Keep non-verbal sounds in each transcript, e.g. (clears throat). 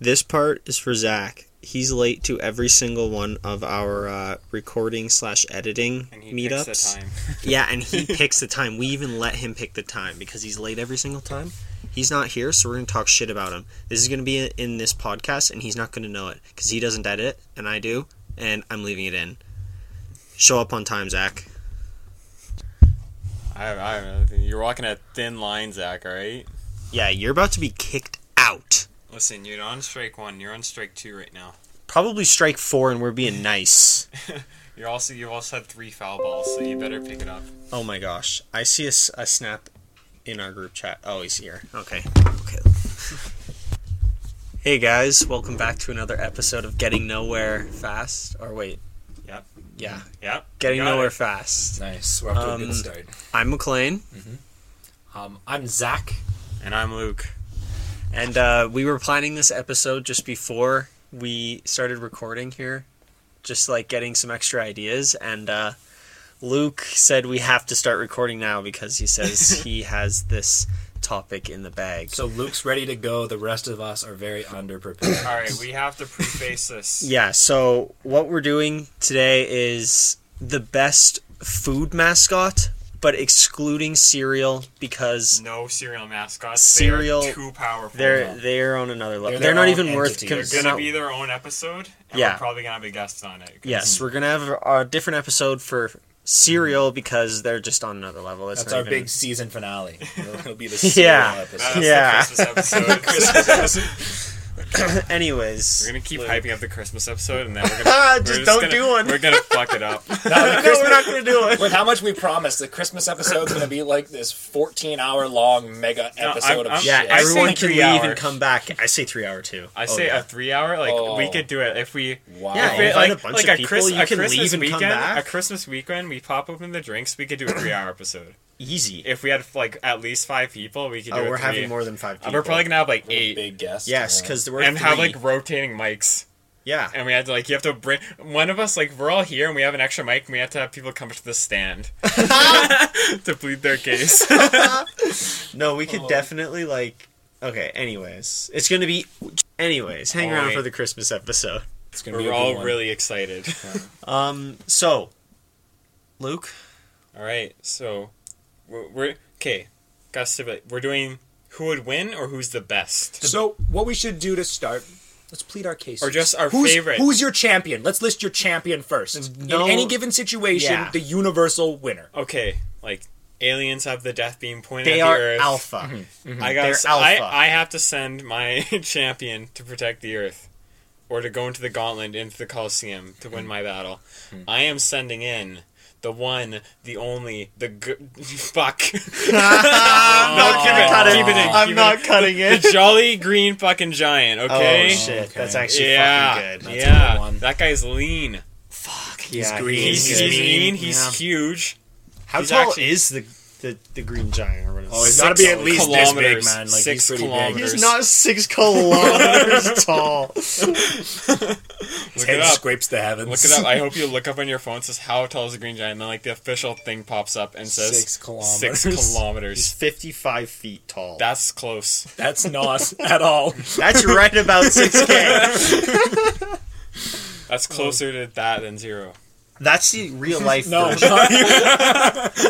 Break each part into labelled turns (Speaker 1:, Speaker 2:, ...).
Speaker 1: This part is for Zach. He's late to every single one of our uh, recording slash editing
Speaker 2: And he
Speaker 1: meetups.
Speaker 2: picks (laughs) the time.
Speaker 1: yeah, and he picks the time. We even let him pick the time because he's late every single time. He's not here, so we're gonna talk shit about him. This is gonna be in this podcast, and he's not gonna know it because he doesn't edit it, and I do, and I'm leaving it in. Show up on time, Zach.
Speaker 2: I, I don't know. You're walking a thin line, Zach. All right.
Speaker 1: Yeah, you're about to be kicked out.
Speaker 2: Listen, you're on strike one. You're on strike two right now.
Speaker 1: Probably strike four, and we're being nice.
Speaker 2: You're also you've also had three foul balls, so you better pick it up.
Speaker 1: Oh my gosh, I see a, s- a snap in our group chat. Oh, he's here. Okay. Okay. hey guys, welcome back to another episode of Getting Nowhere Fast. Or wait.
Speaker 2: Yep.
Speaker 1: Yeah.
Speaker 2: Yep.
Speaker 1: Getting
Speaker 2: got
Speaker 1: Nowhere
Speaker 2: it.
Speaker 1: Fast.
Speaker 3: Nice. We're off to a
Speaker 1: Um,
Speaker 3: good start.
Speaker 1: I'm McLean,
Speaker 3: Um, I'm Zach.
Speaker 2: And I'm Luke.
Speaker 1: and uh, we were planning this episode just before we started recording here, just like getting some extra ideas. And uh, Luke said we have to start recording now because he
Speaker 2: (laughs)
Speaker 1: says he has this topic in the bag.
Speaker 3: So Luke's ready to go. The rest of us are very underprepared.
Speaker 2: All right, we have
Speaker 1: (laughs)
Speaker 2: to preface this.
Speaker 1: Yeah, so what we're doing today is the best food mascot, but excluding cereal because
Speaker 2: No cereal mascots.
Speaker 1: Cereal-
Speaker 2: They are too powerful.
Speaker 1: they're they're on another level.
Speaker 3: They're
Speaker 1: They're,
Speaker 3: their
Speaker 1: not
Speaker 3: own
Speaker 1: even worth.
Speaker 3: entities.
Speaker 1: con-
Speaker 3: They're
Speaker 2: gonna
Speaker 1: not-
Speaker 2: be their own episode. And
Speaker 1: Yeah.
Speaker 2: We're probably gonna have a guest on it. 'cause
Speaker 1: yes, we're gonna have a different episode for cereal
Speaker 2: Mm-hmm.
Speaker 1: because they're just on another level. That's,
Speaker 3: That's
Speaker 1: not
Speaker 3: our
Speaker 1: even-
Speaker 3: big season finale. (laughs) It'll, it'll be the
Speaker 1: Yeah.
Speaker 3: cereal
Speaker 2: That's
Speaker 3: episode.
Speaker 2: the
Speaker 1: Yeah.
Speaker 2: Christmas
Speaker 1: (laughs)
Speaker 2: episode. Christmas episode.
Speaker 1: Anyways,
Speaker 2: We're gonna keep hyping up the Christmas episode, and then we're
Speaker 1: Ah, (laughs)
Speaker 2: gonna
Speaker 1: just
Speaker 2: we're
Speaker 1: don't
Speaker 2: gonna-
Speaker 1: do one.
Speaker 2: We're gonna fuck
Speaker 1: (laughs)
Speaker 2: it up.
Speaker 3: No, the
Speaker 1: no, we're
Speaker 3: Christmas-
Speaker 1: not gonna do it.
Speaker 3: With how much we promised, the Christmas episode's going to be like this 14 hour long mega
Speaker 2: No, I'm-
Speaker 3: episode
Speaker 2: I'm-
Speaker 1: (laughs)
Speaker 3: of
Speaker 1: Yeah,
Speaker 3: shit.
Speaker 2: I say
Speaker 1: everyone can
Speaker 2: three
Speaker 1: leave
Speaker 2: hour.
Speaker 1: and come back. I say three hour too. Oh,
Speaker 2: I say
Speaker 3: Oh, yeah.
Speaker 2: a three hour. Like we
Speaker 3: Oh.
Speaker 2: could do it if we.
Speaker 3: Wow.
Speaker 1: Yeah,
Speaker 2: If
Speaker 1: you
Speaker 2: it,
Speaker 1: find
Speaker 2: like,
Speaker 1: a bunch
Speaker 2: like
Speaker 1: of
Speaker 2: a
Speaker 1: people,
Speaker 2: Chris,
Speaker 1: you
Speaker 2: a
Speaker 1: can
Speaker 2: Christmas
Speaker 1: leave and come
Speaker 2: weekend,
Speaker 1: back.
Speaker 2: A Christmas weekend, we pop open the drinks. We
Speaker 1: (laughs)
Speaker 2: could do a three-hour episode.
Speaker 1: Easy.
Speaker 2: If we had like at least five people, we could. do
Speaker 1: Oh,
Speaker 2: a
Speaker 1: we're
Speaker 2: three. Uh,
Speaker 1: having more than five people.
Speaker 2: We're probably gonna have like eight,
Speaker 3: Big guest.
Speaker 1: yes,
Speaker 3: Yeah.
Speaker 1: because we're
Speaker 2: and have
Speaker 1: three.
Speaker 2: like rotating mics.
Speaker 1: yeah.
Speaker 2: And we had to like you have to bring one of us like we're all here and we have an extra mic and we have to have people come up to
Speaker 1: (laughs)
Speaker 2: the stand (laughs) to plead their case.
Speaker 1: No, we could
Speaker 3: Oh.
Speaker 1: definitely like. Okay. Anyways, it's gonna be. Anyways, hang
Speaker 2: All
Speaker 1: around
Speaker 2: right.
Speaker 1: for the Christmas episode.
Speaker 3: it's going to be
Speaker 2: we're
Speaker 3: a good
Speaker 2: all
Speaker 3: one.
Speaker 2: really excited.
Speaker 1: Um. So, Luke.
Speaker 2: All right, so we're, we're okay. Gus, we're doing who would win or who's the best.
Speaker 3: So, what we should do to start. Let's plead our case.
Speaker 2: Or just our
Speaker 3: who's,
Speaker 2: favorite.
Speaker 3: Who's your champion? Let's list your champion first.
Speaker 1: No-
Speaker 3: In any given situation,
Speaker 1: Yeah.
Speaker 3: the universal winner.
Speaker 2: okay, like aliens have the death beam pointed
Speaker 1: They
Speaker 2: at the
Speaker 1: are
Speaker 2: earth.
Speaker 1: alpha.
Speaker 2: I got.
Speaker 1: They're alpha.
Speaker 2: I, I have to send my (laughs) champion to protect the earth, or to go into the gauntlet into the coliseum to win my battle.
Speaker 1: Hmm.
Speaker 2: I am sending in. The one, the only, the g- (laughs)
Speaker 1: (laughs)
Speaker 2: fuck.
Speaker 1: (laughs) I'm
Speaker 2: No, keep it,
Speaker 1: cutting-
Speaker 2: keep Oh. it in,
Speaker 1: I'm
Speaker 2: keep
Speaker 1: not
Speaker 2: it
Speaker 1: cutting it.
Speaker 2: the jolly green fucking giant. (laughs) Okay.
Speaker 1: Oh shit,
Speaker 3: Okay.
Speaker 1: that's actually
Speaker 2: yeah,
Speaker 1: fucking good.
Speaker 3: That's a
Speaker 2: yeah.
Speaker 3: good one.
Speaker 2: That guy's lean.
Speaker 1: Fuck,
Speaker 3: he's
Speaker 1: yeah,
Speaker 3: green.
Speaker 2: He's, he's,
Speaker 3: good.
Speaker 2: lean. He's
Speaker 1: Yeah.
Speaker 2: huge.
Speaker 1: How
Speaker 2: he's
Speaker 1: tall
Speaker 2: actually-
Speaker 1: is the, the the green giant or whatever?
Speaker 3: Oh, he's
Speaker 1: it's
Speaker 3: gotta
Speaker 1: not
Speaker 3: be at least this big,
Speaker 2: kilometers,
Speaker 3: man. Like, he's
Speaker 2: six
Speaker 3: pretty big.
Speaker 2: kilometers.
Speaker 1: He's not six (laughs) kilometers tall.
Speaker 2: Look
Speaker 3: Ted
Speaker 2: it up.
Speaker 3: scrapes the heavens.
Speaker 2: Look it up. I hope you look up on your phone. It says how tall is the green giant, and then like the official thing pops up and says
Speaker 3: Six kilometers.
Speaker 2: Six
Speaker 1: He's
Speaker 2: kilometers.
Speaker 1: fifty-five feet tall.
Speaker 2: That's close.
Speaker 3: That's not at (laughs) all.
Speaker 1: That's right about six k.
Speaker 2: That's
Speaker 3: Oh.
Speaker 2: closer to that than zero.
Speaker 1: (laughs) That's the real life
Speaker 3: No,
Speaker 1: version.
Speaker 3: not (laughs)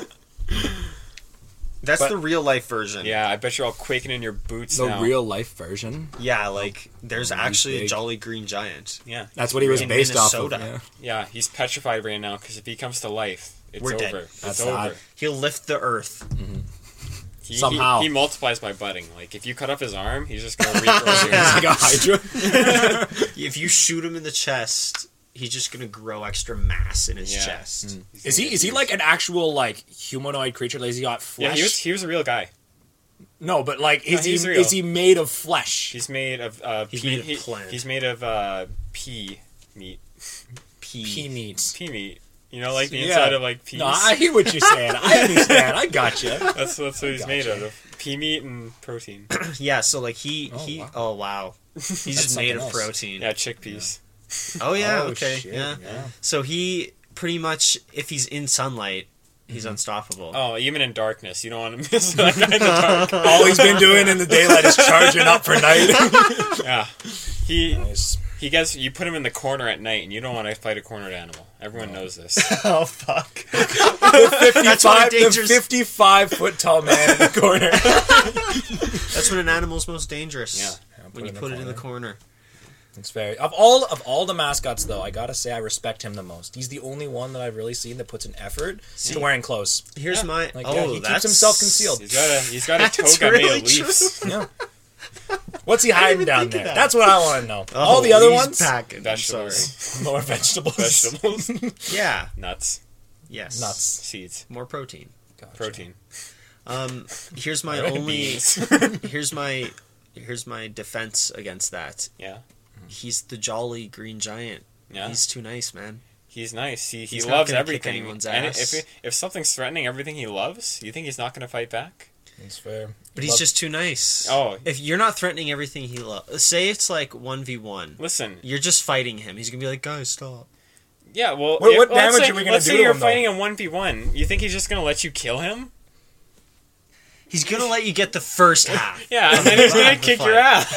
Speaker 1: That's
Speaker 3: But-
Speaker 1: the real life version.
Speaker 2: Yeah, I bet you're all quaking in your boots now.
Speaker 3: life version.
Speaker 1: Yeah, like there's
Speaker 3: He's
Speaker 1: actually a
Speaker 3: big.
Speaker 1: jolly green giant.
Speaker 2: Yeah,
Speaker 3: That's what he was
Speaker 1: In
Speaker 3: based off of.
Speaker 1: Minnesota.
Speaker 3: yeah.
Speaker 2: yeah. He's petrified right now because if he comes to life, it's
Speaker 1: We're
Speaker 2: over.
Speaker 1: dead.
Speaker 2: It's
Speaker 3: That's
Speaker 2: over.
Speaker 3: not-
Speaker 1: He'll lift the earth.
Speaker 2: He,
Speaker 3: Somehow.
Speaker 2: he, he multiplies by butting. Like if you cut off his arm, he's just gonna (laughs) regrow. yours.
Speaker 3: (laughs) Like a hydra.
Speaker 1: If you shoot him in the chest, he's just gonna grow extra mass in his
Speaker 2: Yeah.
Speaker 1: chest.
Speaker 2: He's
Speaker 3: (laughs) Is
Speaker 2: gonna
Speaker 3: he?
Speaker 2: get
Speaker 3: Is he
Speaker 2: huge.
Speaker 3: like an actual like humanoid creature? Like, has he got flesh?
Speaker 2: Yeah, he was, he was a real guy.
Speaker 3: no, but like, is
Speaker 2: he's
Speaker 3: he?
Speaker 2: real.
Speaker 3: Is he made of flesh?
Speaker 2: He's made of uh,
Speaker 1: He's
Speaker 2: pea,
Speaker 1: made of
Speaker 2: he-
Speaker 1: plant.
Speaker 2: He's made of uh, pea meat.
Speaker 1: P.
Speaker 3: He needs.
Speaker 2: Pea meat. You know, like the
Speaker 3: Yeah.
Speaker 2: inside of like peas.
Speaker 3: No, I hear what you're saying. I understand. I got you.
Speaker 2: That's that's what he's made out of. Pea meat
Speaker 1: (clears throat)
Speaker 2: and protein.
Speaker 1: Yeah, so like he
Speaker 3: Oh,
Speaker 1: he
Speaker 3: wow.
Speaker 1: oh wow. He's just
Speaker 3: something
Speaker 1: made of
Speaker 3: else.
Speaker 1: protein.
Speaker 2: Yeah, chickpeas.
Speaker 1: Oh yeah,
Speaker 3: Oh,
Speaker 1: okay.
Speaker 3: shit,
Speaker 1: yeah.
Speaker 3: yeah.
Speaker 1: So he pretty much if he's in sunlight, he's
Speaker 3: Mm-hmm.
Speaker 1: unstoppable.
Speaker 3: (laughs)
Speaker 2: Oh, even in darkness, you don't want to (laughs) miss
Speaker 1: (laughs)
Speaker 2: that guy in the dark.
Speaker 3: All he's been doing in the daylight is charging up for night.
Speaker 2: Yeah. He
Speaker 3: Nice.
Speaker 2: he gets you put him in the corner at night, and you don't want to fight a cornered animal. Everyone
Speaker 1: (laughs)
Speaker 2: knows this.
Speaker 1: Oh fuck!
Speaker 3: That's
Speaker 1: why
Speaker 3: why
Speaker 1: dangerous-
Speaker 3: The 55 foot tall man in the corner.
Speaker 1: That's when an animal's most dangerous.
Speaker 2: Yeah.
Speaker 3: Yeah,
Speaker 1: When you put it in the corner.
Speaker 3: It's very of all of all the mascots though. I gotta say I respect him the most. He's the only one that I've really seen that puts an effort to
Speaker 1: (laughs)
Speaker 3: wearing clothes.
Speaker 1: Here's
Speaker 2: Yeah.
Speaker 1: my.
Speaker 3: Like,
Speaker 1: oh,
Speaker 3: yeah, he keeps
Speaker 1: that's-
Speaker 3: himself concealed.
Speaker 2: He's got a he's got a
Speaker 1: That's
Speaker 2: toga
Speaker 1: really
Speaker 2: made of leaves.
Speaker 3: Yeah. What's he hiding
Speaker 1: even
Speaker 3: down
Speaker 1: think of
Speaker 3: there?
Speaker 1: that.
Speaker 3: That's what I want to know.
Speaker 1: Oh,
Speaker 3: all the other
Speaker 1: he's
Speaker 3: ones, (laughs)
Speaker 1: Packing. I'm
Speaker 2: Vegetables,
Speaker 3: more
Speaker 1: (laughs)
Speaker 3: vegetables,
Speaker 2: vegetables,
Speaker 1: sorry. Yeah.
Speaker 2: nuts,
Speaker 1: Yes.
Speaker 3: nuts,
Speaker 2: seeds,
Speaker 1: More protein.
Speaker 3: Gotcha.
Speaker 2: protein.
Speaker 1: Um. Here's my
Speaker 2: Red
Speaker 1: only.
Speaker 2: beans.
Speaker 1: (laughs)
Speaker 2: (laughs)
Speaker 1: Here's my. Here's my defense against that.
Speaker 2: yeah,
Speaker 1: He's the jolly green giant.
Speaker 2: Hmm. yeah.
Speaker 1: He's too nice, man.
Speaker 2: He's nice. He, he
Speaker 1: He's not
Speaker 2: loves
Speaker 1: gonna kick
Speaker 2: everything.
Speaker 1: anyone's
Speaker 2: And
Speaker 1: ass.
Speaker 2: if if something's threatening everything he loves, you think he's not going to fight back?
Speaker 3: That's fair.
Speaker 1: But he's
Speaker 3: Love-
Speaker 1: just too nice.
Speaker 2: Oh.
Speaker 1: If you're not threatening everything he loves, say it's like one v one.
Speaker 2: Listen,
Speaker 1: You're just fighting him. He's gonna be like, guys, stop.
Speaker 2: yeah. Well,
Speaker 3: What-
Speaker 2: if-
Speaker 3: what
Speaker 2: well, let's
Speaker 3: damage
Speaker 2: say-
Speaker 3: are we gonna
Speaker 2: let's
Speaker 3: do
Speaker 2: say
Speaker 3: to
Speaker 2: you're
Speaker 3: him, though?
Speaker 2: fighting him one v one. You think he's just going to let you kill him?
Speaker 1: He's gonna let you get the first half.
Speaker 2: (laughs)
Speaker 3: (laughs)
Speaker 2: Yeah, and then he's
Speaker 1: We'll
Speaker 2: going
Speaker 1: have
Speaker 2: to
Speaker 1: the
Speaker 2: kick
Speaker 1: fight.
Speaker 2: your ass.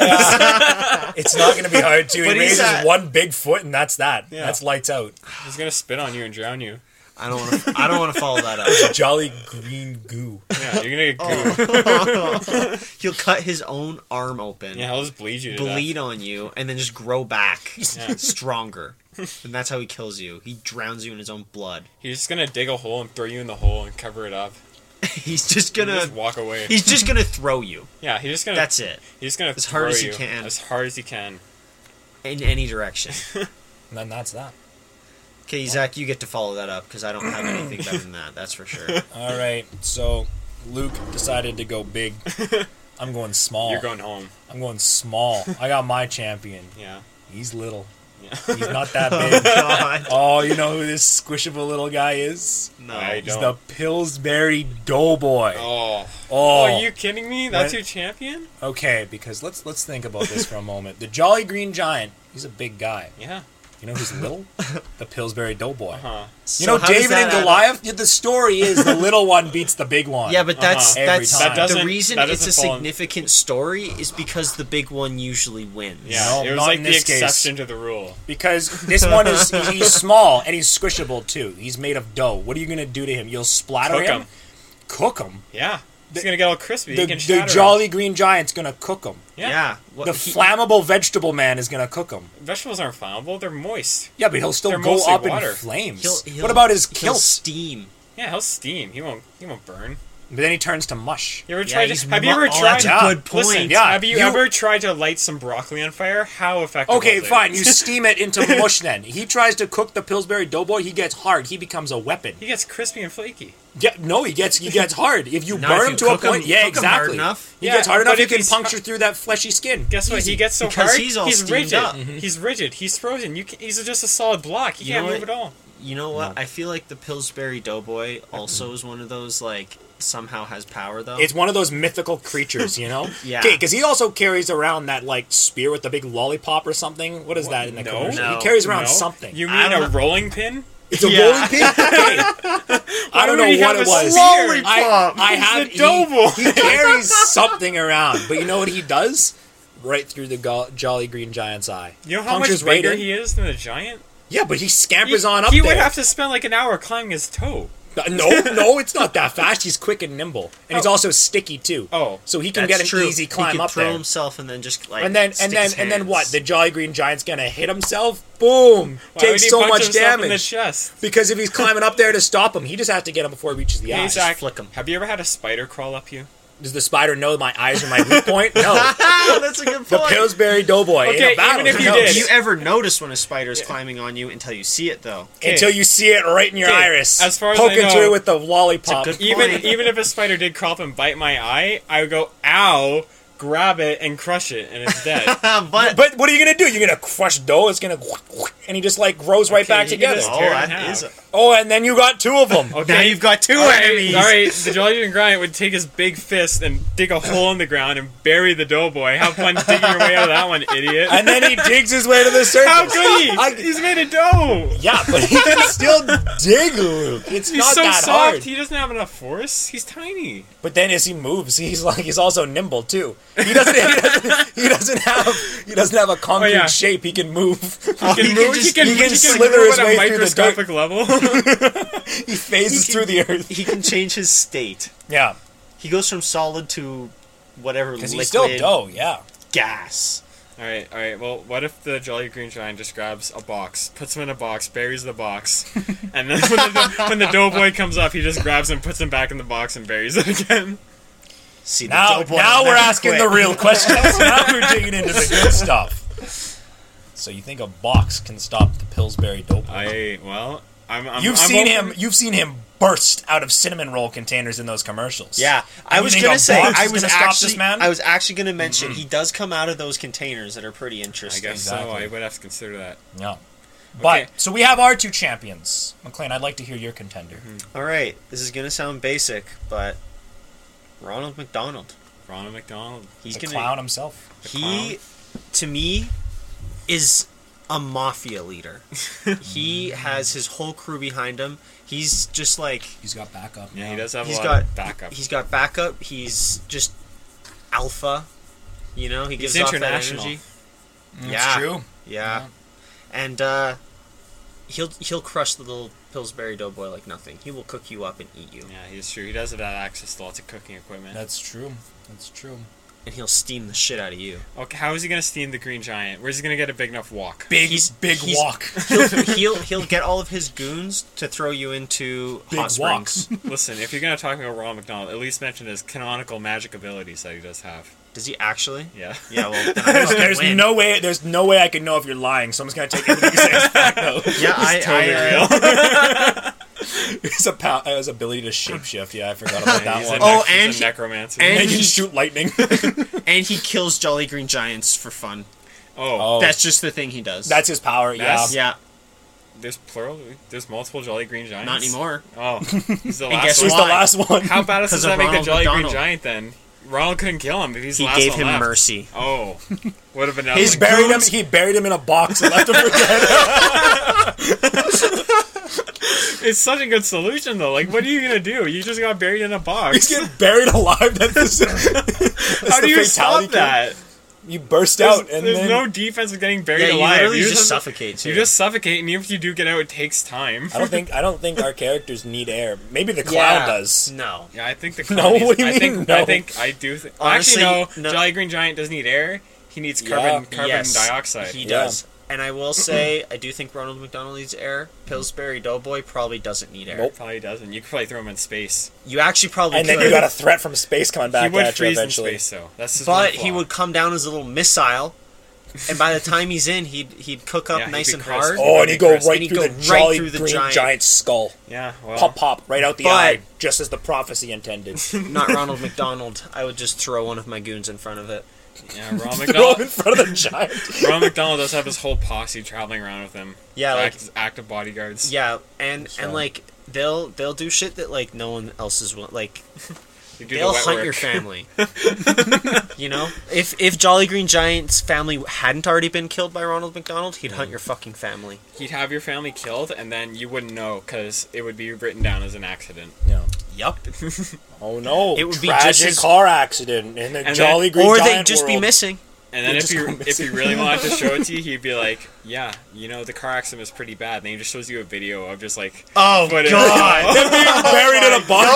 Speaker 3: it's not going to be
Speaker 1: (laughs)
Speaker 3: hard to. He
Speaker 1: But he's a-
Speaker 3: raises one big foot, and that's that.
Speaker 2: Yeah.
Speaker 3: That's lights out.
Speaker 2: he's going to spit on you and drown you.
Speaker 1: I don't want to. I don't want to follow that up.
Speaker 2: (laughs)
Speaker 3: Jolly green goo.
Speaker 2: Yeah, you're
Speaker 1: (laughs)
Speaker 2: going to get goo.
Speaker 1: Oh. He'll cut his own arm open,
Speaker 2: Yeah, he'll just bleed you to
Speaker 1: bleed on you, and then just grow back
Speaker 2: (laughs) Yeah. (laughs)
Speaker 1: stronger. And that's how he kills you. He drowns you in his own blood. (laughs)
Speaker 2: death. He's just going to dig a hole and throw you in the hole and cover it up.
Speaker 1: He's just
Speaker 2: And
Speaker 1: gonna.
Speaker 2: just walk away.
Speaker 1: He's just gonna throw you.
Speaker 2: Yeah, he's just going to
Speaker 1: That's it.
Speaker 2: He's just going to
Speaker 1: as hard as he
Speaker 2: you
Speaker 1: can.
Speaker 2: As hard as he can.
Speaker 1: In any direction.
Speaker 3: And then that's that.
Speaker 1: Okay, Zach, you get to follow that up because I don't have anything better than that. That's for
Speaker 3: (laughs)
Speaker 1: sure.
Speaker 3: All right. So Luke decided to
Speaker 1: (laughs)
Speaker 3: go big. I'm going small.
Speaker 1: Oh.
Speaker 2: You're going home.
Speaker 3: I'm going small. I got my champion.
Speaker 2: Yeah. (laughs)
Speaker 3: He's little.
Speaker 2: Yeah.
Speaker 3: He's not
Speaker 2: (laughs)
Speaker 3: that big.
Speaker 1: (laughs) God,
Speaker 3: Oh, you know who this squishable little guy is?
Speaker 1: no.
Speaker 2: I
Speaker 3: He's
Speaker 2: don't.
Speaker 3: the Pillsbury Doughboy. Oh,
Speaker 2: Oh. Oh, are you kidding me? That's your champion?
Speaker 3: okay. Because let's let's think about this for a moment. The Jolly Green Giant. He's a big guy.
Speaker 2: Yeah.
Speaker 3: You know who's little? the Pillsbury Doughboy.
Speaker 2: Huh.
Speaker 1: So
Speaker 3: You know
Speaker 1: how does
Speaker 3: David
Speaker 1: that
Speaker 3: and
Speaker 1: add up?
Speaker 3: Goliath. Yeah, the story is the little one beats the big one.
Speaker 1: Yeah, but that's
Speaker 3: Uh-huh. Every
Speaker 1: that's
Speaker 3: time. That
Speaker 1: the
Speaker 2: doesn't-
Speaker 1: reason
Speaker 2: that
Speaker 1: it's a
Speaker 2: doesn't fall in-
Speaker 1: significant story is because the big one usually wins.
Speaker 2: Yeah,
Speaker 3: No,
Speaker 2: it was
Speaker 3: not
Speaker 2: like
Speaker 3: in
Speaker 2: the
Speaker 3: this case.
Speaker 2: exception to the rule.
Speaker 3: because this
Speaker 1: (laughs)
Speaker 3: one is he's small and he's squishable too. He's made of dough. What are you gonna do to him? You'll splatter
Speaker 2: Cook
Speaker 3: him,
Speaker 2: him.
Speaker 3: cook him.
Speaker 2: Yeah, he's gonna get all crispy.
Speaker 3: The,
Speaker 2: he can
Speaker 3: the
Speaker 2: shatter him.
Speaker 3: Jolly Green Giant's gonna cook him.
Speaker 2: Yeah.
Speaker 1: What,
Speaker 3: The
Speaker 1: he-
Speaker 3: flammable vegetable man is gonna cook him.
Speaker 2: Vegetables aren't flammable; they're moist.
Speaker 3: Yeah, but he'll still
Speaker 2: They're
Speaker 3: go
Speaker 2: mostly
Speaker 3: up
Speaker 2: water.
Speaker 3: in flames.
Speaker 1: he'll- he'll-
Speaker 3: what about his
Speaker 1: he'll
Speaker 3: kilt?
Speaker 1: steam?
Speaker 2: Yeah, he'll steam. He won't. He won't burn.
Speaker 3: But then he turns to mush.
Speaker 2: You ever
Speaker 1: Yeah,
Speaker 2: tried?
Speaker 1: he's
Speaker 2: To, have you
Speaker 1: mu-
Speaker 2: ever
Speaker 1: oh,
Speaker 2: tried?
Speaker 1: that's a
Speaker 3: Yeah.
Speaker 1: good point.
Speaker 2: Listen,
Speaker 3: yeah,
Speaker 2: have you,
Speaker 3: you-
Speaker 2: ever tried to light some broccoli on fire? How effective?
Speaker 3: Okay,
Speaker 2: was it? (laughs)
Speaker 3: fine. You steam it into mush then. He tries to cook the Pillsbury Doughboy. He gets hard. He becomes a weapon.
Speaker 2: He gets crispy and flaky.
Speaker 3: Yeah, no, he gets he gets hard. If you
Speaker 1: No,
Speaker 3: burn
Speaker 1: if
Speaker 3: him
Speaker 1: you
Speaker 3: to a
Speaker 1: cook him-
Speaker 3: point, yeah,
Speaker 1: cook him hard
Speaker 3: exactly.
Speaker 1: enough.
Speaker 3: He
Speaker 2: Yeah,
Speaker 3: gets hard
Speaker 2: but
Speaker 3: enough. He
Speaker 2: if
Speaker 3: can
Speaker 2: he's-
Speaker 3: puncture through that fleshy skin.
Speaker 2: Guess what?
Speaker 1: Easy,
Speaker 2: He gets so
Speaker 1: because
Speaker 2: hard.
Speaker 1: he's all steamed
Speaker 2: rigid.
Speaker 1: up.
Speaker 2: He's rigid. He's frozen. You can, he's just a solid block. He
Speaker 1: You
Speaker 2: can't
Speaker 1: know
Speaker 2: move
Speaker 1: what?
Speaker 2: at all.
Speaker 1: You know what? I feel like the Pillsbury Doughboy also is one of those like somehow has power though.
Speaker 3: It's one of those mythical creatures, you know?
Speaker 1: (laughs) Yeah.
Speaker 3: because he also carries around that like spear with the big lollipop or something. What is that in the
Speaker 2: No.
Speaker 3: commercial?
Speaker 1: No.
Speaker 3: He carries around
Speaker 2: No?
Speaker 3: something.
Speaker 2: You
Speaker 1: I
Speaker 2: mean
Speaker 1: don't
Speaker 2: a rolling pin?
Speaker 3: it's a
Speaker 1: Yeah.
Speaker 2: (laughs)
Speaker 3: rolling pin. Okay. I don't
Speaker 2: would
Speaker 3: know
Speaker 2: he have
Speaker 3: what it
Speaker 2: a
Speaker 3: was.
Speaker 2: slow-
Speaker 3: I, I
Speaker 2: He's
Speaker 3: have
Speaker 2: the doughboy.
Speaker 3: He, he
Speaker 2: (laughs)
Speaker 3: carries something around, but you know what he does? Right through the go- Jolly Green Giant's eye.
Speaker 2: You know how much
Speaker 3: Punctures right
Speaker 2: bigger
Speaker 3: in.
Speaker 2: he is than a giant.
Speaker 3: Yeah, but he
Speaker 2: He,
Speaker 3: scampers on up
Speaker 2: he
Speaker 3: there.
Speaker 2: would have to spend like an hour climbing his toe.
Speaker 3: Uh,
Speaker 2: (laughs)
Speaker 3: No, no, it's not that fast. He's quick and nimble, and he's
Speaker 2: Oh.
Speaker 3: also sticky too.
Speaker 2: Oh.
Speaker 3: so he can
Speaker 1: That's
Speaker 3: get an
Speaker 1: true.
Speaker 3: easy
Speaker 1: he
Speaker 3: climb
Speaker 1: could
Speaker 3: up
Speaker 1: throw
Speaker 3: there.
Speaker 1: himself and then just like
Speaker 3: And then,
Speaker 1: stick
Speaker 3: and then,
Speaker 1: his
Speaker 3: and then what?
Speaker 1: hands.
Speaker 3: The Jolly Green Giant's gonna hit himself. Boom!
Speaker 2: Why would
Speaker 3: Takes
Speaker 2: he
Speaker 3: so
Speaker 2: punch
Speaker 3: much
Speaker 2: himself in the
Speaker 3: damage
Speaker 2: chest.
Speaker 3: because if he's climbing up there to stop him, he just has to get him before he reaches the
Speaker 2: Hey,
Speaker 3: eyes.
Speaker 1: Zach.
Speaker 2: Zach,
Speaker 1: flick 'em.
Speaker 2: have you ever had a spider crawl up you?
Speaker 3: Does the spider know my eyes are my weak point?
Speaker 1: (laughs)
Speaker 3: (laughs) No.
Speaker 1: Ah, that's a good point.
Speaker 3: The Pillsbury Doughboy in
Speaker 2: Okay,
Speaker 3: a battle.
Speaker 2: even if
Speaker 3: he
Speaker 2: you
Speaker 3: knows.
Speaker 2: did.
Speaker 1: Do you ever notice when a spider's climbing on you until you see it though?
Speaker 3: until you see it right in your
Speaker 2: Okay,
Speaker 3: iris,
Speaker 2: as far as I
Speaker 3: poking
Speaker 2: know-
Speaker 3: through with the lollipop.
Speaker 1: It's a good-
Speaker 2: Even
Speaker 1: point.
Speaker 2: even if a spider did crawl up and bite my eye, I would go ow, grab it and crush it, and it's dead.
Speaker 1: but (laughs)
Speaker 3: But what are you gonna (laughs) do? You're gonna crush dough. It's gonna and he just like grows right
Speaker 2: Okay,
Speaker 3: back
Speaker 2: you can
Speaker 3: together.
Speaker 1: (laughs)
Speaker 2: just
Speaker 4: Oh,
Speaker 2: tear it
Speaker 4: that
Speaker 2: in half.
Speaker 4: is-
Speaker 3: Oh, and then you got two
Speaker 2: (laughs)
Speaker 3: of them.
Speaker 2: Okay.
Speaker 1: Now you've got two
Speaker 2: All right,
Speaker 1: enemies.
Speaker 2: All right, the Jolly and Grind would take his big fist and dig a hole in the ground and bury the doughboy. Have
Speaker 1: (laughs)
Speaker 2: fun digging your way out of that one, idiot.
Speaker 3: and then he digs his way to the surface.
Speaker 2: How could he?
Speaker 3: (laughs) I-
Speaker 2: He's made of dough.
Speaker 3: yeah, but he can still dig, Luke. It's
Speaker 2: He's
Speaker 3: not
Speaker 2: so
Speaker 3: that
Speaker 2: soft.
Speaker 3: hard.
Speaker 2: He doesn't have enough force. He's tiny.
Speaker 3: But then as he moves, he's like he's also nimble too. He doesn't (laughs) he doesn't, he doesn't have he doesn't have a concrete
Speaker 2: Oh, yeah. Oh,
Speaker 3: shape. He can move.
Speaker 2: He can
Speaker 1: he can
Speaker 2: move.
Speaker 1: just-
Speaker 2: he can,
Speaker 3: he can
Speaker 2: move
Speaker 3: slither his
Speaker 2: at
Speaker 3: way
Speaker 2: a
Speaker 3: through the
Speaker 2: microscopic (laughs) level.
Speaker 3: he phases
Speaker 1: He can-
Speaker 3: through the earth.
Speaker 1: He can change his state.
Speaker 3: Yeah,
Speaker 1: He goes from solid to whatever
Speaker 3: because
Speaker 1: liquid
Speaker 3: he's still dough. Yeah,
Speaker 1: gas.
Speaker 2: all right, all right. Well, what if the Jolly Green Giant just grabs a box, puts him in a box, buries the box, and then when the, when the doughboy comes up, he just grabs him, puts him back in the box, and buries it again.
Speaker 1: See, the
Speaker 3: now
Speaker 1: dough boy
Speaker 3: now
Speaker 1: will
Speaker 3: we're
Speaker 1: never
Speaker 3: asking
Speaker 1: quit.
Speaker 3: the real
Speaker 1: (laughs)
Speaker 3: questions. now we're digging into the good stuff. So you think a box can stop the Pillsbury dope?
Speaker 2: I well, I'm. I'm
Speaker 3: You've
Speaker 2: I'm
Speaker 3: seen
Speaker 2: open-
Speaker 3: him. You've seen him burst out of cinnamon roll containers in those commercials.
Speaker 1: Yeah, I
Speaker 3: you
Speaker 1: was
Speaker 3: think
Speaker 1: gonna
Speaker 3: a
Speaker 1: say
Speaker 3: box
Speaker 1: I
Speaker 3: is
Speaker 1: was
Speaker 3: gonna stop
Speaker 1: actually
Speaker 3: this man? Mm-hmm.
Speaker 1: I was actually gonna mention he does come out of those containers that are pretty
Speaker 2: I
Speaker 1: interesting.
Speaker 2: guess so.
Speaker 3: Exactly.
Speaker 2: I would have to consider that.
Speaker 3: No. But
Speaker 2: Okay.
Speaker 3: so we have our two champions. McLean, I'd like to hear your contender.
Speaker 1: All right, this is gonna sound basic, but Ronald McDonald,
Speaker 2: Ronald McDonald.
Speaker 1: he's
Speaker 3: the
Speaker 1: gonna
Speaker 3: clown himself.
Speaker 1: he to me is a mafia
Speaker 2: (laughs)
Speaker 1: leader. he has his whole crew behind him. He's just like
Speaker 3: He's got backup.
Speaker 2: Yeah, he does have
Speaker 1: he's
Speaker 2: a lot
Speaker 1: got
Speaker 2: of backup.
Speaker 1: He's got backup. He's just alpha. You know, he
Speaker 2: He's
Speaker 1: gives off that
Speaker 2: international.
Speaker 1: energy.
Speaker 3: That's
Speaker 1: Yeah.
Speaker 3: Mm, true.
Speaker 1: Yeah.
Speaker 3: Yeah.
Speaker 1: And uh, he'll he'll crush the little Pillsbury Doughboy like nothing. He will cook you up and eat you,
Speaker 2: yeah, he's true. He does have access to lots of cooking equipment.
Speaker 3: That's true. That's true.
Speaker 1: and he'll steam the shit out of
Speaker 2: (laughs)
Speaker 1: you.
Speaker 2: okay, how is he gonna steam the Green Giant? Where's he gonna get a big enough walk?
Speaker 3: Big
Speaker 1: He's-
Speaker 3: big
Speaker 1: he's-
Speaker 3: walk.
Speaker 1: He'll he'll, he'll get all of his goons to throw you into
Speaker 3: Big
Speaker 1: hot springs.
Speaker 2: (laughs) Listen, if you're gonna talk about Ronald McDonald, at least mention his canonical magic abilities that he does have.
Speaker 1: Does he actually?
Speaker 2: Yeah.
Speaker 1: Yeah. Well,
Speaker 3: (laughs)
Speaker 1: then I'm gonna
Speaker 3: there's
Speaker 1: win.
Speaker 3: no way there's no way I could know if you're lying, so I'm just gonna take everything you say as
Speaker 2: (laughs)
Speaker 3: fact though.
Speaker 1: Yeah, I,
Speaker 2: Totally
Speaker 1: I, uh,
Speaker 2: real.
Speaker 3: (laughs) His, apa- uh, his ability to shapeshift, yeah, I forgot about that
Speaker 2: He's a
Speaker 3: one.
Speaker 2: nec-
Speaker 1: Oh,
Speaker 2: he's a
Speaker 1: and he-
Speaker 2: necromancer.
Speaker 1: and-
Speaker 3: and he
Speaker 1: he-
Speaker 3: can shoot lightning. (laughs)
Speaker 1: And he kills Jolly Green Giants for fun.
Speaker 2: oh,
Speaker 3: oh,
Speaker 1: That's just the thing he does.
Speaker 3: that's his power,
Speaker 2: That's-
Speaker 3: yeah.
Speaker 1: yeah,
Speaker 2: there's plural. There's multiple Jolly Green Giants.
Speaker 1: not anymore. (laughs)
Speaker 2: Oh, he's the
Speaker 1: guess
Speaker 2: last
Speaker 3: Who's
Speaker 2: one.
Speaker 3: the
Speaker 1: what?
Speaker 3: last one?
Speaker 2: How
Speaker 1: (laughs)
Speaker 2: badass does
Speaker 1: Because of
Speaker 2: that make a
Speaker 1: Ronald
Speaker 2: Jolly Green
Speaker 1: McDonald.
Speaker 2: Giant then? Ronald couldn't kill him if he's the
Speaker 1: He
Speaker 2: last
Speaker 1: gave
Speaker 2: one
Speaker 1: him
Speaker 2: left.
Speaker 1: mercy. (laughs)
Speaker 2: Oh, would have been
Speaker 1: His
Speaker 2: like,
Speaker 3: buried him
Speaker 1: goons-
Speaker 3: he buried him in a box and left him for
Speaker 2: (laughs)
Speaker 3: dead.
Speaker 2: It's such a good solution though. Like, what are you gonna do? You just got buried in a
Speaker 3: He's
Speaker 2: box.
Speaker 3: getting buried alive. That's, the- (laughs) that's
Speaker 2: How
Speaker 3: the
Speaker 2: do you
Speaker 3: fatality
Speaker 2: stop
Speaker 3: kill.
Speaker 2: that?
Speaker 3: You burst
Speaker 2: There's,
Speaker 3: out, and
Speaker 2: there's
Speaker 3: then
Speaker 2: no defense of getting buried
Speaker 1: Yeah, you
Speaker 2: alive.
Speaker 1: literally
Speaker 2: You
Speaker 1: just
Speaker 2: have to-
Speaker 1: suffocate.
Speaker 2: You
Speaker 1: too.
Speaker 2: just suffocate, and even if you do get out, it takes time.
Speaker 3: I don't think I don't think our characters need air. Maybe the clown
Speaker 1: Yeah.
Speaker 3: does.
Speaker 1: no.
Speaker 2: Yeah, I think the
Speaker 3: (laughs) No,
Speaker 2: Clown is-
Speaker 3: what do you
Speaker 2: I think,
Speaker 3: mean, no?
Speaker 2: I think I do. Th-
Speaker 1: Honestly,
Speaker 2: Actually, no,
Speaker 1: no.
Speaker 2: Jolly Green Giant does need air. He needs
Speaker 3: Yeah.
Speaker 2: carbon carbon
Speaker 1: Yes,
Speaker 2: dioxide.
Speaker 1: He
Speaker 3: Yeah.
Speaker 1: does. And I will say, (clears throat) I do think Ronald McDonald needs air. Pillsbury Doughboy probably doesn't need air.
Speaker 3: Nope.
Speaker 2: probably doesn't. You could probably throw him in space.
Speaker 1: You actually probably
Speaker 3: And then
Speaker 1: could.
Speaker 3: you got a threat from space coming
Speaker 2: he
Speaker 3: back
Speaker 2: would
Speaker 3: at you
Speaker 2: freeze in
Speaker 3: eventually.
Speaker 2: space though. That's his
Speaker 1: but
Speaker 2: one
Speaker 1: he
Speaker 2: flaw.
Speaker 1: would come down as a little missile, and by the time he's in, he'd he'd cook up
Speaker 2: Yeah, he'd
Speaker 1: nice
Speaker 2: be
Speaker 1: and
Speaker 2: crisp.
Speaker 1: hard.
Speaker 3: Oh, and he'd go
Speaker 2: And
Speaker 3: right
Speaker 1: he'd
Speaker 3: through
Speaker 1: go
Speaker 3: the
Speaker 1: right
Speaker 3: jolly
Speaker 1: through the
Speaker 3: green giant.
Speaker 1: giant.
Speaker 3: skull.
Speaker 2: Yeah. Well.
Speaker 3: Pop, pop, right out the
Speaker 1: But-
Speaker 3: eye, just as the
Speaker 1: (laughs)
Speaker 3: prophecy intended.
Speaker 2: (laughs)
Speaker 1: Not Ronald McDonald. I would just throw one of my goons in front of it.
Speaker 3: (laughs)
Speaker 2: Yeah. Ronald
Speaker 3: Throw him in
Speaker 2: McDonald.
Speaker 3: front of the giant.
Speaker 2: Ronald McDonald does have his whole posse traveling around with him.
Speaker 1: Yeah,
Speaker 2: Act-
Speaker 1: like-
Speaker 2: active, bodyguards.
Speaker 1: Yeah, and
Speaker 3: So-
Speaker 1: and like they'll they'll do shit that like no one else is will- like
Speaker 2: You do the
Speaker 1: they'll
Speaker 2: wet
Speaker 1: hunt
Speaker 2: work.
Speaker 1: your
Speaker 2: (laughs)
Speaker 1: family. you know, if if Jolly Green Giant's family hadn't already been killed by Ronald McDonald, he'd
Speaker 2: Mm.
Speaker 1: hunt your fucking family.
Speaker 2: He'd have your family killed, and then you wouldn't know because it would be written down as an accident.
Speaker 3: Yeah.
Speaker 1: (laughs) Yup.
Speaker 3: Oh no!
Speaker 1: It would be
Speaker 3: tragic
Speaker 1: just as-
Speaker 3: car accident in the
Speaker 2: then-
Speaker 3: jolly green
Speaker 1: Or
Speaker 3: giant
Speaker 1: they'd just be
Speaker 3: world.
Speaker 1: missing.
Speaker 2: And then
Speaker 3: They
Speaker 2: if
Speaker 3: just
Speaker 2: you
Speaker 3: go
Speaker 2: if
Speaker 3: missing.
Speaker 2: you really wanted to show it to you, he'd be like, "Yeah, you know, the car accident was pretty bad." And then he just shows you a video of just like
Speaker 1: Oh
Speaker 2: But it-
Speaker 3: They'd be
Speaker 1: (laughs)
Speaker 3: buried in a box.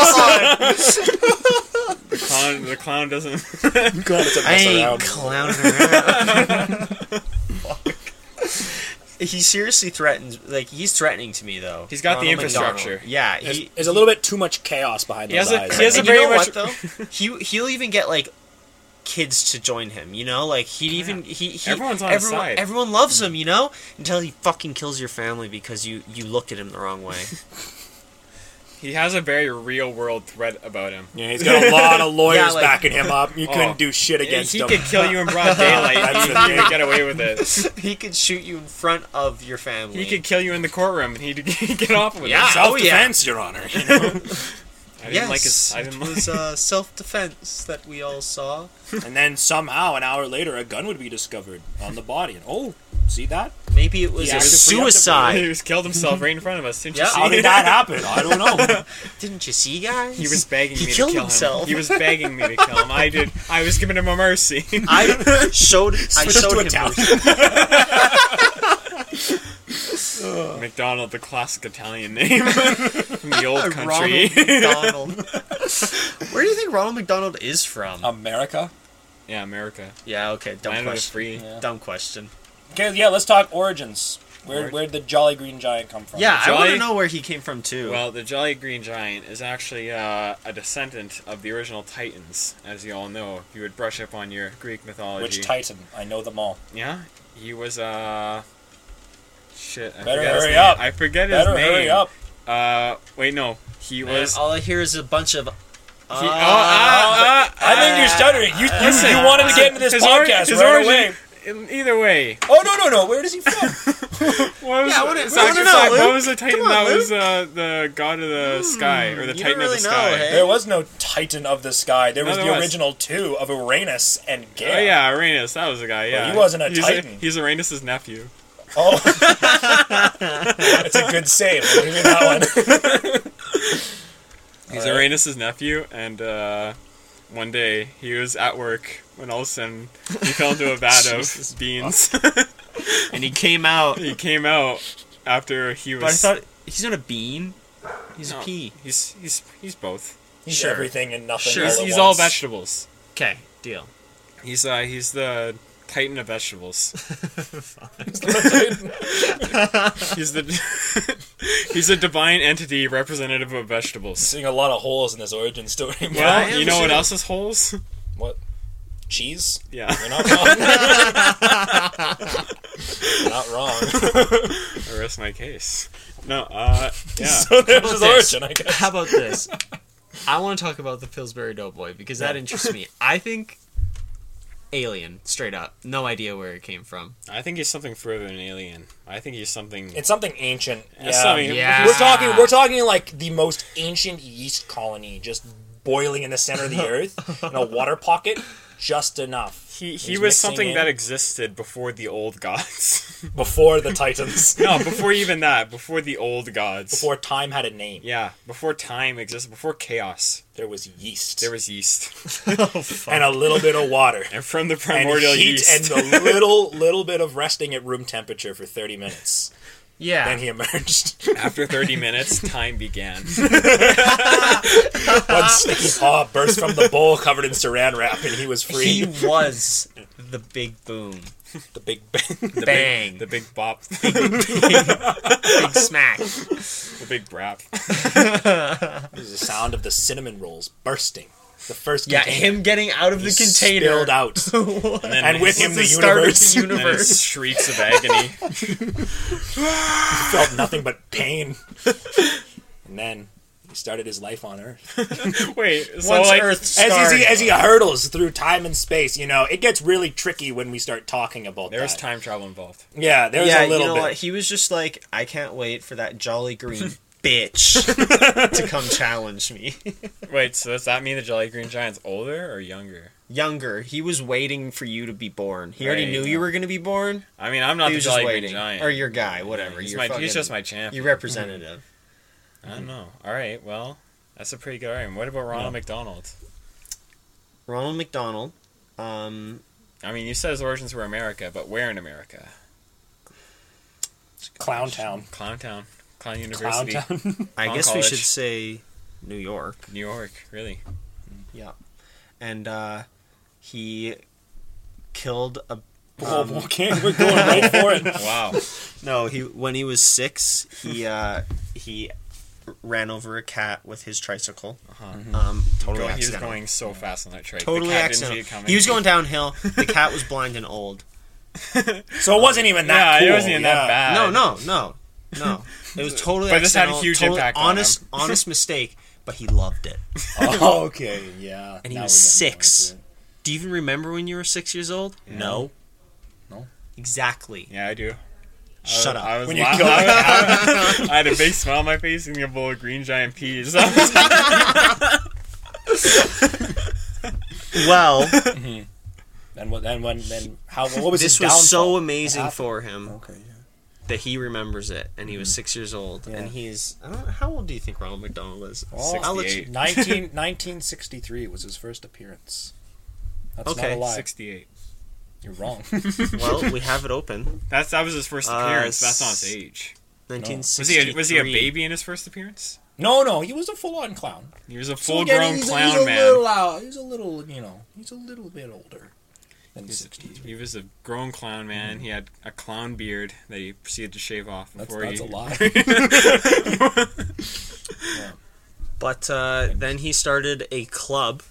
Speaker 2: the clown. The clown doesn't.
Speaker 3: (laughs)
Speaker 2: (laughs)
Speaker 3: God, it's a
Speaker 1: I
Speaker 3: mess
Speaker 1: ain't
Speaker 3: around.
Speaker 1: clowning around.
Speaker 2: (laughs)
Speaker 1: (laughs) he seriously threatens. Like he's threatening to me though.
Speaker 2: He's got the
Speaker 1: Ronald
Speaker 2: infrastructure.
Speaker 1: McDonald. Yeah,
Speaker 3: There's,
Speaker 1: he.
Speaker 3: there's a little bit too much chaos behind
Speaker 2: He
Speaker 3: those
Speaker 2: has a-
Speaker 3: eyes.
Speaker 2: he has a
Speaker 1: and you
Speaker 2: very
Speaker 1: know what
Speaker 2: much- (laughs)
Speaker 1: though? He he'll even get like kids to join him. You know, like he'd even he, he
Speaker 2: Everyone's on his
Speaker 1: everyone,
Speaker 2: side.
Speaker 1: Everyone loves him. You
Speaker 2: (laughs)
Speaker 1: know, until he fucking kills your family because you you looked at him the wrong way.
Speaker 2: He has a very real world threat about him.
Speaker 3: Yeah, he's got
Speaker 1: (laughs)
Speaker 3: a lot of lawyers
Speaker 5: Yeah, like-
Speaker 3: backing him up. You
Speaker 2: Oh.
Speaker 3: couldn't do shit against
Speaker 2: he
Speaker 3: him.
Speaker 2: could
Speaker 3: (laughs)
Speaker 2: kill you in broad daylight.
Speaker 3: That's
Speaker 2: he
Speaker 3: the thing.
Speaker 2: could get away with it.
Speaker 1: (laughs) (laughs) he could shoot you in front of your family.
Speaker 2: He could kill you in the courtroom, and he'd (laughs) he'd get off with
Speaker 1: Yeah.
Speaker 2: it.
Speaker 3: Self
Speaker 1: Oh, yeah.
Speaker 3: defense, Your Honor. (laughs) You know?
Speaker 2: I didn't
Speaker 1: Yes,
Speaker 2: like his. I didn't
Speaker 1: it
Speaker 2: like. (laughs)
Speaker 1: was uh, self-defense that we all saw.
Speaker 3: and then somehow, an hour later, a gun would be discovered on the body. And oh, see that?
Speaker 1: Maybe it was a
Speaker 3: Yeah, it was pretty
Speaker 2: he
Speaker 1: suicide.
Speaker 2: was killed himself right in front of us. Didn't
Speaker 1: Yeah.
Speaker 2: you see?
Speaker 3: How did that happen? I don't know.
Speaker 1: (laughs) Didn't you see, guys?
Speaker 2: He was begging
Speaker 1: He
Speaker 2: me
Speaker 1: killed
Speaker 2: to kill
Speaker 1: himself.
Speaker 2: him. He was begging me to kill him. I did. I was giving him a mercy. (laughs)
Speaker 1: I showed. I
Speaker 3: Switched to
Speaker 1: showed him.
Speaker 3: Italian.
Speaker 1: mercy.
Speaker 2: McDonald, the classic Italian name (laughs) from the
Speaker 3: (laughs)
Speaker 2: old country.
Speaker 1: (laughs)
Speaker 2: (laughs)
Speaker 1: Ronald McDonald. Where do you think Ronald McDonald is from?
Speaker 3: America.
Speaker 2: Yeah, America.
Speaker 1: yeah. Okay. Dumb
Speaker 2: Land of the
Speaker 1: question.
Speaker 2: free.
Speaker 3: Yeah.
Speaker 1: Dumb question.
Speaker 3: Okay, yeah, let's talk origins. Where
Speaker 2: Orig-
Speaker 3: where did the Jolly Green Giant come from?
Speaker 1: Yeah, I want to
Speaker 2: Jolly-
Speaker 1: know where he came from too.
Speaker 2: Well, the Jolly Green Giant is actually uh, a descendant of the original Titans, as you all know. If you would brush up on your Greek mythology.
Speaker 3: Which Titan? I know them all.
Speaker 2: Yeah, he was uh. Shit, I
Speaker 3: Better
Speaker 2: forget his
Speaker 3: hurry
Speaker 2: name.
Speaker 3: up.
Speaker 2: I forget his
Speaker 3: Better
Speaker 2: name.
Speaker 3: hurry up.
Speaker 2: Uh, wait, no, he
Speaker 1: Man,
Speaker 2: was.
Speaker 1: all I hear is a bunch of.
Speaker 2: he-
Speaker 1: Ah,
Speaker 2: oh, ah, ah,
Speaker 3: I think you're stuttering. You, you,
Speaker 2: Listen,
Speaker 3: you wanted to get into this
Speaker 2: his origin-
Speaker 3: podcast
Speaker 2: his
Speaker 3: right
Speaker 2: origin-
Speaker 3: away.
Speaker 2: ah, In Either way,
Speaker 3: Oh no no no! Where does he from?
Speaker 2: (laughs) what was
Speaker 1: Yeah, I
Speaker 2: the-
Speaker 1: wanna- we
Speaker 2: Zac-
Speaker 1: wanna know,
Speaker 2: Zac- what
Speaker 1: Luke.
Speaker 2: was the titan
Speaker 1: Come on,
Speaker 2: that was uh, the god of the sky or the
Speaker 1: you
Speaker 2: titan
Speaker 1: don't
Speaker 2: of the
Speaker 1: really know,
Speaker 2: sky?
Speaker 1: hey?
Speaker 3: there was no Titan of the sky. There was
Speaker 2: No,
Speaker 3: the
Speaker 2: there was.
Speaker 3: original two of Uranus and Gaia.
Speaker 2: Oh yeah, Uranus. That was the guy. Yeah,
Speaker 3: he wasn't a
Speaker 2: he's
Speaker 3: titan.
Speaker 2: he's Uranus's nephew.
Speaker 3: Oh, it's a good save. I'll give you that
Speaker 2: (laughs)
Speaker 3: one.
Speaker 2: He's
Speaker 3: Alright.
Speaker 2: Uranus's nephew, and uh, one day he was at work when all of a sudden he fell
Speaker 1: (laughs)
Speaker 2: into a vat of beans. (laughs)
Speaker 5: And (laughs) he came out.
Speaker 2: he came out after he was.
Speaker 5: But I thought he's not a bean. He's
Speaker 2: No,
Speaker 5: a pea.
Speaker 2: He's he's he's both.
Speaker 3: He's
Speaker 1: Sure.
Speaker 3: everything and nothing.
Speaker 1: Sure.
Speaker 3: all
Speaker 2: He's,
Speaker 3: at
Speaker 2: he's all
Speaker 3: once.
Speaker 2: vegetables.
Speaker 5: Okay,
Speaker 1: (laughs)
Speaker 5: deal.
Speaker 2: He's uh he's the titan of vegetables. he's the (laughs) he's a divine entity representative of vegetables.
Speaker 3: (laughs) Seeing a lot of holes in this origin story.
Speaker 2: Well,
Speaker 1: I
Speaker 2: you know
Speaker 1: understand.
Speaker 2: what else is holes?
Speaker 3: (laughs)
Speaker 2: (laughs)
Speaker 3: what? Cheese?
Speaker 2: Yeah.
Speaker 3: You're not
Speaker 2: (laughs)
Speaker 3: wrong. You're not wrong.
Speaker 2: (laughs) I rest my case. No,
Speaker 3: (laughs)
Speaker 2: uh, yeah.
Speaker 3: So there's his
Speaker 5: this?
Speaker 3: origin, I guess.
Speaker 5: How about
Speaker 1: (laughs)
Speaker 5: this? I want to talk about the Pillsbury Doughboy because that interests
Speaker 1: (laughs)
Speaker 5: me. I think alien, straight up. No idea where it came from.
Speaker 2: I think he's something further than alien. I think he's something.
Speaker 3: It's something ancient. Yeah.
Speaker 2: something-
Speaker 5: Yeah.
Speaker 3: We're talking. We're talking like the most ancient yeast colony, just boiling in the
Speaker 2: (laughs)
Speaker 3: center of the earth in a water pocket, just enough
Speaker 2: He, he
Speaker 3: He's
Speaker 2: was
Speaker 3: mixing
Speaker 2: something
Speaker 3: in.
Speaker 2: that existed before the old gods.
Speaker 3: before the
Speaker 2: (laughs)
Speaker 3: Titans,
Speaker 2: no, before even that, before the old gods.
Speaker 3: before time had a name.
Speaker 2: yeah, before time existed, before chaos,
Speaker 3: There was yeast
Speaker 2: there was
Speaker 3: (laughs)
Speaker 2: yeast,
Speaker 5: (laughs) Oh,
Speaker 1: (laughs)
Speaker 3: and a little bit
Speaker 2: (laughs)
Speaker 3: of water.
Speaker 2: and from the
Speaker 3: And
Speaker 2: primordial
Speaker 3: heat
Speaker 2: yeast, (laughs)
Speaker 3: and a little little bit of resting at room temperature for thirty minutes.
Speaker 5: Yeah.
Speaker 2: (laughs)
Speaker 3: Then he emerged.
Speaker 2: after thirty minutes, time began.
Speaker 3: One sticky paw burst from the bowl covered in saran wrap, and he was free.
Speaker 1: he was the big boom,
Speaker 3: (laughs) The Big Bang.
Speaker 2: The
Speaker 5: Bang.
Speaker 2: big, the big bop,
Speaker 5: Big smack.
Speaker 2: the big brap.
Speaker 3: This is the sound of the cinnamon rolls bursting. The first
Speaker 1: Yeah,
Speaker 3: container.
Speaker 1: him getting out of the container. (laughs)
Speaker 3: spilled out,
Speaker 1: What?
Speaker 2: then
Speaker 3: and with him the,
Speaker 1: the start of
Speaker 3: universe
Speaker 1: the
Speaker 2: and then
Speaker 1: (laughs)
Speaker 2: his
Speaker 1: universe.
Speaker 2: shrieks of agony.
Speaker 3: (laughs) felt nothing but pain. and then he started his life on Earth.
Speaker 2: (laughs) Wait, so
Speaker 1: Once
Speaker 2: like,
Speaker 1: Earth
Speaker 3: As, as, he,
Speaker 1: started,
Speaker 3: as he hurdles through time and space, you know, it gets really tricky when we start talking about
Speaker 2: there was
Speaker 3: that.
Speaker 2: time travel involved.
Speaker 3: Yeah, there's
Speaker 1: yeah,
Speaker 3: a little
Speaker 1: you know
Speaker 3: bit.
Speaker 1: what? He was just like, I can't wait for that jolly green bitch to come challenge me. (laughs)
Speaker 2: Wait, so does that mean the Jolly Green Giant's older or younger?
Speaker 1: Younger, he was waiting for you to be born. He already
Speaker 2: Right,
Speaker 1: knew
Speaker 2: yeah.
Speaker 1: you were going to be born.
Speaker 2: I mean, I'm not
Speaker 1: he
Speaker 2: the
Speaker 1: was just
Speaker 2: Jolly Green
Speaker 1: waiting,
Speaker 2: Giant.
Speaker 1: or your guy, whatever.
Speaker 2: He's,
Speaker 1: You're
Speaker 2: my, he's
Speaker 1: fucking-
Speaker 2: just my champion.
Speaker 1: your representative.
Speaker 2: I don't know. All right, well, that's a pretty good argument. What about Ronald McDonald?
Speaker 1: Ronald McDonald. Um,
Speaker 2: I mean, you said his origins were America, but where in America?
Speaker 3: Clown Town.
Speaker 2: Clown Town, Clown
Speaker 3: Clown
Speaker 2: University,
Speaker 3: Town.
Speaker 1: I
Speaker 2: On
Speaker 1: guess we
Speaker 2: college.
Speaker 1: should say New York.
Speaker 2: (laughs) New York. Really?
Speaker 1: Yeah, and uh, he killed a
Speaker 3: Oh, okay, (laughs) we're going right for it.
Speaker 2: Wow.
Speaker 1: no. He when he was six, he uh, he ran over a cat with his tricycle. Um, totally
Speaker 2: Go- Uh-huh. he was
Speaker 1: accidental.
Speaker 2: going so fast on that train.
Speaker 1: totally
Speaker 2: the cat didn't see it
Speaker 1: accidental.
Speaker 2: coming.
Speaker 1: He was
Speaker 2: (laughs)
Speaker 1: going downhill. The cat was blind and old.
Speaker 3: So it wasn't even that
Speaker 2: Yeah,
Speaker 3: cool.
Speaker 2: it wasn't even
Speaker 1: (laughs)
Speaker 2: that (laughs)
Speaker 3: yeah.
Speaker 2: bad.
Speaker 1: No, no, no.
Speaker 6: No, it was totally.
Speaker 2: Uh, But this had a
Speaker 6: accidental,
Speaker 2: huge
Speaker 6: totally
Speaker 2: impact on (laughs)
Speaker 6: Honest, honest mistake. But he loved it.
Speaker 3: Oh, okay, yeah.
Speaker 6: And he
Speaker 3: now
Speaker 6: was
Speaker 3: we're getting
Speaker 6: six.
Speaker 3: more into
Speaker 6: Do you even remember when you were six years old? No.
Speaker 3: No.
Speaker 6: Exactly.
Speaker 2: Yeah, I do.
Speaker 6: Shut up.
Speaker 2: (laughs) I was
Speaker 3: When you
Speaker 2: la-
Speaker 3: go
Speaker 1: (laughs)
Speaker 2: I had a big smile on my face and a bowl of green giant peas. I was like, (laughs)
Speaker 1: Well,
Speaker 3: it. Then what? Then when? Then how? What was
Speaker 1: this
Speaker 3: his
Speaker 1: was so
Speaker 3: downfall?
Speaker 1: amazing
Speaker 3: happened?
Speaker 1: for him
Speaker 3: Okay, yeah.
Speaker 1: that he remembers it, and he
Speaker 2: Mm-hmm.
Speaker 1: was six years old,
Speaker 3: Yeah.
Speaker 1: and he's I don't, how old do you think Ronald McDonald is?
Speaker 2: Oh.
Speaker 1: I'll let you-
Speaker 2: 68.
Speaker 3: 19, 1963 was his first appearance. That's
Speaker 1: Okay,
Speaker 3: not a lie.
Speaker 2: 68.
Speaker 3: You're wrong. (laughs)
Speaker 1: well, we have it open.
Speaker 2: (laughs) That's that was his first
Speaker 1: Uh,
Speaker 2: appearance. That's not
Speaker 1: s-
Speaker 2: his age.
Speaker 1: Nineteen
Speaker 2: Was
Speaker 1: sixty.
Speaker 2: he a, was he a baby in his first appearance?
Speaker 3: no, no, he was a full-on clown.
Speaker 2: He was a
Speaker 3: So
Speaker 2: full
Speaker 3: again,
Speaker 2: grown
Speaker 3: he's a-
Speaker 2: clown
Speaker 3: he's a
Speaker 2: man.
Speaker 3: Little out, he's a little, you know, he's a little bit older than
Speaker 2: He's-
Speaker 3: 63.
Speaker 2: He was a grown clown man. He had a clown beard that he proceeded to shave off
Speaker 3: That's,
Speaker 2: before
Speaker 3: that's a
Speaker 2: he.
Speaker 3: lie.
Speaker 1: But uh, then he started a club.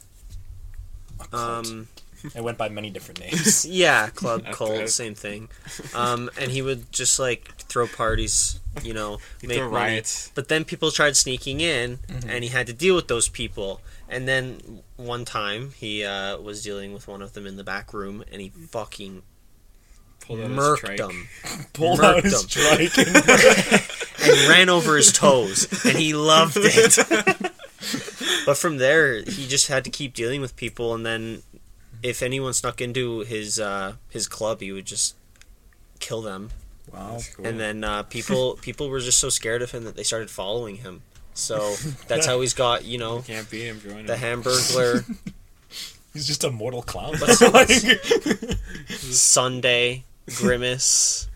Speaker 1: Um,
Speaker 3: (laughs) it went by many different names.
Speaker 1: yeah,
Speaker 2: (laughs)
Speaker 1: club,
Speaker 2: Okay.
Speaker 1: cult, same thing. Um, and he would just like throw parties, you know,
Speaker 2: (laughs)
Speaker 1: make
Speaker 2: throw
Speaker 1: money.
Speaker 2: riots.
Speaker 1: But then people tried sneaking in,
Speaker 2: Mm-hmm.
Speaker 1: and he had to deal with those people. And then one time he uh, was dealing with one of them in the back room, and he fucking
Speaker 2: Pulled out his
Speaker 1: murked
Speaker 2: trike.
Speaker 1: him
Speaker 3: (laughs) Pulled out
Speaker 1: Murked
Speaker 3: his
Speaker 1: him.
Speaker 3: strike.
Speaker 1: and
Speaker 3: (laughs)
Speaker 1: ran over his toes, and he loved
Speaker 2: (laughs)
Speaker 1: it. but from there, he just had to keep dealing with people, and then if anyone snuck into his uh, his club, he would just kill them.
Speaker 3: wow.
Speaker 2: That's cool.
Speaker 1: And then uh,
Speaker 2: (laughs)
Speaker 1: people people were just so scared of him that they started following him.
Speaker 2: (laughs)
Speaker 1: So that's how he's got you know
Speaker 2: can't beat him. Join him.
Speaker 1: the
Speaker 2: (laughs)
Speaker 1: Hamburglar
Speaker 3: He's just a mortal clown.
Speaker 1: (laughs) Sunday Grimace.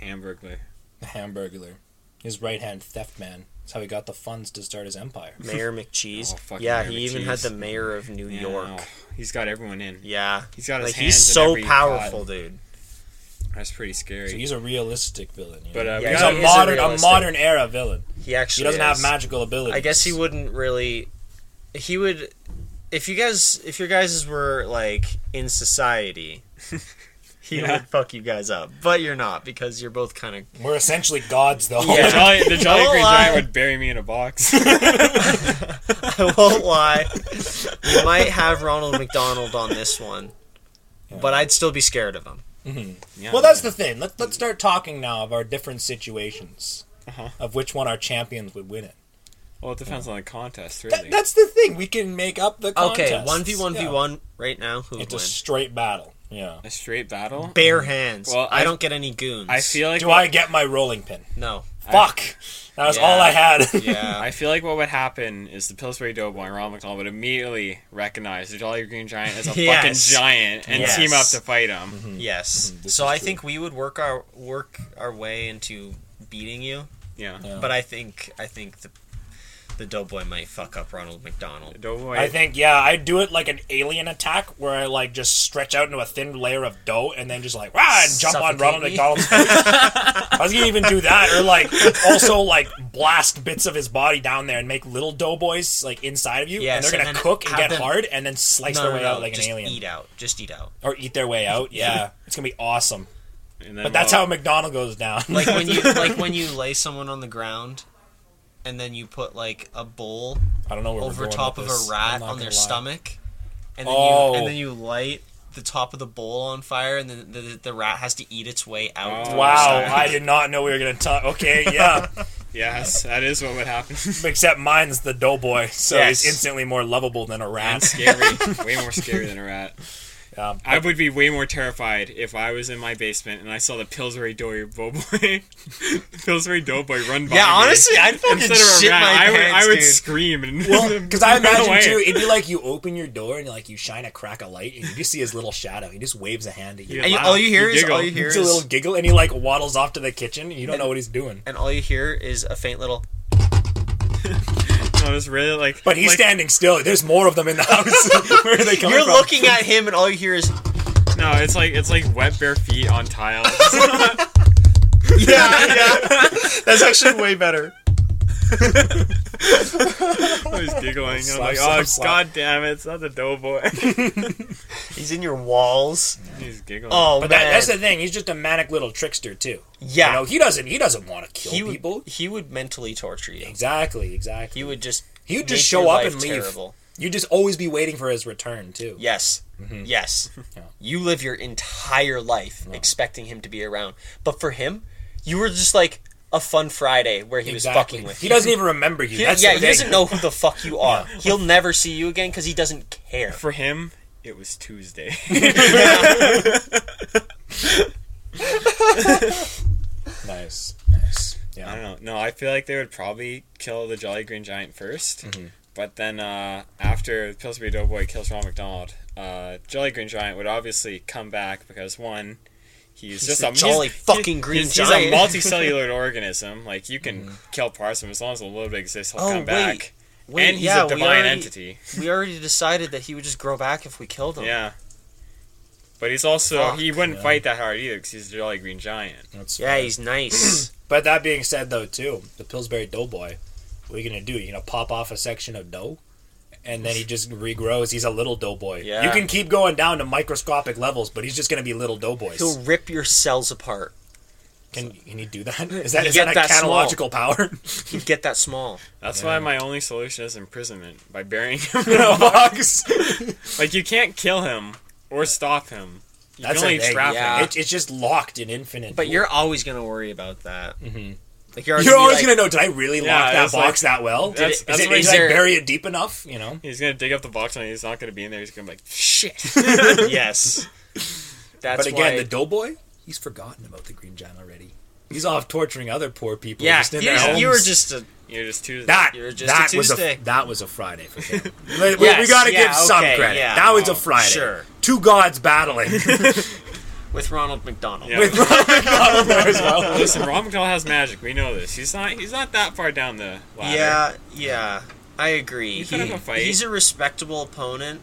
Speaker 2: Hamburglar.
Speaker 3: (laughs) The Hamburglar. His right hand theft man. That's how he got the funds to start his empire.
Speaker 1: Mayor McCheese.
Speaker 2: Oh, fucking
Speaker 1: yeah,
Speaker 2: Mayor
Speaker 1: he even had
Speaker 2: McCheese.
Speaker 1: the mayor of New
Speaker 2: Yeah,
Speaker 1: York.
Speaker 2: no. He's got everyone in.
Speaker 1: Yeah.
Speaker 2: He's got his
Speaker 1: Like
Speaker 2: hands
Speaker 1: he's
Speaker 2: in
Speaker 1: so
Speaker 2: every
Speaker 1: powerful,
Speaker 2: pot.
Speaker 1: dude.
Speaker 2: That's pretty scary.
Speaker 3: So he's a realistic villain. You know?
Speaker 2: but
Speaker 1: Yeah,
Speaker 2: uh, we
Speaker 3: he's
Speaker 2: got
Speaker 3: a
Speaker 1: he is a
Speaker 3: modern, a,
Speaker 1: realistic-
Speaker 3: modern era villain.
Speaker 1: He actually
Speaker 3: He doesn't
Speaker 1: is.
Speaker 3: have magical abilities.
Speaker 1: I guess he wouldn't really. He would, if you guys, if your guys were like in
Speaker 2: (laughs)
Speaker 1: society, he
Speaker 2: Yeah.
Speaker 1: would fuck you guys up. But you're not because you're both kind of.
Speaker 3: We're essentially gods, though.
Speaker 2: the Jolly,
Speaker 1: (laughs)
Speaker 2: the Jolly
Speaker 1: Don't
Speaker 2: Green
Speaker 1: lie.
Speaker 2: Giant would bury me in
Speaker 1: (laughs)
Speaker 2: a box.
Speaker 1: (laughs) I won't lie. We might have Ronald McDonald on this one, but I'd still be scared of him.
Speaker 2: Yeah.
Speaker 3: (laughs) Well, that's the thing. Let, let's start talking now of our different situations,
Speaker 2: Uh-huh.
Speaker 3: of which one our champions would win it.
Speaker 2: well, it depends on the contest, really.
Speaker 3: That, that's the thing. We can make up the contest.
Speaker 1: Okay, one v one v one right now. Who would
Speaker 3: It's a
Speaker 1: win?
Speaker 3: straight battle. Yeah.
Speaker 2: a straight battle.
Speaker 1: Bare hands.
Speaker 2: Well,
Speaker 1: I,
Speaker 2: I-
Speaker 1: don't get any goons.
Speaker 2: I feel like
Speaker 3: Do I get my rolling pin?
Speaker 1: no.
Speaker 3: Fuck. That was
Speaker 1: Yeah.
Speaker 3: all I had. (laughs)
Speaker 1: Yeah.
Speaker 2: I feel like what would happen is the Pillsbury Doughboy and Ron McDonald would immediately recognize the Jolly Green Giant
Speaker 3: (laughs)
Speaker 2: as a
Speaker 1: Yes.
Speaker 2: fucking giant and
Speaker 1: Yes.
Speaker 2: team up to fight him.
Speaker 3: Mm-hmm.
Speaker 1: Yes.
Speaker 3: (laughs) this
Speaker 1: So
Speaker 3: is
Speaker 1: I
Speaker 3: true.
Speaker 1: think we would work our work our way into beating you,
Speaker 2: Yeah.
Speaker 3: Yeah.
Speaker 1: but I think I think the the Doughboy might fuck up Ronald McDonald.
Speaker 2: Doughboy.
Speaker 3: I think yeah, I do it like an alien attack where I like just stretch out into a thin layer of dough and then just like rah and jump on
Speaker 1: Suffocate
Speaker 3: Ronald
Speaker 1: me.
Speaker 3: McDonald's face. I was gonna even do that or like also like blast bits of his body down there and make little doughboys like inside of you
Speaker 1: Yes,
Speaker 3: and they're gonna
Speaker 1: and then
Speaker 3: cook and
Speaker 1: have
Speaker 3: get
Speaker 1: them-
Speaker 3: hard and then slice their way out like an
Speaker 1: just
Speaker 3: alien
Speaker 1: eat out. Just eat out.
Speaker 3: or eat their way out. Yeah, it's gonna be awesome.
Speaker 2: And then
Speaker 3: But that's
Speaker 2: well,
Speaker 3: how McDonald goes down. (laughs)
Speaker 1: Like when (laughs) you like when you lay someone on the ground and then you put like a bowl
Speaker 3: I don't know where
Speaker 1: over
Speaker 3: we're going
Speaker 1: top
Speaker 3: with
Speaker 1: of a
Speaker 3: this. I'm
Speaker 1: rat
Speaker 3: not
Speaker 1: on
Speaker 3: gonna
Speaker 1: their
Speaker 3: lie.
Speaker 1: stomach and then
Speaker 3: Oh.
Speaker 1: you and then you light the top of the bowl on fire and then the, the, the rat has to eat its way out.
Speaker 2: Oh.
Speaker 1: through the
Speaker 3: Wow,
Speaker 1: stomach.
Speaker 3: I did not know we were gonna talk. Okay,
Speaker 1: (laughs)
Speaker 3: yeah.
Speaker 2: Yes, that is what would happen. (laughs)
Speaker 3: Except mine's the doughboy, so
Speaker 1: Yes.
Speaker 3: he's instantly more lovable than a
Speaker 2: and
Speaker 3: rat.
Speaker 2: scary. way more scary than a rat.
Speaker 3: Um,
Speaker 2: I would be way more terrified if I was in my basement and I saw the Pillsbury Doughboy, (laughs) Pillsbury Doughboy run by
Speaker 1: Yeah,
Speaker 2: me.
Speaker 1: honestly, I'd fucking
Speaker 2: Instead of a
Speaker 1: shit
Speaker 2: rat,
Speaker 1: my
Speaker 2: I would,
Speaker 1: pants,
Speaker 2: I would
Speaker 1: dude.
Speaker 2: scream and
Speaker 3: (laughs)
Speaker 2: (laughs)
Speaker 3: Well, because (laughs) I
Speaker 2: run
Speaker 3: imagine
Speaker 2: away.
Speaker 3: too, it'd be like you open your door and like you shine a crack of light and you just see his little shadow. He just waves a hand at you.
Speaker 2: Yeah.
Speaker 1: And you,
Speaker 2: Wow.
Speaker 1: all you hear
Speaker 2: You
Speaker 1: is
Speaker 2: giggle.
Speaker 1: all you hear
Speaker 3: It's
Speaker 1: is
Speaker 3: a little giggle and he like waddles off to the kitchen. And you don't know what he's doing,
Speaker 1: and all you hear is a faint little
Speaker 2: I was really like,
Speaker 3: but he's
Speaker 2: like,
Speaker 3: standing still. There's more of them in the house. (laughs) Where are they coming
Speaker 1: You're
Speaker 3: from?
Speaker 1: looking at him, and all you hear is,
Speaker 2: No, it's like it's like wet bare feet
Speaker 7: (laughs)
Speaker 2: on tiles. (laughs)
Speaker 1: "Yeah, yeah." That's actually way better.
Speaker 2: I was giggling. I'm
Speaker 7: Slap,
Speaker 2: like,
Speaker 7: slap,
Speaker 2: oh,
Speaker 7: slap."
Speaker 2: god damn it, it's not the doughboy. (laughs)
Speaker 1: He's in your walls.
Speaker 2: He's giggling.
Speaker 1: Oh
Speaker 3: But
Speaker 1: man,
Speaker 3: that, that's the thing. He's just a manic little trickster too.
Speaker 1: yeah.
Speaker 3: You know, he doesn't. He doesn't want to kill
Speaker 1: he would
Speaker 3: people.
Speaker 1: he would mentally torture you.
Speaker 3: Exactly. Exactly.
Speaker 1: He would just
Speaker 3: He would
Speaker 1: make
Speaker 3: just show
Speaker 1: your
Speaker 3: up
Speaker 1: life
Speaker 3: and leave.
Speaker 1: Terrible.
Speaker 3: You'd just always be waiting for his return too.
Speaker 1: Yes.
Speaker 3: Mm-hmm.
Speaker 1: Yes. You live your entire life expecting him to be around. But for him, you were just like a fun Friday where he was
Speaker 3: exactly.
Speaker 1: fucking with
Speaker 3: he
Speaker 1: you.
Speaker 3: doesn't even remember you.
Speaker 1: He-
Speaker 3: That's
Speaker 1: yeah,
Speaker 3: the
Speaker 1: he
Speaker 3: thing.
Speaker 1: doesn't know who the fuck you are. He'll never see you again because he doesn't care.
Speaker 3: (laughs)
Speaker 2: For him, it was Tuesday. (laughs)
Speaker 7: Nice, nice.
Speaker 2: I
Speaker 1: Um,
Speaker 7: Yeah,
Speaker 2: don't know. No, I feel like they would probably kill the Jolly Green Giant 1st
Speaker 1: Mm-hmm.
Speaker 2: but then uh, after Pillsbury Doughboy kills Ronald McDonald, uh, Jolly Green Giant would obviously come back because one, he's, just
Speaker 1: the
Speaker 2: a he's-
Speaker 1: jolly fucking green
Speaker 2: he's,
Speaker 1: giant. Mm-hmm.
Speaker 2: He's a
Speaker 1: (laughs)
Speaker 2: multicellular organism. Like you can kill parts of him as long as the little bit exists, he'll
Speaker 1: Oh,
Speaker 2: come back.
Speaker 1: Wait,
Speaker 2: and he's
Speaker 1: yeah,
Speaker 2: a
Speaker 1: we
Speaker 2: divine
Speaker 1: already-
Speaker 2: entity.
Speaker 1: We already decided that he would just grow back if we killed him.
Speaker 2: Yeah. But he's also he
Speaker 1: Fuck,
Speaker 2: wouldn't
Speaker 7: yeah.
Speaker 2: fight that hard either because he's a Jolly Green Giant.
Speaker 7: that's
Speaker 1: Yeah, he's nice.
Speaker 3: But that being said, though, too, the Pillsbury Doughboy, what are you gonna do? You gonna pop off a section of dough, and then he just regrows. He's a little Doughboy.
Speaker 1: Yeah.
Speaker 3: You can keep going down to microscopic levels, but he's just gonna be little Doughboys.
Speaker 1: He'll rip your cells apart.
Speaker 3: Can can you
Speaker 1: (laughs)
Speaker 3: do that? Is that,
Speaker 1: You
Speaker 3: is
Speaker 1: get
Speaker 3: that a
Speaker 1: that small. (laughs)
Speaker 3: catalogical power? (laughs)
Speaker 1: He'd get that small.
Speaker 2: That's why my only solution is imprisonment
Speaker 1: (laughs)
Speaker 2: by burying him
Speaker 3: in a box.
Speaker 2: Like you can't kill him or stop him. You
Speaker 3: That's
Speaker 2: can only
Speaker 3: a thing,
Speaker 2: trap
Speaker 1: yeah.
Speaker 2: him.
Speaker 3: It, it's just locked in infinite.
Speaker 1: But you're always gonna worry about that. Mm-hmm. Like you're,
Speaker 3: you're always
Speaker 1: gonna. be like-
Speaker 3: gonna know. Did I really
Speaker 2: Yeah,
Speaker 3: lock that
Speaker 2: it's like-
Speaker 3: box that well? Did
Speaker 2: That's-
Speaker 3: it,
Speaker 2: that's
Speaker 3: is it,
Speaker 2: what
Speaker 3: did
Speaker 2: he's
Speaker 3: I
Speaker 1: there-
Speaker 3: bury it deep enough? You know.
Speaker 2: He's gonna dig up the box and he's not gonna be in there. He's gonna be like,
Speaker 1: shit. (laughs) yes. That's
Speaker 3: but again,
Speaker 1: why,
Speaker 3: the doughboy, he's forgotten about the Green Giant already. He's off torturing other poor people.
Speaker 1: yeah,
Speaker 3: just in
Speaker 1: you-
Speaker 3: their homes.
Speaker 1: you were just a
Speaker 2: "You're just too."
Speaker 3: that.
Speaker 1: you were just
Speaker 3: that
Speaker 1: a
Speaker 3: was a
Speaker 1: Tuesday.
Speaker 3: that was a Friday
Speaker 1: (laughs)
Speaker 3: for him. we, we- we
Speaker 1: Yes,
Speaker 3: gotta
Speaker 1: yeah,
Speaker 3: give some
Speaker 1: okay,
Speaker 3: credit.
Speaker 1: yeah,
Speaker 3: that was
Speaker 1: oh,
Speaker 3: a Friday.
Speaker 1: sure.
Speaker 3: Two gods battling. (laughs)
Speaker 1: with Ronald McDonald.
Speaker 2: Yeah.
Speaker 3: With Ronald McDonald there as well.
Speaker 2: Listen, Ron McDonald has magic. We know this. He's not. He's not that far down the ladder.
Speaker 1: yeah, yeah, I agree.
Speaker 2: He put up a fight.
Speaker 1: He's a respectable opponent.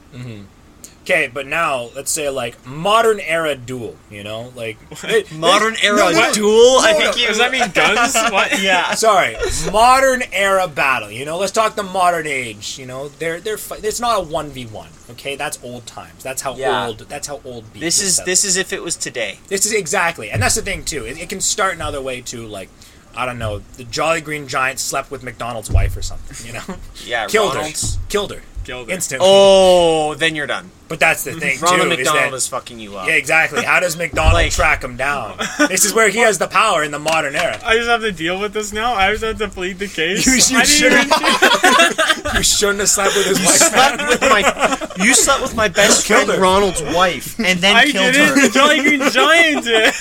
Speaker 3: Okay, but now let's say like modern era duel. You know,
Speaker 1: (laughs)
Speaker 3: like it-
Speaker 1: Modern era
Speaker 3: no, no,
Speaker 1: duel. I
Speaker 3: no,
Speaker 1: think
Speaker 3: no.
Speaker 1: you.
Speaker 2: Does that mean
Speaker 1: (laughs)
Speaker 2: guns? what?
Speaker 1: yeah.
Speaker 3: Sorry, modern era battle. You know, let's talk the modern age. You know, they're they're fi- it's not a one v one. Okay, that's old times. That's how
Speaker 1: Yeah.
Speaker 3: old. That's how old. beat
Speaker 1: This is
Speaker 3: stuff
Speaker 1: this is if it was today.
Speaker 3: This is exactly, and that's the thing too. It, it can start another way too, like I don't know, the Jolly Green Giant slept with McDonald's wife or
Speaker 1: (laughs)
Speaker 3: something, you know,
Speaker 1: Yeah,
Speaker 3: killed
Speaker 1: Ronald's.
Speaker 3: her, killed her,
Speaker 2: (laughs) Killed her.
Speaker 3: instantly.
Speaker 1: Oh, then you're done.
Speaker 3: But that's the thing
Speaker 1: Ronald
Speaker 3: too,
Speaker 1: McDonald
Speaker 3: is
Speaker 1: is fucking you up.
Speaker 3: that yeah, exactly. How does McDonald
Speaker 1: Like-
Speaker 3: track him down? This is where he has the power in the
Speaker 1: (laughs)
Speaker 3: modern era.
Speaker 2: I just have to deal with this now. I just have to plead the case.
Speaker 3: You, you
Speaker 2: I didn't even-
Speaker 3: shouldn't. you shouldn't have slept (laughs) with his
Speaker 1: You
Speaker 3: wife.
Speaker 1: slept with my, you slept with my best
Speaker 3: Killed
Speaker 1: friend
Speaker 3: her.
Speaker 1: Ronald's wife, and then
Speaker 2: I
Speaker 1: killed
Speaker 2: did
Speaker 1: her.
Speaker 2: it. The Jolly
Speaker 1: (laughs)
Speaker 2: Green Giant (laughs) did.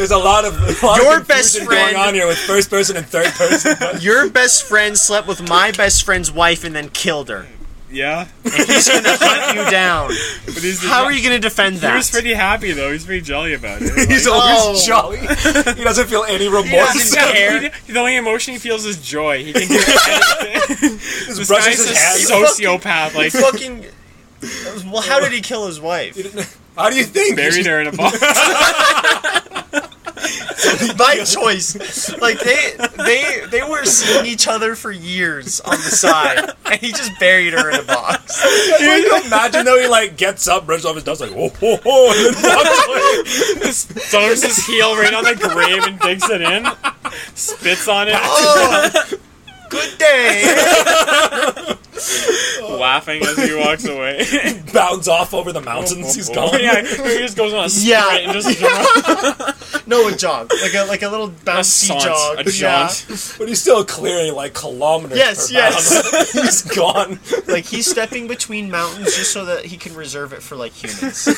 Speaker 3: There's a lot of a lot of
Speaker 1: Your best
Speaker 3: confusion
Speaker 1: friend-
Speaker 3: going on here with first person and third person.
Speaker 1: (laughs) Your best friend slept with my best friend's wife and then killed her.
Speaker 2: yeah.
Speaker 1: He's gonna hunt you down.
Speaker 2: But he's the
Speaker 1: How
Speaker 2: jo-
Speaker 1: are you gonna defend
Speaker 2: He was
Speaker 1: that?
Speaker 2: pretty happy though. He's pretty jolly about it.
Speaker 3: He's
Speaker 1: Like,
Speaker 3: always
Speaker 1: oh. (laughs)
Speaker 3: jolly. He doesn't feel any remorse.
Speaker 1: doesn't care.
Speaker 2: He- he- the only emotion he feels is joy. He can do anything.
Speaker 3: Just
Speaker 2: this
Speaker 3: brushes
Speaker 2: guy's
Speaker 3: his
Speaker 2: a
Speaker 3: hands.
Speaker 2: sociopath. Like
Speaker 1: Fucking. Well, how did he kill his wife?
Speaker 3: (laughs) How do you think?
Speaker 2: buried her in a box.
Speaker 1: (laughs) By choice. Like they they they were seeing each other for years on the side, and he just buried her in a box.
Speaker 3: Can you imagine though? He like gets up, brushes off his dust, like oh ho ho,
Speaker 1: (laughs)
Speaker 3: and then walks away.
Speaker 2: throws his heel right on the grave and digs it in, spits on it,
Speaker 1: Oh, good day.
Speaker 2: (laughs) laughing as he walks away.
Speaker 3: (laughs) bounds off over the
Speaker 2: (laughs)
Speaker 3: mountains. He's gone.
Speaker 2: Yeah, he just goes on a sprint
Speaker 1: Yeah.
Speaker 2: and just runs
Speaker 1: No, a jog, like a like (laughs) a little
Speaker 2: a
Speaker 1: bouncy
Speaker 2: jaunt,
Speaker 1: jog.
Speaker 2: a jaunt.
Speaker 3: but he's still clearing like kilometers.
Speaker 1: Yes,
Speaker 3: per
Speaker 1: yes.
Speaker 3: bound. (laughs) he's gone.
Speaker 1: (laughs) Yeah. Like he's stepping between mountains just so that he can reserve it for like humans.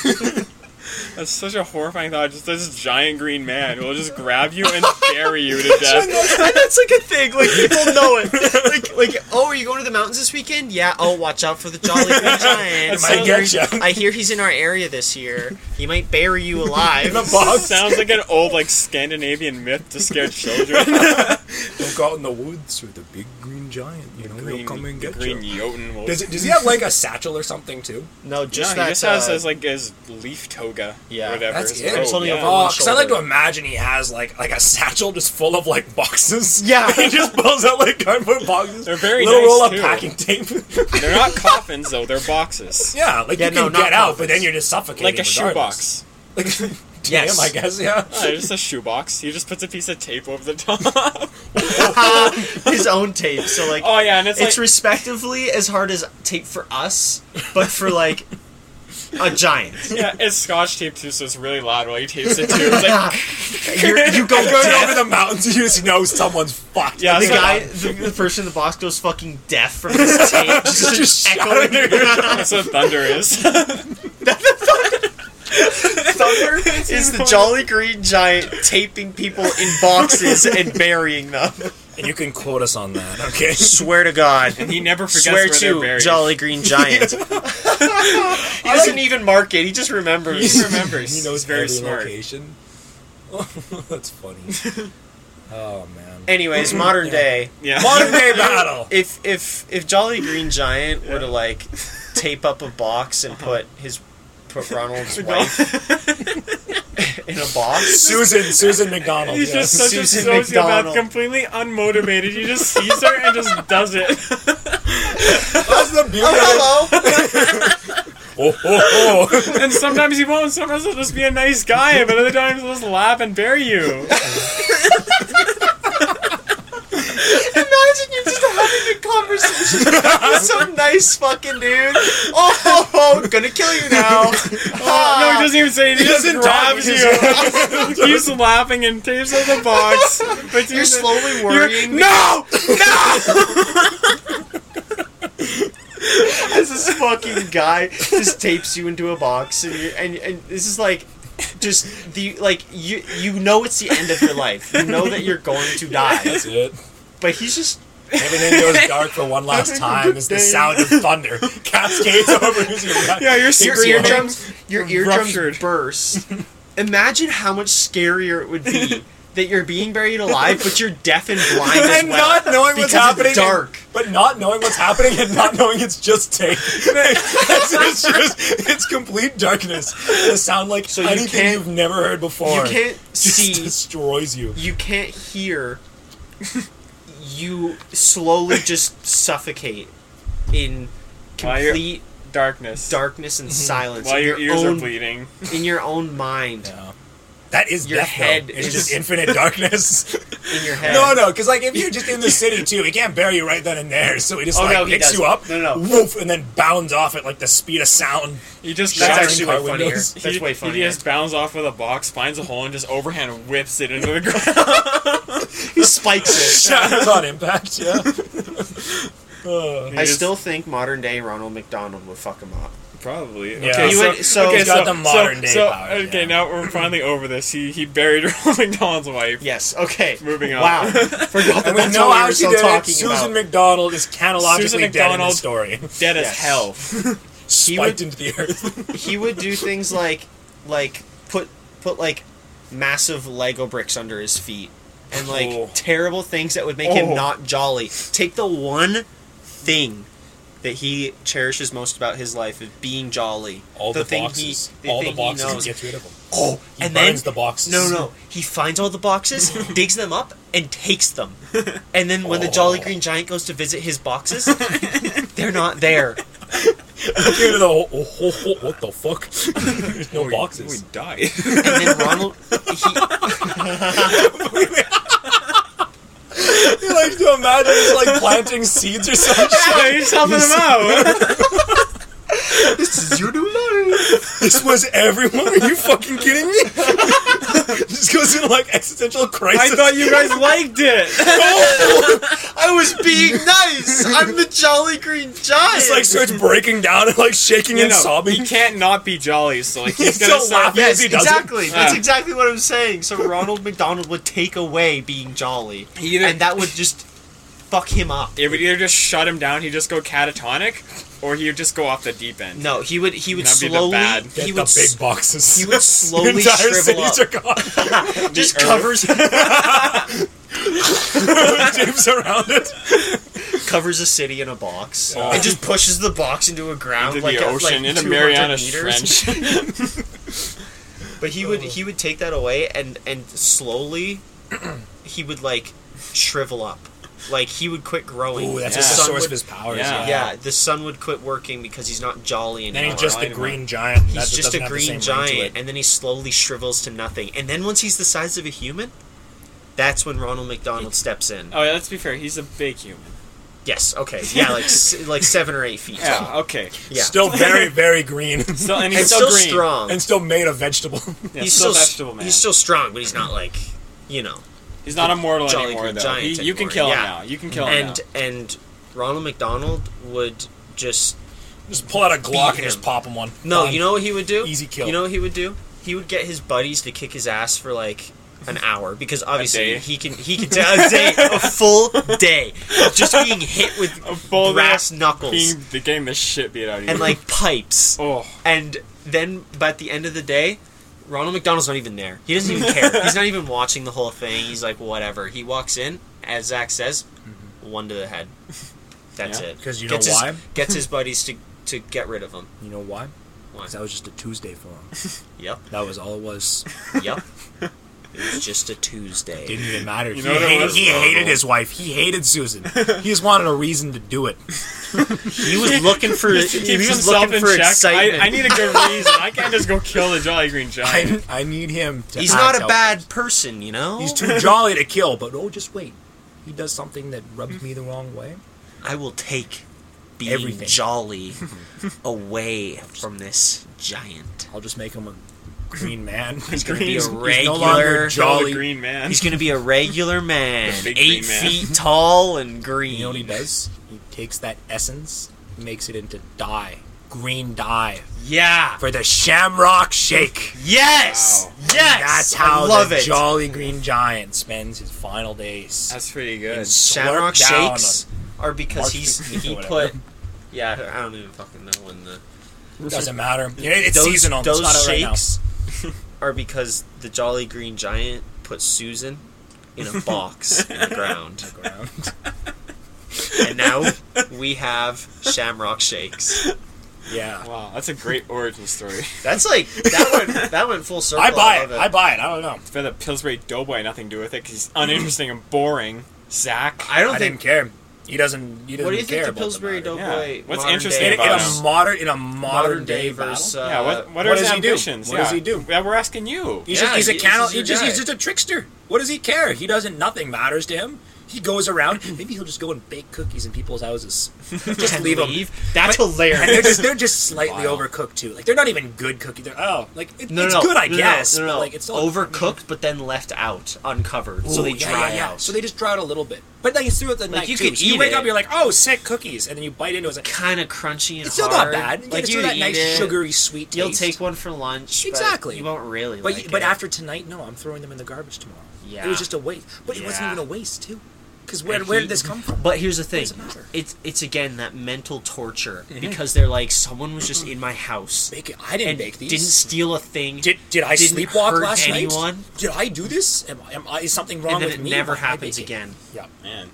Speaker 2: That's such a horrifying thought. Just this giant green man will just grab you and bury you to
Speaker 1: (laughs)
Speaker 2: death.
Speaker 1: That's like a thing. Like people know it.
Speaker 2: (laughs)
Speaker 1: Like like oh, are you going to the mountains this weekend? Yeah. Oh, watch out for the Jolly
Speaker 2: (laughs)
Speaker 1: Green Giant.
Speaker 3: Might
Speaker 1: I,
Speaker 3: get ya.
Speaker 1: hear,
Speaker 3: (laughs)
Speaker 1: I hear he's in our area this year. He might bury you alive.
Speaker 2: (laughs)
Speaker 3: In a box.
Speaker 2: Sounds like an old like Scandinavian myth to scare children.
Speaker 3: Don't go out in the woods with the big green giant. You know
Speaker 2: green,
Speaker 3: he'll come and
Speaker 2: the
Speaker 3: get
Speaker 2: green
Speaker 3: you.
Speaker 2: Jotun will.
Speaker 3: Does, it, does he have like a satchel or something too?
Speaker 1: No,
Speaker 2: No,
Speaker 1: just
Speaker 2: he
Speaker 1: that.
Speaker 2: just has
Speaker 1: uh,
Speaker 2: his like his leaf totem. toga.
Speaker 1: Yeah,
Speaker 2: or whatever.
Speaker 3: That's
Speaker 2: It's
Speaker 3: it.
Speaker 2: like,
Speaker 8: It's only
Speaker 2: yeah.
Speaker 8: a
Speaker 3: Oh,
Speaker 8: one
Speaker 3: because I like to
Speaker 8: shoulder.
Speaker 3: imagine he has like like a satchel just full of like boxes. (laughs)
Speaker 8: Yeah.
Speaker 3: he just pulls out like cardboard boxes.
Speaker 2: They're very
Speaker 3: little
Speaker 2: nice,
Speaker 3: roll of
Speaker 2: too.
Speaker 3: packing tape. (laughs)
Speaker 2: They're not coffins though; they're
Speaker 1: (laughs)
Speaker 2: boxes,
Speaker 3: yeah, like
Speaker 8: Yeah,
Speaker 3: you
Speaker 8: no,
Speaker 3: can
Speaker 8: not
Speaker 3: get out, but
Speaker 8: coffins.
Speaker 3: then you're just suffocating.
Speaker 2: like a
Speaker 3: regardless.
Speaker 2: (laughs) shoebox.
Speaker 3: (laughs) Like,
Speaker 8: (laughs) Yes.
Speaker 3: yes, I
Speaker 2: (laughs)
Speaker 3: guess. Yeah.
Speaker 2: Oh, just a shoebox. He just puts a piece of tape over the top. (laughs)
Speaker 1: uh, (laughs) his own tape. So like,
Speaker 2: oh yeah, and it's,
Speaker 1: it's
Speaker 2: like
Speaker 1: respectively as hard as tape for us, but for like a
Speaker 2: (laughs)
Speaker 1: giant.
Speaker 2: yeah, it's scotch tape too, so it's really loud while he tapes it too.
Speaker 1: (laughs)
Speaker 2: It's like
Speaker 1: You're- you go
Speaker 3: Going
Speaker 1: deaf.
Speaker 3: over the mountains, you just know someone's
Speaker 2: (laughs)
Speaker 3: fucked. (laughs)
Speaker 2: yeah,
Speaker 1: The
Speaker 2: it's like-
Speaker 1: guy, the, the person in the box goes fucking deaf
Speaker 2: (laughs)
Speaker 1: from his tape. Just,
Speaker 3: Just
Speaker 1: echoing
Speaker 2: that's what thunder
Speaker 1: (laughs)
Speaker 2: is.
Speaker 1: thunder
Speaker 2: (laughs)
Speaker 1: is the Jolly Green Giant taping people in boxes and burying them.
Speaker 3: and you can quote us on that.
Speaker 1: (laughs)
Speaker 3: Okay.
Speaker 1: Swear to God.
Speaker 2: he never forgets
Speaker 1: Swear
Speaker 2: where they're
Speaker 1: to
Speaker 2: buried.
Speaker 1: Jolly Green Giant. he doesn't even mark it. He just remembers.
Speaker 2: He remembers.
Speaker 3: he
Speaker 2: He's
Speaker 3: knows
Speaker 2: very
Speaker 3: every
Speaker 2: smart.
Speaker 3: Location. (laughs)
Speaker 2: (laughs)
Speaker 3: That's funny. oh man.
Speaker 1: Anyways, modern day.
Speaker 2: (laughs) Yeah.
Speaker 3: Modern day battle.
Speaker 1: If if if Jolly Green Giant were to like tape up a box and put his put (laughs) Ronald's wife in a box,
Speaker 3: Susan, Susan McDonald.
Speaker 2: (laughs) He's just
Speaker 3: yes.
Speaker 2: such
Speaker 1: Oh, Susan
Speaker 2: a sociopath,
Speaker 1: McDonald.
Speaker 2: completely unmotivated. He just sees her and just does it.
Speaker 3: That's the beauty. of it.
Speaker 1: (laughs) hello.
Speaker 3: Oh, oh, oh.
Speaker 2: And sometimes he won't. Sometimes he'll just be a nice guy, but other times he'll just laugh and bury you.
Speaker 1: Imagine you're just having a conversation (laughs) with some nice fucking dude. Oh, ho, ho, gonna kill you now. (laughs)
Speaker 2: No, he
Speaker 1: Ah.
Speaker 2: doesn't even say it. He, just
Speaker 3: doesn't talk,
Speaker 2: grabs
Speaker 3: he
Speaker 2: you, keeps laughing, and tapes out the box. But
Speaker 1: you're slowly worrying
Speaker 2: No,
Speaker 1: as (laughs) this fucking guy just tapes you into a box and you and and this is like just the like you you know it's the end of your life. You know that you're going to (laughs) die.
Speaker 3: (laughs) That's it.
Speaker 1: But he's just
Speaker 3: Everything goes dark for one last time as the sound of thunder cascades over his
Speaker 2: (laughs) yeah, you're
Speaker 1: your
Speaker 2: secret.
Speaker 1: eardrums your eardrums
Speaker 2: Ruptured.
Speaker 1: (laughs) burst. Imagine how much scarier it would (laughs) be that you're being buried alive, but you're deaf and blind as
Speaker 3: And
Speaker 1: well.
Speaker 3: not knowing
Speaker 1: because it's
Speaker 3: what's happening. and-
Speaker 1: dark.
Speaker 3: but not knowing what's happening and not knowing it's just tape. (laughs) it's, it's just it's complete darkness. The sound like
Speaker 1: you
Speaker 3: anything
Speaker 1: can't-
Speaker 3: you've never heard before.
Speaker 1: You can't
Speaker 3: (laughs) just
Speaker 1: see
Speaker 3: destroys you.
Speaker 1: you can't hear you slowly just suffocate in
Speaker 2: While you're-
Speaker 1: complete
Speaker 2: Darkness.
Speaker 1: darkness and silence
Speaker 2: While
Speaker 1: in
Speaker 2: your
Speaker 1: your,
Speaker 2: ears are
Speaker 1: own
Speaker 2: bleeding.
Speaker 1: in your own mind
Speaker 3: That is
Speaker 1: Your
Speaker 3: death. though.
Speaker 1: head
Speaker 3: It's
Speaker 1: is-
Speaker 3: just infinite darkness.
Speaker 1: in your head
Speaker 3: No, no, because like if you're just (laughs) in the city too, he can't bury you right then and there. So he just
Speaker 1: Oh,
Speaker 3: like
Speaker 1: no, he
Speaker 3: picks you
Speaker 1: doesn't.
Speaker 3: up,
Speaker 1: No, no, no.
Speaker 3: woof, and then bounds off at like the speed of (laughs) sound.
Speaker 2: You just
Speaker 1: that's
Speaker 3: shattering
Speaker 1: actually
Speaker 3: car
Speaker 1: way funnier
Speaker 3: windows.
Speaker 1: that's
Speaker 2: he,
Speaker 1: way
Speaker 2: He
Speaker 1: funnier
Speaker 2: just bounds off with a box, finds a hole, and just overhand whips it into the
Speaker 1: (laughs)
Speaker 2: ground.
Speaker 1: he spikes it
Speaker 3: Shatters on impact. Yeah. Uh,
Speaker 1: I still think modern day Ronald McDonald would fuck him up
Speaker 2: Probably.
Speaker 3: Yeah.
Speaker 2: Okay,
Speaker 3: He
Speaker 2: so,
Speaker 1: would- so-
Speaker 2: okay,
Speaker 1: He's
Speaker 3: got
Speaker 2: so-
Speaker 3: the modern day
Speaker 2: so,
Speaker 3: power,
Speaker 2: Okay,
Speaker 3: yeah.
Speaker 2: now we're finally over this. He he buried (laughs) Ronald McDonald's wife.
Speaker 1: yes okay
Speaker 2: Moving on. (laughs)
Speaker 1: wow forgot that
Speaker 3: and we
Speaker 1: that's what
Speaker 3: know
Speaker 1: we
Speaker 3: how
Speaker 1: were
Speaker 3: she
Speaker 1: still
Speaker 3: did it.
Speaker 1: talking
Speaker 3: Susan
Speaker 1: about
Speaker 3: McDonald is catalogically
Speaker 2: Susan
Speaker 3: dead in
Speaker 2: McDonald-
Speaker 3: this story.
Speaker 2: Dead
Speaker 1: Yes.
Speaker 2: as hell.
Speaker 3: (laughs) Spiked into the earth.
Speaker 1: he would do things like like put put like massive Lego bricks under his feet and like
Speaker 2: Oh.
Speaker 1: terrible things that would make him
Speaker 2: Oh.
Speaker 1: not jolly. Take the one thing that he cherishes most about his life of being jolly.
Speaker 3: All the,
Speaker 1: thing he-
Speaker 3: boxes. all the
Speaker 1: thing he
Speaker 3: boxes. He
Speaker 1: knows.
Speaker 3: gets rid of them.
Speaker 1: Oh,
Speaker 3: He
Speaker 1: and then
Speaker 3: burns the boxes.
Speaker 1: no,
Speaker 3: (laughs)
Speaker 1: no. He finds all the boxes, digs them up, and takes
Speaker 3: (laughs)
Speaker 1: them. And then when the Jolly
Speaker 3: Oh.
Speaker 1: Green Giant goes to visit his
Speaker 3: (laughs)
Speaker 1: boxes, they're not there.
Speaker 3: Give it the whole, oh, ho, ho, what the fuck? (laughs) There's no
Speaker 2: We (laughs)
Speaker 3: boxes.
Speaker 2: died.
Speaker 1: And then Ronald, he,
Speaker 3: You like to imagine he's like planting seeds or (laughs) some
Speaker 2: yeah,
Speaker 3: shit.
Speaker 2: he's helping him out.
Speaker 1: (laughs) this is your new life.
Speaker 3: This was everyone. Are you fucking kidding me? (laughs) Just goes into like existential
Speaker 2: I
Speaker 3: crisis.
Speaker 2: thought you
Speaker 1: (laughs)
Speaker 2: guys liked it.
Speaker 3: (laughs)
Speaker 1: I was
Speaker 2: (laughs)
Speaker 1: being nice. I'm the Jolly Green Giant.
Speaker 3: just like starts breaking down and like shaking
Speaker 2: You
Speaker 3: and
Speaker 2: know,
Speaker 3: sobbing.
Speaker 2: he can't not be jolly,
Speaker 1: (laughs)
Speaker 2: so like he's
Speaker 3: He's
Speaker 2: gonna
Speaker 3: so
Speaker 2: stop.
Speaker 3: laughing.
Speaker 1: yes,
Speaker 3: he does it.
Speaker 1: exactly. That's
Speaker 2: Yeah.
Speaker 1: exactly what I'm saying. So Ronald McDonald would take away being jolly,
Speaker 2: He either-
Speaker 1: and that would just fuck him up.
Speaker 2: It would either just shut him down, he'd just go catatonic, or he would just go off the deep end.
Speaker 1: No, he would. He would
Speaker 2: That'd be the
Speaker 1: slowly.
Speaker 2: bad.
Speaker 3: Get
Speaker 1: He
Speaker 3: the
Speaker 1: would.
Speaker 3: big
Speaker 1: s-
Speaker 3: boxes. (laughs)
Speaker 1: He would slowly
Speaker 3: entire
Speaker 1: shrivel
Speaker 3: cities
Speaker 1: up.
Speaker 3: are gone.
Speaker 1: Just
Speaker 2: earth.
Speaker 1: covers
Speaker 3: (laughs)
Speaker 1: (laughs)
Speaker 3: James around it.
Speaker 1: covers a city in a box and just pushes the box into a ground
Speaker 2: Into
Speaker 1: like
Speaker 2: the
Speaker 1: at,
Speaker 2: ocean
Speaker 1: like
Speaker 2: in a
Speaker 1: 200
Speaker 2: Mariana
Speaker 1: meters.
Speaker 2: Trench.
Speaker 1: (laughs) But he would he would take that away and and slowly (clears throat) he would like shrivel up. Like he would quit growing.
Speaker 3: Ooh, that's
Speaker 2: Yeah.
Speaker 3: the
Speaker 2: The
Speaker 1: sun
Speaker 3: source
Speaker 1: would-
Speaker 3: of his powers.
Speaker 2: Yeah.
Speaker 3: Yeah.
Speaker 1: Yeah, the sun would quit working because he's not jolly
Speaker 3: Then
Speaker 1: anymore.
Speaker 3: he's just
Speaker 2: I
Speaker 3: the
Speaker 2: know.
Speaker 3: green giant.
Speaker 1: He's just a green giant,
Speaker 3: And
Speaker 1: and then he slowly shrivels to nothing. And then once he's the size of a human, that's when Ronald McDonald steps in.
Speaker 2: (laughs) Oh yeah, let's be fair. He's a big human.
Speaker 1: Yes, okay, yeah, like s-
Speaker 3: (laughs)
Speaker 1: like seven or eight feet tall.
Speaker 2: Yeah. oh, (laughs) Okay.
Speaker 1: Yeah, (laughs)
Speaker 3: Still very, very green.
Speaker 2: So and
Speaker 1: and,
Speaker 2: he's
Speaker 1: still,
Speaker 2: still, green.
Speaker 1: strong.
Speaker 3: (laughs) and still made of vegetable. (laughs)
Speaker 2: Yeah,
Speaker 1: he's
Speaker 2: still,
Speaker 1: still,
Speaker 2: a vegetable man.
Speaker 1: he's still strong, but he's not like you know.
Speaker 2: He's not immortal
Speaker 1: Jolly
Speaker 2: anymore
Speaker 1: Green
Speaker 2: though.
Speaker 1: Giant
Speaker 2: He- you can
Speaker 1: anymore,
Speaker 2: kill him
Speaker 1: yeah.
Speaker 2: now. You can kill him
Speaker 1: And and Ronald McDonald would just
Speaker 3: just pull out a Glock and
Speaker 1: him.
Speaker 3: just pop him one.
Speaker 1: No,
Speaker 3: Done.
Speaker 1: you know what he would do?
Speaker 3: Easy kill.
Speaker 1: You know what he would do? He would get his buddies to kick his ass for like an hour because
Speaker 2: day.
Speaker 1: obviously he can he can take a day a full day of just being hit with
Speaker 2: now. A full
Speaker 1: brass
Speaker 2: day
Speaker 1: knuckles
Speaker 2: of being the game the shit beat out of you.
Speaker 1: and like pipes
Speaker 2: oh
Speaker 1: and then but at the end of the day Ronald McDonald's not even there. He doesn't even care. He's not even watching the whole thing. He's like whatever. He walks in as Zach says one to the head. That's
Speaker 2: Yeah.
Speaker 1: it.
Speaker 3: Mm-hmm. 'Cause you
Speaker 1: gets
Speaker 3: know
Speaker 1: his,
Speaker 3: why?
Speaker 1: Gets his buddies to to get rid of him.
Speaker 3: You know why?
Speaker 1: Why?
Speaker 3: Because that was just a Tuesday for him.
Speaker 1: Yep.
Speaker 3: That was all it was.
Speaker 1: (laughs) Yep. It was just a Tuesday.
Speaker 3: Didn't even matter.
Speaker 2: know
Speaker 3: he
Speaker 2: what it
Speaker 3: hated,
Speaker 2: was,
Speaker 3: he
Speaker 2: Ronald?
Speaker 3: hated his wife. He hated
Speaker 2: (laughs)
Speaker 3: Susan. he just wanted a reason to do it.
Speaker 1: He was
Speaker 3: (laughs)
Speaker 1: looking for.
Speaker 2: Just to keep himself in check. I, I need a good reason. I can't just go kill the Jolly Green Giant.
Speaker 3: (laughs) I, I need him to.
Speaker 1: He's
Speaker 3: act
Speaker 1: not a
Speaker 3: out.
Speaker 1: bad person, you know.
Speaker 3: He's too jolly to kill, but oh, just wait. He does something that rubs me the wrong way.
Speaker 1: I will take being
Speaker 3: Everything. (laughs)
Speaker 1: jolly away from this giant.
Speaker 3: I'll just make him a
Speaker 2: (laughs)
Speaker 3: green man. He's
Speaker 2: gonna
Speaker 3: gonna
Speaker 2: be
Speaker 3: be
Speaker 2: a
Speaker 3: a
Speaker 1: He's
Speaker 3: no longer
Speaker 1: regular.
Speaker 2: Kill the
Speaker 3: jolly.
Speaker 2: Green Man.
Speaker 1: He's gonna be a
Speaker 3: (laughs)
Speaker 1: regular man,
Speaker 2: The big
Speaker 1: eight
Speaker 2: green man.
Speaker 1: feet tall and green.
Speaker 3: You know what he does? He takes that essence, makes it into dye, green dye
Speaker 1: Yeah.
Speaker 3: for the Shamrock Shake.
Speaker 1: Yes.
Speaker 2: Wow.
Speaker 1: Yes.
Speaker 3: That's how
Speaker 1: I love
Speaker 3: the
Speaker 1: it.
Speaker 3: jolly green giant spends his final days.
Speaker 2: That's pretty good.
Speaker 1: Shamrock
Speaker 3: slurp down
Speaker 1: shakes are because
Speaker 3: March
Speaker 1: he's
Speaker 3: 15th or
Speaker 1: he
Speaker 3: (laughs) whatever.
Speaker 1: put. Yeah, I don't even fucking know when the.
Speaker 3: Doesn't matter. It- it's seasonal.
Speaker 1: Those
Speaker 3: it's not out right now.
Speaker 1: shakes (laughs) are because the Jolly Green Giant put Susan in
Speaker 3: (laughs)
Speaker 1: a box in the ground, and now we have Shamrock Shakes.
Speaker 3: yeah.
Speaker 2: Wow, that's a great origin story. (laughs)
Speaker 1: That's like that went that went full circle.
Speaker 3: I buy
Speaker 1: love
Speaker 3: it. I buy it. I don't know.
Speaker 2: It's been the Pillsbury Doughboy had nothing to do with it because he's uninteresting and boring. Zach.
Speaker 1: I don't
Speaker 3: I
Speaker 1: think.
Speaker 3: didn't care. He doesn't. He doesn't
Speaker 1: What do you think
Speaker 3: care
Speaker 1: the
Speaker 3: about
Speaker 1: Pillsbury
Speaker 3: matter.
Speaker 1: Doughboy?
Speaker 2: Yeah. What's
Speaker 1: modern
Speaker 2: interesting
Speaker 3: in,
Speaker 1: day
Speaker 3: in
Speaker 2: about
Speaker 3: a
Speaker 1: versus-
Speaker 2: him?
Speaker 3: modern in a
Speaker 1: modern
Speaker 3: modern
Speaker 1: day
Speaker 3: day
Speaker 1: versus?
Speaker 3: battle.
Speaker 1: Uh,
Speaker 2: yeah, what, what,
Speaker 3: what
Speaker 2: are
Speaker 3: does
Speaker 2: his
Speaker 3: he do?
Speaker 2: ambitions?
Speaker 3: What does
Speaker 2: Yeah.
Speaker 3: he do?
Speaker 2: Yeah, we're asking you.
Speaker 3: He's
Speaker 1: Yeah,
Speaker 3: just he's a
Speaker 1: he-
Speaker 3: cannibal.
Speaker 1: he's your
Speaker 3: He just he's
Speaker 1: guy.
Speaker 3: just a trickster. What does he care? He doesn't. Nothing matters to him. He goes around. (clears throat) Maybe he'll just go and bake cookies in people's
Speaker 1: (laughs)
Speaker 3: houses. Just
Speaker 1: And
Speaker 3: leave them.
Speaker 1: leave? That's
Speaker 3: And
Speaker 1: hilarious.
Speaker 3: they're just
Speaker 1: (laughs)
Speaker 3: they're just slightly
Speaker 2: Wild.
Speaker 3: overcooked too. Like they're not even good cookies. They're oh like it,
Speaker 1: No,
Speaker 3: it's
Speaker 1: no,
Speaker 3: good I
Speaker 1: no, no,
Speaker 3: guess.
Speaker 1: No,
Speaker 3: but,
Speaker 1: no,
Speaker 3: like it's still
Speaker 1: overcooked, but then left out, uncovered, so
Speaker 3: Ooh,
Speaker 1: they
Speaker 3: yeah,
Speaker 1: dry
Speaker 3: yeah, yeah.
Speaker 1: out.
Speaker 3: So they just dry out a little bit. But then you threw it the night
Speaker 1: you
Speaker 3: too.
Speaker 1: could
Speaker 3: So you
Speaker 1: eat
Speaker 3: wake
Speaker 1: it.
Speaker 3: up, you're like, oh, sick cookies, and then you bite into it. It's, like,
Speaker 1: kind of crunchy and
Speaker 3: it's still
Speaker 1: hard.
Speaker 3: not bad. You
Speaker 1: like
Speaker 3: get
Speaker 1: you
Speaker 3: it's that
Speaker 1: eat
Speaker 3: nice
Speaker 1: it.
Speaker 3: sugary sweet taste.
Speaker 1: You'll take one for lunch. but
Speaker 3: Exactly.
Speaker 1: you won't really.
Speaker 3: But
Speaker 1: like
Speaker 3: but
Speaker 1: it.
Speaker 3: after tonight, no, I'm throwing them in the garbage tomorrow.
Speaker 1: Yeah.
Speaker 3: It was just a waste. But it wasn't
Speaker 1: Yeah.
Speaker 3: even a waste too. Because where
Speaker 1: And
Speaker 3: where
Speaker 1: he-
Speaker 3: did this come from?
Speaker 1: But here's the thing.
Speaker 3: does it matter?
Speaker 1: It's it's again that mental torture because they're like someone was just in my house
Speaker 3: Bake it. I didn't
Speaker 1: and
Speaker 3: bake these.
Speaker 1: didn't steal a thing.
Speaker 3: did, did I
Speaker 1: didn't
Speaker 3: sleepwalk
Speaker 1: hurt
Speaker 3: last
Speaker 1: anyone,
Speaker 3: night? Did I do this? Am, I- am I, is something wrong
Speaker 1: And then
Speaker 3: with
Speaker 1: it
Speaker 3: me?
Speaker 1: never
Speaker 3: Why did I
Speaker 1: happens
Speaker 3: bake it?
Speaker 1: again.
Speaker 3: Yeah,
Speaker 2: Man,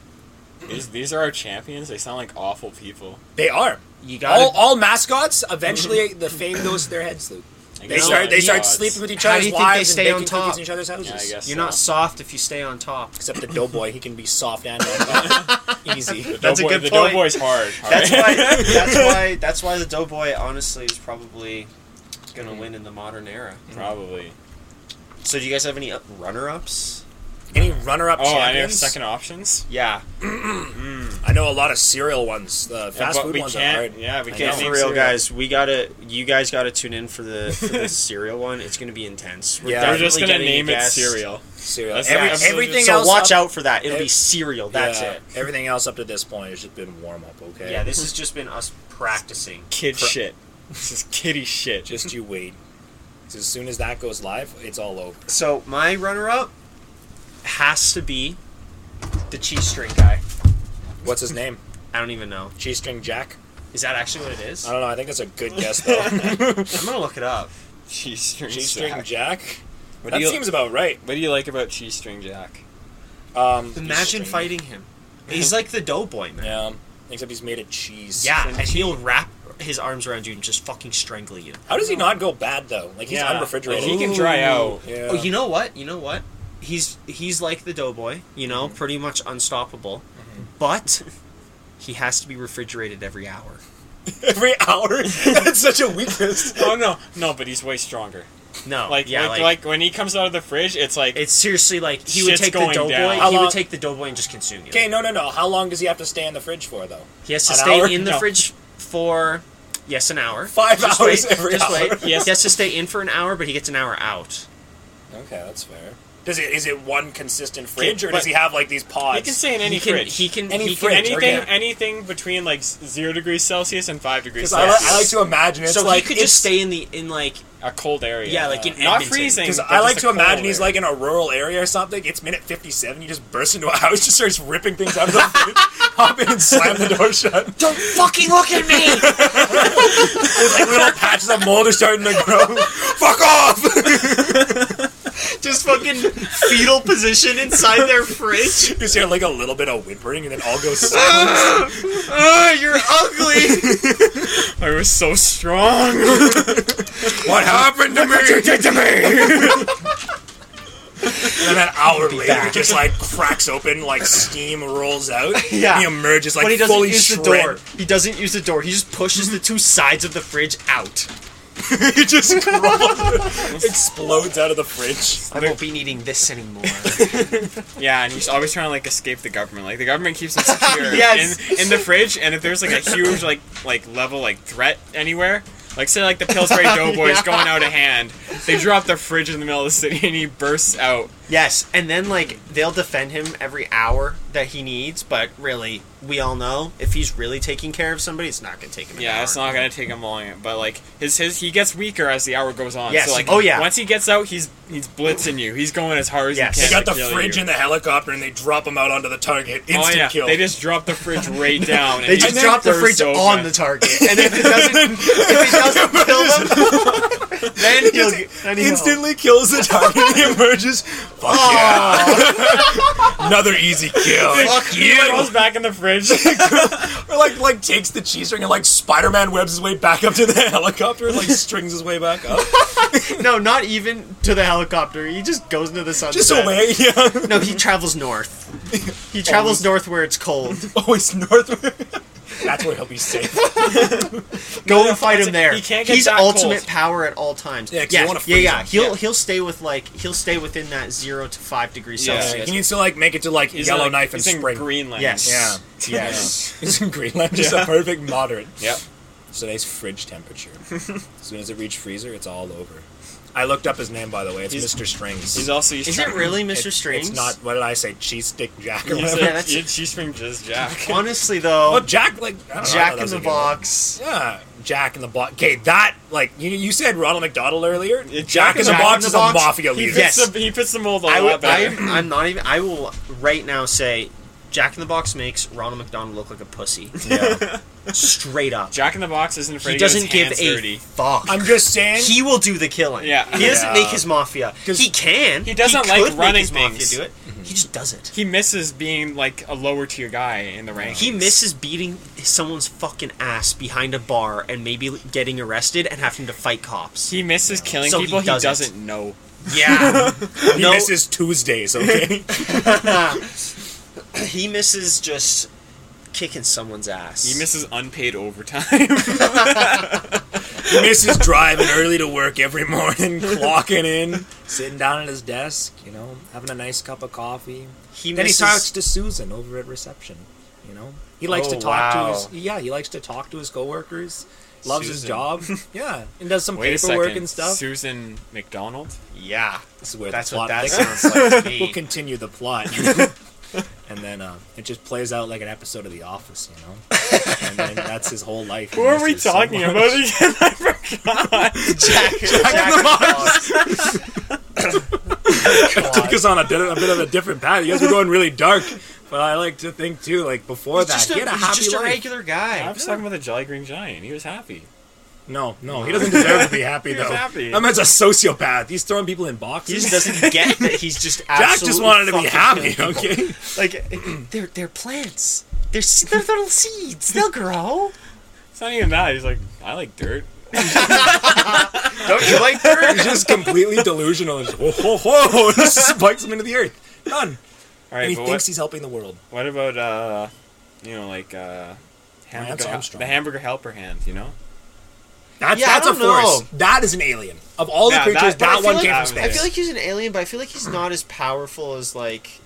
Speaker 2: these, these are our champions. They sound like awful people.
Speaker 3: they are.
Speaker 1: You gotta-
Speaker 3: all, all mascots. Eventually, the fame goes to their heads, Luke.
Speaker 2: I
Speaker 3: They
Speaker 2: guess
Speaker 3: start they
Speaker 2: that's
Speaker 3: start
Speaker 2: odds.
Speaker 3: sleeping with each
Speaker 1: How do
Speaker 3: other's
Speaker 1: you think they
Speaker 3: wives
Speaker 1: stay
Speaker 3: and
Speaker 1: on
Speaker 3: baking
Speaker 1: top?
Speaker 3: cookies in each other's houses.
Speaker 2: Yeah, I guess
Speaker 1: You're
Speaker 2: so.
Speaker 1: not soft if you stay on top.
Speaker 3: Except the doughboy, he can be soft and uh,
Speaker 2: (laughs)
Speaker 3: easy.
Speaker 1: That's a
Speaker 2: Doughboy-
Speaker 1: good
Speaker 2: the
Speaker 1: point.
Speaker 2: Doughboy's hard.
Speaker 1: (laughs)
Speaker 2: all
Speaker 1: That's
Speaker 2: right?
Speaker 1: why. (laughs) That's why. That's why the Doughboy honestly is probably gonna win in the modern era.
Speaker 2: Probably. Oh,
Speaker 1: So do you guys have any runner-ups?
Speaker 3: Any runner-up
Speaker 2: Oh, I have
Speaker 3: champions?
Speaker 2: second options.
Speaker 1: Yeah,
Speaker 3: I know a lot of cereal ones. The
Speaker 2: Yeah,
Speaker 3: fast
Speaker 2: but
Speaker 3: food
Speaker 2: we
Speaker 3: ones
Speaker 2: can't-
Speaker 3: are hard.
Speaker 2: yeah, we
Speaker 3: I
Speaker 2: can't
Speaker 3: know.
Speaker 2: name
Speaker 1: for real,
Speaker 2: cereal.
Speaker 1: guys. We gotta. You guys gotta tune in for the for (laughs) the cereal one. It's gonna be intense. We're
Speaker 3: Yeah.
Speaker 2: They're
Speaker 3: We're
Speaker 2: just
Speaker 1: definitely
Speaker 2: gonna
Speaker 1: getting a
Speaker 2: name it
Speaker 1: guest.
Speaker 2: cereal.
Speaker 3: Cereal.
Speaker 2: That's
Speaker 3: Every-
Speaker 2: the absolute-
Speaker 3: everything
Speaker 1: So
Speaker 3: else.
Speaker 1: watch
Speaker 3: up,
Speaker 1: out for that. It'll
Speaker 3: Ev-
Speaker 1: be cereal. That's
Speaker 3: yeah,
Speaker 1: it.
Speaker 3: Everything else up to this point has just been warm up. Okay.
Speaker 1: Yeah, this has just been us practicing.
Speaker 2: Kid shit. This is kitty shit.
Speaker 3: just you wait. 'Cause As soon as that goes live, it's all over.
Speaker 1: So my runner-up has to be the cheese string guy.
Speaker 3: What's
Speaker 2: (laughs)
Speaker 3: his name?
Speaker 1: I don't even know.
Speaker 3: Cheese string Jack.
Speaker 1: Is that actually what it is?
Speaker 3: I don't know. I think that's a good
Speaker 2: (laughs)
Speaker 3: guess though.
Speaker 1: I'm gonna look it up.
Speaker 2: cheese string
Speaker 3: Cheese string
Speaker 2: Jack.
Speaker 3: Jack.
Speaker 2: What
Speaker 3: that
Speaker 2: do you
Speaker 3: seems about right.
Speaker 2: What do you like about cheese string Jack?
Speaker 3: Um,
Speaker 1: Imagine
Speaker 3: fighting.
Speaker 1: fighting him. He's like the doughboy man.
Speaker 3: Yeah. Except he's made of cheese.
Speaker 1: Yeah, and he'll wrap his arms around you and just fucking strangling you.
Speaker 3: How does he not go bad though? Like he's
Speaker 2: Yeah.
Speaker 3: unrefrigerated.
Speaker 2: He can dry out.
Speaker 3: Yeah.
Speaker 1: Oh, you know what? You know what? He's he's like the doughboy, you
Speaker 2: Mm-hmm.
Speaker 1: know, pretty much unstoppable. But he has to be refrigerated every hour.
Speaker 3: Every hour. (laughs) That's such a weakness.
Speaker 2: Oh no, no, but he's way stronger.
Speaker 1: No,
Speaker 2: (laughs) Like,
Speaker 1: Oh, yeah,
Speaker 2: like, like, when he comes out of the fridge, it's like
Speaker 1: it's seriously like he would
Speaker 2: Shit's
Speaker 1: take the
Speaker 2: going down.
Speaker 1: doughboy.
Speaker 3: How
Speaker 1: He
Speaker 3: long-
Speaker 1: would take the doughboy and just consume you.
Speaker 3: Okay, no, no, no. How long does he have to stay in the fridge for though?
Speaker 1: He has to
Speaker 3: An
Speaker 1: stay
Speaker 3: hour?
Speaker 1: in the
Speaker 3: No.
Speaker 1: fridge for yes, an hour.
Speaker 3: Five
Speaker 1: Just
Speaker 3: hours
Speaker 1: wait,
Speaker 3: every
Speaker 1: just
Speaker 3: hour.
Speaker 1: Wait.
Speaker 2: Yes.
Speaker 1: He has to stay in for an hour, but he gets an hour out.
Speaker 3: Okay, that's fair. Does it is it one consistent fridge or
Speaker 2: but-
Speaker 3: does he have like these pods?
Speaker 2: he can stay in any
Speaker 1: he can,
Speaker 2: fridge.
Speaker 1: He can.
Speaker 3: Any
Speaker 1: he
Speaker 3: fridge,
Speaker 1: Can,
Speaker 2: anything,
Speaker 3: okay.
Speaker 2: anything between like s- zero degrees Celsius and five degrees
Speaker 3: Because I, li-
Speaker 2: Celsius.
Speaker 3: I like to imagine it's
Speaker 1: So
Speaker 3: like
Speaker 1: he could just stay in the in like
Speaker 2: a cold area.
Speaker 1: yeah, like in
Speaker 2: not
Speaker 1: Edmonton.
Speaker 2: freezing.
Speaker 3: Because
Speaker 2: but
Speaker 3: I
Speaker 2: just
Speaker 3: like
Speaker 2: a
Speaker 3: to imagine
Speaker 2: cold
Speaker 3: he's
Speaker 2: area.
Speaker 3: like in a rural area or something. It's minute fifty-seven. He just bursts into a house, (laughs) just starts ripping things out of the fridge, (laughs) hop in and slam the door shut.
Speaker 1: Don't fucking look at (laughs) me.
Speaker 3: There's like little patches of mold are starting to grow. Fuck off!
Speaker 1: just fucking fetal position inside their (laughs) fridge.
Speaker 3: (laughs) You hear like a little bit of whimpering, and then all (laughs) goes silent.
Speaker 1: Oh, you're ugly.
Speaker 2: (laughs) I was so strong.
Speaker 3: What happened to me? What you did to me? (laughs) And then an hour later, it just like cracks open, like steam rolls out. (laughs)
Speaker 1: Yeah.
Speaker 3: and he emerges like
Speaker 1: But he doesn't
Speaker 3: fully
Speaker 1: use
Speaker 3: shred.
Speaker 1: the door. He doesn't use the door. He just pushes the two sides of the fridge out.
Speaker 3: (laughs) he just (laughs) crawls, explodes out of the fridge.
Speaker 1: I won't be needing this anymore.
Speaker 2: Yeah, and he's always trying to like escape the government. Like the government
Speaker 1: (laughs)
Speaker 2: keeps him secure
Speaker 1: Yes.
Speaker 2: in, in the fridge, and if there's like a huge like like level like threat anywhere, like say like
Speaker 1: (laughs)
Speaker 2: the Pillsbury Doughboy is
Speaker 1: Yeah.
Speaker 2: going out of hand, they drop the fridge in the middle of the city, and he bursts out.
Speaker 1: (laughs) yes, and then like they'll defend him every hour that he needs. But really, we all know if he's really taking care of somebody, it's not going to take him. An
Speaker 2: Yeah,
Speaker 1: hour.
Speaker 2: it's not gonna take him long, but like his his he gets weaker as the hour goes on.
Speaker 1: Yes.
Speaker 2: So like
Speaker 1: Oh, yeah.
Speaker 2: once he gets out, he's he's blitzing you. He's going as hard as
Speaker 1: Yes.
Speaker 2: he
Speaker 3: They
Speaker 2: can.
Speaker 3: got the
Speaker 2: to kill
Speaker 3: fridge
Speaker 2: you.
Speaker 3: in the helicopter, and they drop him out onto the target. Instant
Speaker 2: Oh yeah,
Speaker 3: kill.
Speaker 2: they just drop the fridge right down.
Speaker 1: (laughs) They just drop the fridge on the target, and if it doesn't, if it doesn't kill them, (laughs) then he'll get- then he'll-
Speaker 3: instantly kills the target. and (laughs) he emerges. Fuck yeah! Another easy kill.
Speaker 1: Fuck
Speaker 2: He like, rolls back in the fridge.
Speaker 3: Or like like takes the cheese ring and like Spider Man webs his way back up to the (laughs) helicopter and like strings his way back up.
Speaker 1: No, not even to the helicopter. He just goes into the sunset.
Speaker 3: (laughs) Just away, (laughs) yeah.
Speaker 1: No, he travels north. He
Speaker 2: Oh,
Speaker 1: travels north where it's cold.
Speaker 2: (laughs)
Speaker 3: Always northward. That's where he'll be safe.
Speaker 1: Go and fight him there.
Speaker 2: he can't get
Speaker 1: He's
Speaker 2: that
Speaker 1: ultimate
Speaker 2: cold.
Speaker 1: power at all times.
Speaker 3: Yeah, 'cause you
Speaker 1: yeah,
Speaker 3: wanna
Speaker 1: yeah,
Speaker 3: freeze
Speaker 1: yeah.
Speaker 3: him.
Speaker 1: He'll
Speaker 3: Yeah.
Speaker 1: he'll stay with like he'll stay within that zero to five degrees
Speaker 2: Yeah.
Speaker 3: he
Speaker 1: Celsius.
Speaker 3: needs to like make it to like
Speaker 2: He's in,
Speaker 3: Yellow
Speaker 2: like-
Speaker 3: Knife and
Speaker 2: he's in
Speaker 3: Spring.
Speaker 2: Greenland.
Speaker 1: Yes.
Speaker 3: Yeah.
Speaker 2: (laughs)
Speaker 3: Yes. He's in Greenland. Just a perfect moderate.
Speaker 2: Yep.
Speaker 3: It's a nice fridge (laughs) temperature. as soon as it reached freezer, it's all over. I looked up his name by the way. It's
Speaker 2: He's-
Speaker 3: Mr. Strings.
Speaker 2: He's also used
Speaker 1: Is
Speaker 2: to-
Speaker 1: it really Mr.
Speaker 3: It's-
Speaker 1: Strings?
Speaker 3: It's not. What did I say? Cheese stick Jack or
Speaker 2: He's
Speaker 3: whatever.
Speaker 2: a,
Speaker 1: Yeah, that's-
Speaker 2: yeah, she's from Just Jack.
Speaker 1: Honestly, though,
Speaker 3: Oh, Jack like I don't know, I thought
Speaker 1: Jack
Speaker 3: that
Speaker 1: in
Speaker 3: was
Speaker 1: the
Speaker 3: a good one.
Speaker 1: Box.
Speaker 3: Yeah, Jack in the Box. Okay, that like you you said Ronald McDonald earlier.
Speaker 2: Yeah,
Speaker 3: Jack, in the
Speaker 1: Jack
Speaker 3: Box
Speaker 1: in the
Speaker 3: is
Speaker 1: Box.
Speaker 3: a mafia
Speaker 2: (laughs) He
Speaker 3: leader.
Speaker 2: fits,
Speaker 1: Yes.
Speaker 2: the, he fits the mold a
Speaker 1: I
Speaker 2: lot
Speaker 1: would,
Speaker 2: better.
Speaker 1: I'm, I'm not even. I will right now say, Jack in the Box makes Ronald McDonald look like a pussy.
Speaker 3: Yeah.
Speaker 1: (laughs) Straight up.
Speaker 2: Jack in the Box isn't afraid.
Speaker 1: He
Speaker 2: to get his
Speaker 1: doesn't give
Speaker 2: hands
Speaker 1: a
Speaker 2: dirty.
Speaker 1: fuck.
Speaker 3: I'm just saying.
Speaker 1: he will do the killing.
Speaker 2: Yeah.
Speaker 1: He doesn't
Speaker 3: Yeah.
Speaker 1: make his mafia.
Speaker 3: 'Cause
Speaker 1: He can.
Speaker 2: he doesn't
Speaker 1: could
Speaker 2: like
Speaker 1: make
Speaker 2: running
Speaker 1: his mafia
Speaker 2: things.
Speaker 1: do it.
Speaker 3: Mm-hmm.
Speaker 1: He just does it.
Speaker 2: He misses being like a lower tier guy in the ranks.
Speaker 1: He misses beating someone's fucking ass behind a bar and maybe getting arrested and having to fight
Speaker 3: (laughs)
Speaker 1: cops.
Speaker 2: He misses killing
Speaker 1: So he
Speaker 2: people he doesn't.
Speaker 1: doesn't.
Speaker 2: know.
Speaker 1: Yeah.
Speaker 3: he
Speaker 1: no-
Speaker 3: misses Tuesdays. Okay,
Speaker 1: he misses just kicking someone's ass.
Speaker 2: He misses unpaid overtime.
Speaker 3: he misses driving early to work every morning, clocking in, sitting down at his desk. You know, having a nice cup of coffee.
Speaker 1: He
Speaker 3: then
Speaker 1: misses.
Speaker 3: he talks to Susan over at reception. You know, he likes to
Speaker 1: Oh,
Speaker 3: talk
Speaker 1: wow.
Speaker 3: to his yeah. He likes to talk to his coworkers. Loves his
Speaker 1: (laughs)
Speaker 2: Susan.
Speaker 3: job. Yeah, and does some
Speaker 2: Wait a
Speaker 3: paperwork
Speaker 2: second.
Speaker 3: and stuff.
Speaker 2: Susan McDonald.
Speaker 1: yeah.
Speaker 3: This is where
Speaker 1: That's
Speaker 3: the
Speaker 1: what
Speaker 3: plot
Speaker 1: that
Speaker 3: picks up.
Speaker 1: sounds like to me.
Speaker 3: we'll continue the
Speaker 1: (laughs)
Speaker 3: plot. and then uh, it just plays out like an episode of The Office, you know?
Speaker 1: (laughs)
Speaker 3: And then that's his whole life.
Speaker 2: Who are we talking about again? I forgot.
Speaker 1: Jack, Jack in the box.
Speaker 3: Took us on a, bit- a bit of a different path. You guys were going really dark. But I like to think, too, like before that,
Speaker 1: Just
Speaker 3: he had
Speaker 1: a,
Speaker 3: a
Speaker 1: he's
Speaker 3: happy
Speaker 1: just a
Speaker 3: life.
Speaker 1: regular guy.
Speaker 2: (laughs) I was talking about the Jolly Green Giant. He was happy.
Speaker 3: No, no, he doesn't deserve
Speaker 2: (laughs)
Speaker 3: to be happy,
Speaker 2: He was
Speaker 3: though.
Speaker 2: happy.
Speaker 3: That man's a sociopath. He's throwing people in
Speaker 1: He
Speaker 3: boxes.
Speaker 1: just doesn't get that he's just
Speaker 3: (laughs) Jack just wanted to be
Speaker 1: absolutely
Speaker 3: happy,
Speaker 1: fucking killing
Speaker 3: okay?
Speaker 1: (clears throat) people. Like they're they're plants. They're, s- they're little seeds. They'll grow.
Speaker 2: It's not even that. He's like, I like dirt.
Speaker 1: (laughs) Don't you like dirt?
Speaker 3: (laughs) He's just completely delusional. He's, whoa, whoa, whoa, (laughs) and spikes him into the earth. Done.
Speaker 2: All
Speaker 3: and
Speaker 2: right,
Speaker 3: he
Speaker 2: but
Speaker 3: thinks
Speaker 2: what,
Speaker 3: he's helping the world.
Speaker 2: what about uh, you know, like uh, hamburger, Hel-
Speaker 3: Armstrong.
Speaker 2: the hamburger helper hand? You know,
Speaker 3: That's,
Speaker 1: Yeah, I
Speaker 3: that's a
Speaker 1: don't know.
Speaker 3: force. That is an alien. Of all
Speaker 2: Yeah,
Speaker 3: the creatures,
Speaker 2: that-
Speaker 3: that,
Speaker 2: but I feel
Speaker 3: one
Speaker 2: like-
Speaker 3: came
Speaker 2: I
Speaker 3: from
Speaker 1: I
Speaker 3: space.
Speaker 1: feel like he's an alien, but I feel like he's not as powerful as like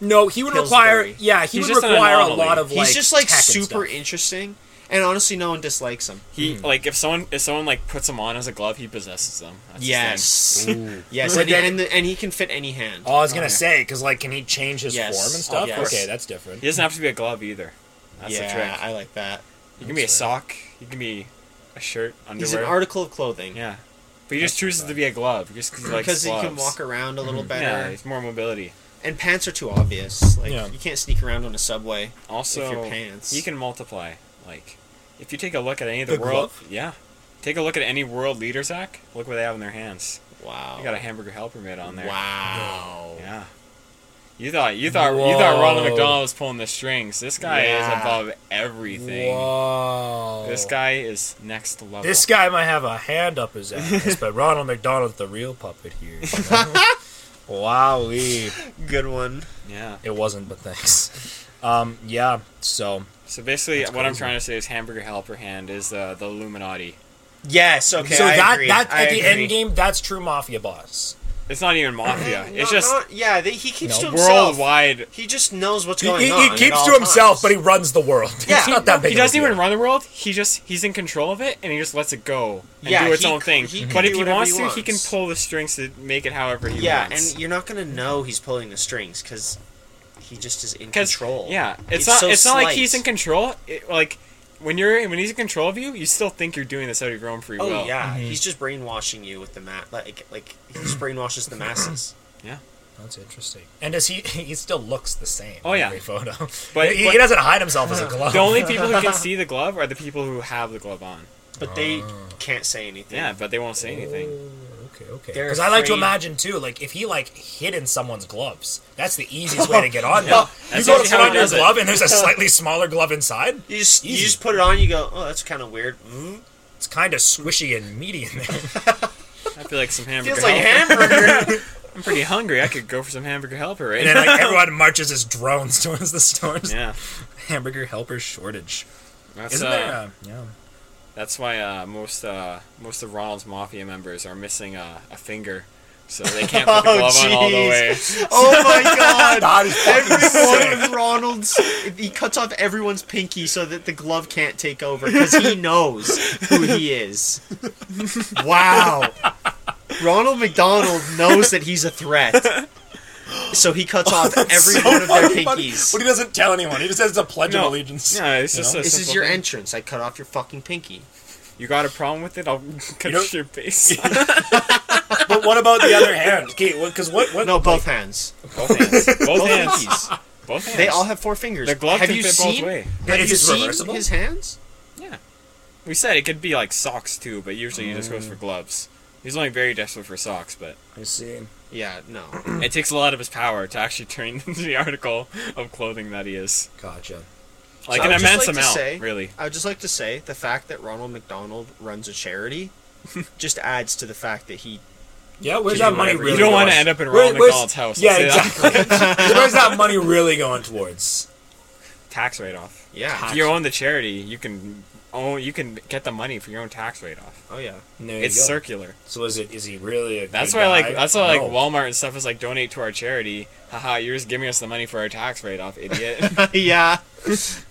Speaker 3: no, he would require.
Speaker 1: Pillsbury.
Speaker 3: Yeah, he
Speaker 2: He's
Speaker 3: would
Speaker 2: just an
Speaker 3: require a
Speaker 2: anomaly.
Speaker 3: lot of
Speaker 1: he's
Speaker 3: like.
Speaker 1: just like
Speaker 3: tech and
Speaker 1: super
Speaker 3: stuff.
Speaker 1: interesting, and honestly, no one dislikes him.
Speaker 2: he like if someone if someone like puts him on as a glove, he possesses them. That's his
Speaker 1: Yes, yes,
Speaker 3: But
Speaker 1: and, he-
Speaker 3: then-
Speaker 1: and, the, and he can fit any hand.
Speaker 3: Oh, I was gonna say because like, can he change his
Speaker 1: Yes.
Speaker 3: form and
Speaker 1: Oh,
Speaker 3: stuff?
Speaker 1: yes.
Speaker 3: Okay, that's different.
Speaker 2: thing. He doesn't have to be a glove either. That's
Speaker 1: yeah,
Speaker 2: the trick.
Speaker 1: I like that.
Speaker 2: He can be a sock. He can be a shirt, underwear.
Speaker 1: He's an article of clothing
Speaker 2: Yeah, but he just chooses to be a glove just because he likes
Speaker 1: because he
Speaker 2: gloves.
Speaker 1: can walk around a little better,
Speaker 2: Yeah, it's more mobility.
Speaker 1: and pants are too obvious. Like
Speaker 3: Yeah.
Speaker 1: you can't sneak around on a subway.
Speaker 2: Also,
Speaker 1: If your pants-
Speaker 2: he can multiply. Like, if you take a look at any of the,
Speaker 3: The
Speaker 2: world,
Speaker 3: glove?
Speaker 2: yeah, take a look at any world leader, Zach. Look what they have in their hands.
Speaker 1: Wow,
Speaker 2: They got a hamburger helper mitt on there.
Speaker 1: wow.
Speaker 2: Yeah. You thought you thought you thought Ronald
Speaker 3: Whoa.
Speaker 2: McDonald was pulling the strings. This guy
Speaker 1: Yeah.
Speaker 2: is above everything.
Speaker 3: Whoa.
Speaker 2: This guy is next level.
Speaker 3: This guy might have a hand up his ass, but Ronald McDonald's the real puppet here.
Speaker 1: (laughs)
Speaker 3: you know? Wowee.
Speaker 1: Good one.
Speaker 2: Yeah.
Speaker 3: It wasn't, but thanks. Um, yeah, so.
Speaker 2: So basically,
Speaker 3: That's
Speaker 2: what I'm
Speaker 3: crazy.
Speaker 2: trying to say is hamburger helper hand is uh, the the Illuminati.
Speaker 1: Yes. Okay.
Speaker 3: so
Speaker 1: I
Speaker 3: that,
Speaker 1: agree.
Speaker 3: that
Speaker 1: I
Speaker 3: at the
Speaker 1: agree.
Speaker 3: end game, that's true mafia boss.
Speaker 2: It's
Speaker 1: (clears throat)
Speaker 2: not even mafia.
Speaker 1: Not-
Speaker 2: it's just
Speaker 1: not- yeah. They, he keeps
Speaker 3: No,
Speaker 1: to himself.
Speaker 2: worldwide.
Speaker 1: He just knows what's
Speaker 3: He,
Speaker 1: going
Speaker 3: he- he
Speaker 1: on. at
Speaker 3: keeps
Speaker 1: all
Speaker 3: to himself,
Speaker 1: times.
Speaker 3: but he runs the world. (laughs)
Speaker 1: Yeah.
Speaker 3: it's not that big.
Speaker 2: He
Speaker 3: of a
Speaker 2: doesn't even
Speaker 3: deal.
Speaker 2: run the world. He just he's in control of it, and he just lets it go and
Speaker 1: Yeah,
Speaker 2: do its
Speaker 1: he-
Speaker 2: own thing.
Speaker 1: he can
Speaker 2: but
Speaker 1: do
Speaker 2: if he
Speaker 1: whatever
Speaker 2: wants
Speaker 1: he
Speaker 2: to, he can
Speaker 1: wants.
Speaker 2: pull the strings to make it however he
Speaker 1: Yeah,
Speaker 2: wants.
Speaker 1: and you're not gonna know he's pulling the strings because he just is in
Speaker 2: 'Cause,
Speaker 1: control.
Speaker 2: Yeah, it's,
Speaker 1: It's
Speaker 2: not.
Speaker 1: so
Speaker 2: it's not like
Speaker 1: slight.
Speaker 2: he's in control. It, like when you're when he's in control of you, you still think you're doing this out of your own free
Speaker 1: Oh
Speaker 2: will.
Speaker 1: yeah, he's just brainwashing you with the mat. Like like he just brainwashes the masses.
Speaker 3: That's interesting. And does he? (laughs) He still looks the same.
Speaker 2: Oh,
Speaker 3: in
Speaker 2: yeah.
Speaker 3: every photo.
Speaker 2: But-
Speaker 3: But he,
Speaker 2: but-
Speaker 3: he doesn't hide
Speaker 1: (laughs)
Speaker 3: himself as a glove.
Speaker 2: The only people who can see the glove are the people who have the glove on.
Speaker 1: But they
Speaker 3: Ah.
Speaker 1: can't say anything.
Speaker 2: Yeah, but they won't say anything.
Speaker 3: Oh, Okay, okay.
Speaker 1: They're
Speaker 3: Because I like to
Speaker 1: afraid-
Speaker 3: imagine too, like if he like hid in someone's gloves, that's the
Speaker 2: (laughs)
Speaker 3: easiest way to get on. them. You
Speaker 2: That's
Speaker 3: go
Speaker 2: actually
Speaker 3: to
Speaker 2: how
Speaker 3: put
Speaker 2: he
Speaker 3: on your
Speaker 2: does it.
Speaker 3: glove, and there's
Speaker 2: (laughs)
Speaker 3: a slightly smaller glove inside.
Speaker 1: You just you
Speaker 3: Easy.
Speaker 1: just put it on. You go, oh, that's kind of weird. Mm.
Speaker 3: It's kind of squishy and meaty in
Speaker 2: (laughs)
Speaker 3: there.
Speaker 2: I feel like some hamburger.
Speaker 1: Feels like
Speaker 3: (laughs)
Speaker 2: helper.
Speaker 1: hamburger.
Speaker 2: I'm pretty hungry. I could go for some hamburger helper right
Speaker 3: And then
Speaker 2: now.
Speaker 3: like everyone marches as drones (laughs) towards the stores.
Speaker 2: Yeah,
Speaker 3: Hamburger helper shortage.
Speaker 2: that's
Speaker 3: Isn't
Speaker 2: uh,
Speaker 3: there? A, yeah.
Speaker 2: That's why uh, most uh, most of Ronald's mafia members are missing uh, a finger, so they can't
Speaker 1: (laughs)
Speaker 2: put the
Speaker 1: Oh,
Speaker 2: glove on all the way.
Speaker 1: jeez. oh
Speaker 3: (laughs)
Speaker 1: my god!
Speaker 3: That is fucking sick.
Speaker 1: Everyone, Ronald's, he cuts off everyone's pinky so that the glove can't take over because he knows who he is. Wow. Ronald McDonald knows that he's a threat. So he cuts
Speaker 3: (laughs)
Speaker 1: off every one of their pinkies.
Speaker 3: But he doesn't tell anyone. He just says it's a pledge
Speaker 2: No.
Speaker 3: of allegiance.
Speaker 2: No, it's just
Speaker 3: know?
Speaker 2: a
Speaker 1: This
Speaker 2: simple
Speaker 1: is your
Speaker 2: thing.
Speaker 1: entrance. I cut off your fucking pinky.
Speaker 2: You got a problem with it? I'll (laughs) cut
Speaker 3: don't-
Speaker 1: (laughs)
Speaker 2: your face.
Speaker 3: But what about the
Speaker 2: (laughs)
Speaker 3: other hand? Okay, because what? what
Speaker 1: No, both hands.
Speaker 2: Both (laughs) hands. Both
Speaker 1: Both
Speaker 2: hands.
Speaker 1: pinkies.
Speaker 2: Both hands.
Speaker 1: They all have four fingers.
Speaker 2: the glove
Speaker 1: have
Speaker 2: can
Speaker 1: you
Speaker 2: fit
Speaker 1: seen,
Speaker 2: both way.
Speaker 3: But
Speaker 1: Have
Speaker 3: is
Speaker 1: you
Speaker 3: it
Speaker 1: seen
Speaker 3: reversible?
Speaker 1: his hands?
Speaker 2: Yeah. We said it could be like socks too, but usually he just goes for
Speaker 1: Mm.
Speaker 2: gloves. He's only very desperate for socks, but
Speaker 3: I see.
Speaker 1: Yeah, no.
Speaker 2: it takes a lot of his power to actually turn (laughs) the article of clothing that he is.
Speaker 3: Gotcha.
Speaker 2: Like
Speaker 1: I
Speaker 2: an
Speaker 1: would just
Speaker 2: immense
Speaker 1: like to
Speaker 2: amount,
Speaker 1: say-
Speaker 2: really.
Speaker 1: I would just like to say the fact that Ronald McDonald runs a
Speaker 2: (laughs)
Speaker 1: charity just adds to the fact that he.
Speaker 3: Yeah, where's
Speaker 1: You
Speaker 3: that
Speaker 1: do
Speaker 3: money
Speaker 1: whatever
Speaker 3: really
Speaker 2: you don't
Speaker 3: want
Speaker 2: want to end up in Ronald McDonald's house. I'll
Speaker 3: Yeah,
Speaker 2: say that. (laughs)
Speaker 3: exactly. where's that money really going towards?
Speaker 2: Tax write off.
Speaker 1: Yeah.
Speaker 2: If you own the charity, you can own you can get the money for your own tax write off. (laughs)
Speaker 1: Oh yeah.
Speaker 3: There
Speaker 2: It's
Speaker 3: you go.
Speaker 2: circular.
Speaker 3: So is it? Is he really? A
Speaker 2: That's
Speaker 3: good
Speaker 2: why like
Speaker 3: guy?
Speaker 2: that's why like
Speaker 3: No.
Speaker 2: Walmart and stuff is like donate to our charity. Haha, you're just giving us the money for our tax write off, idiot. (laughs)
Speaker 1: yeah.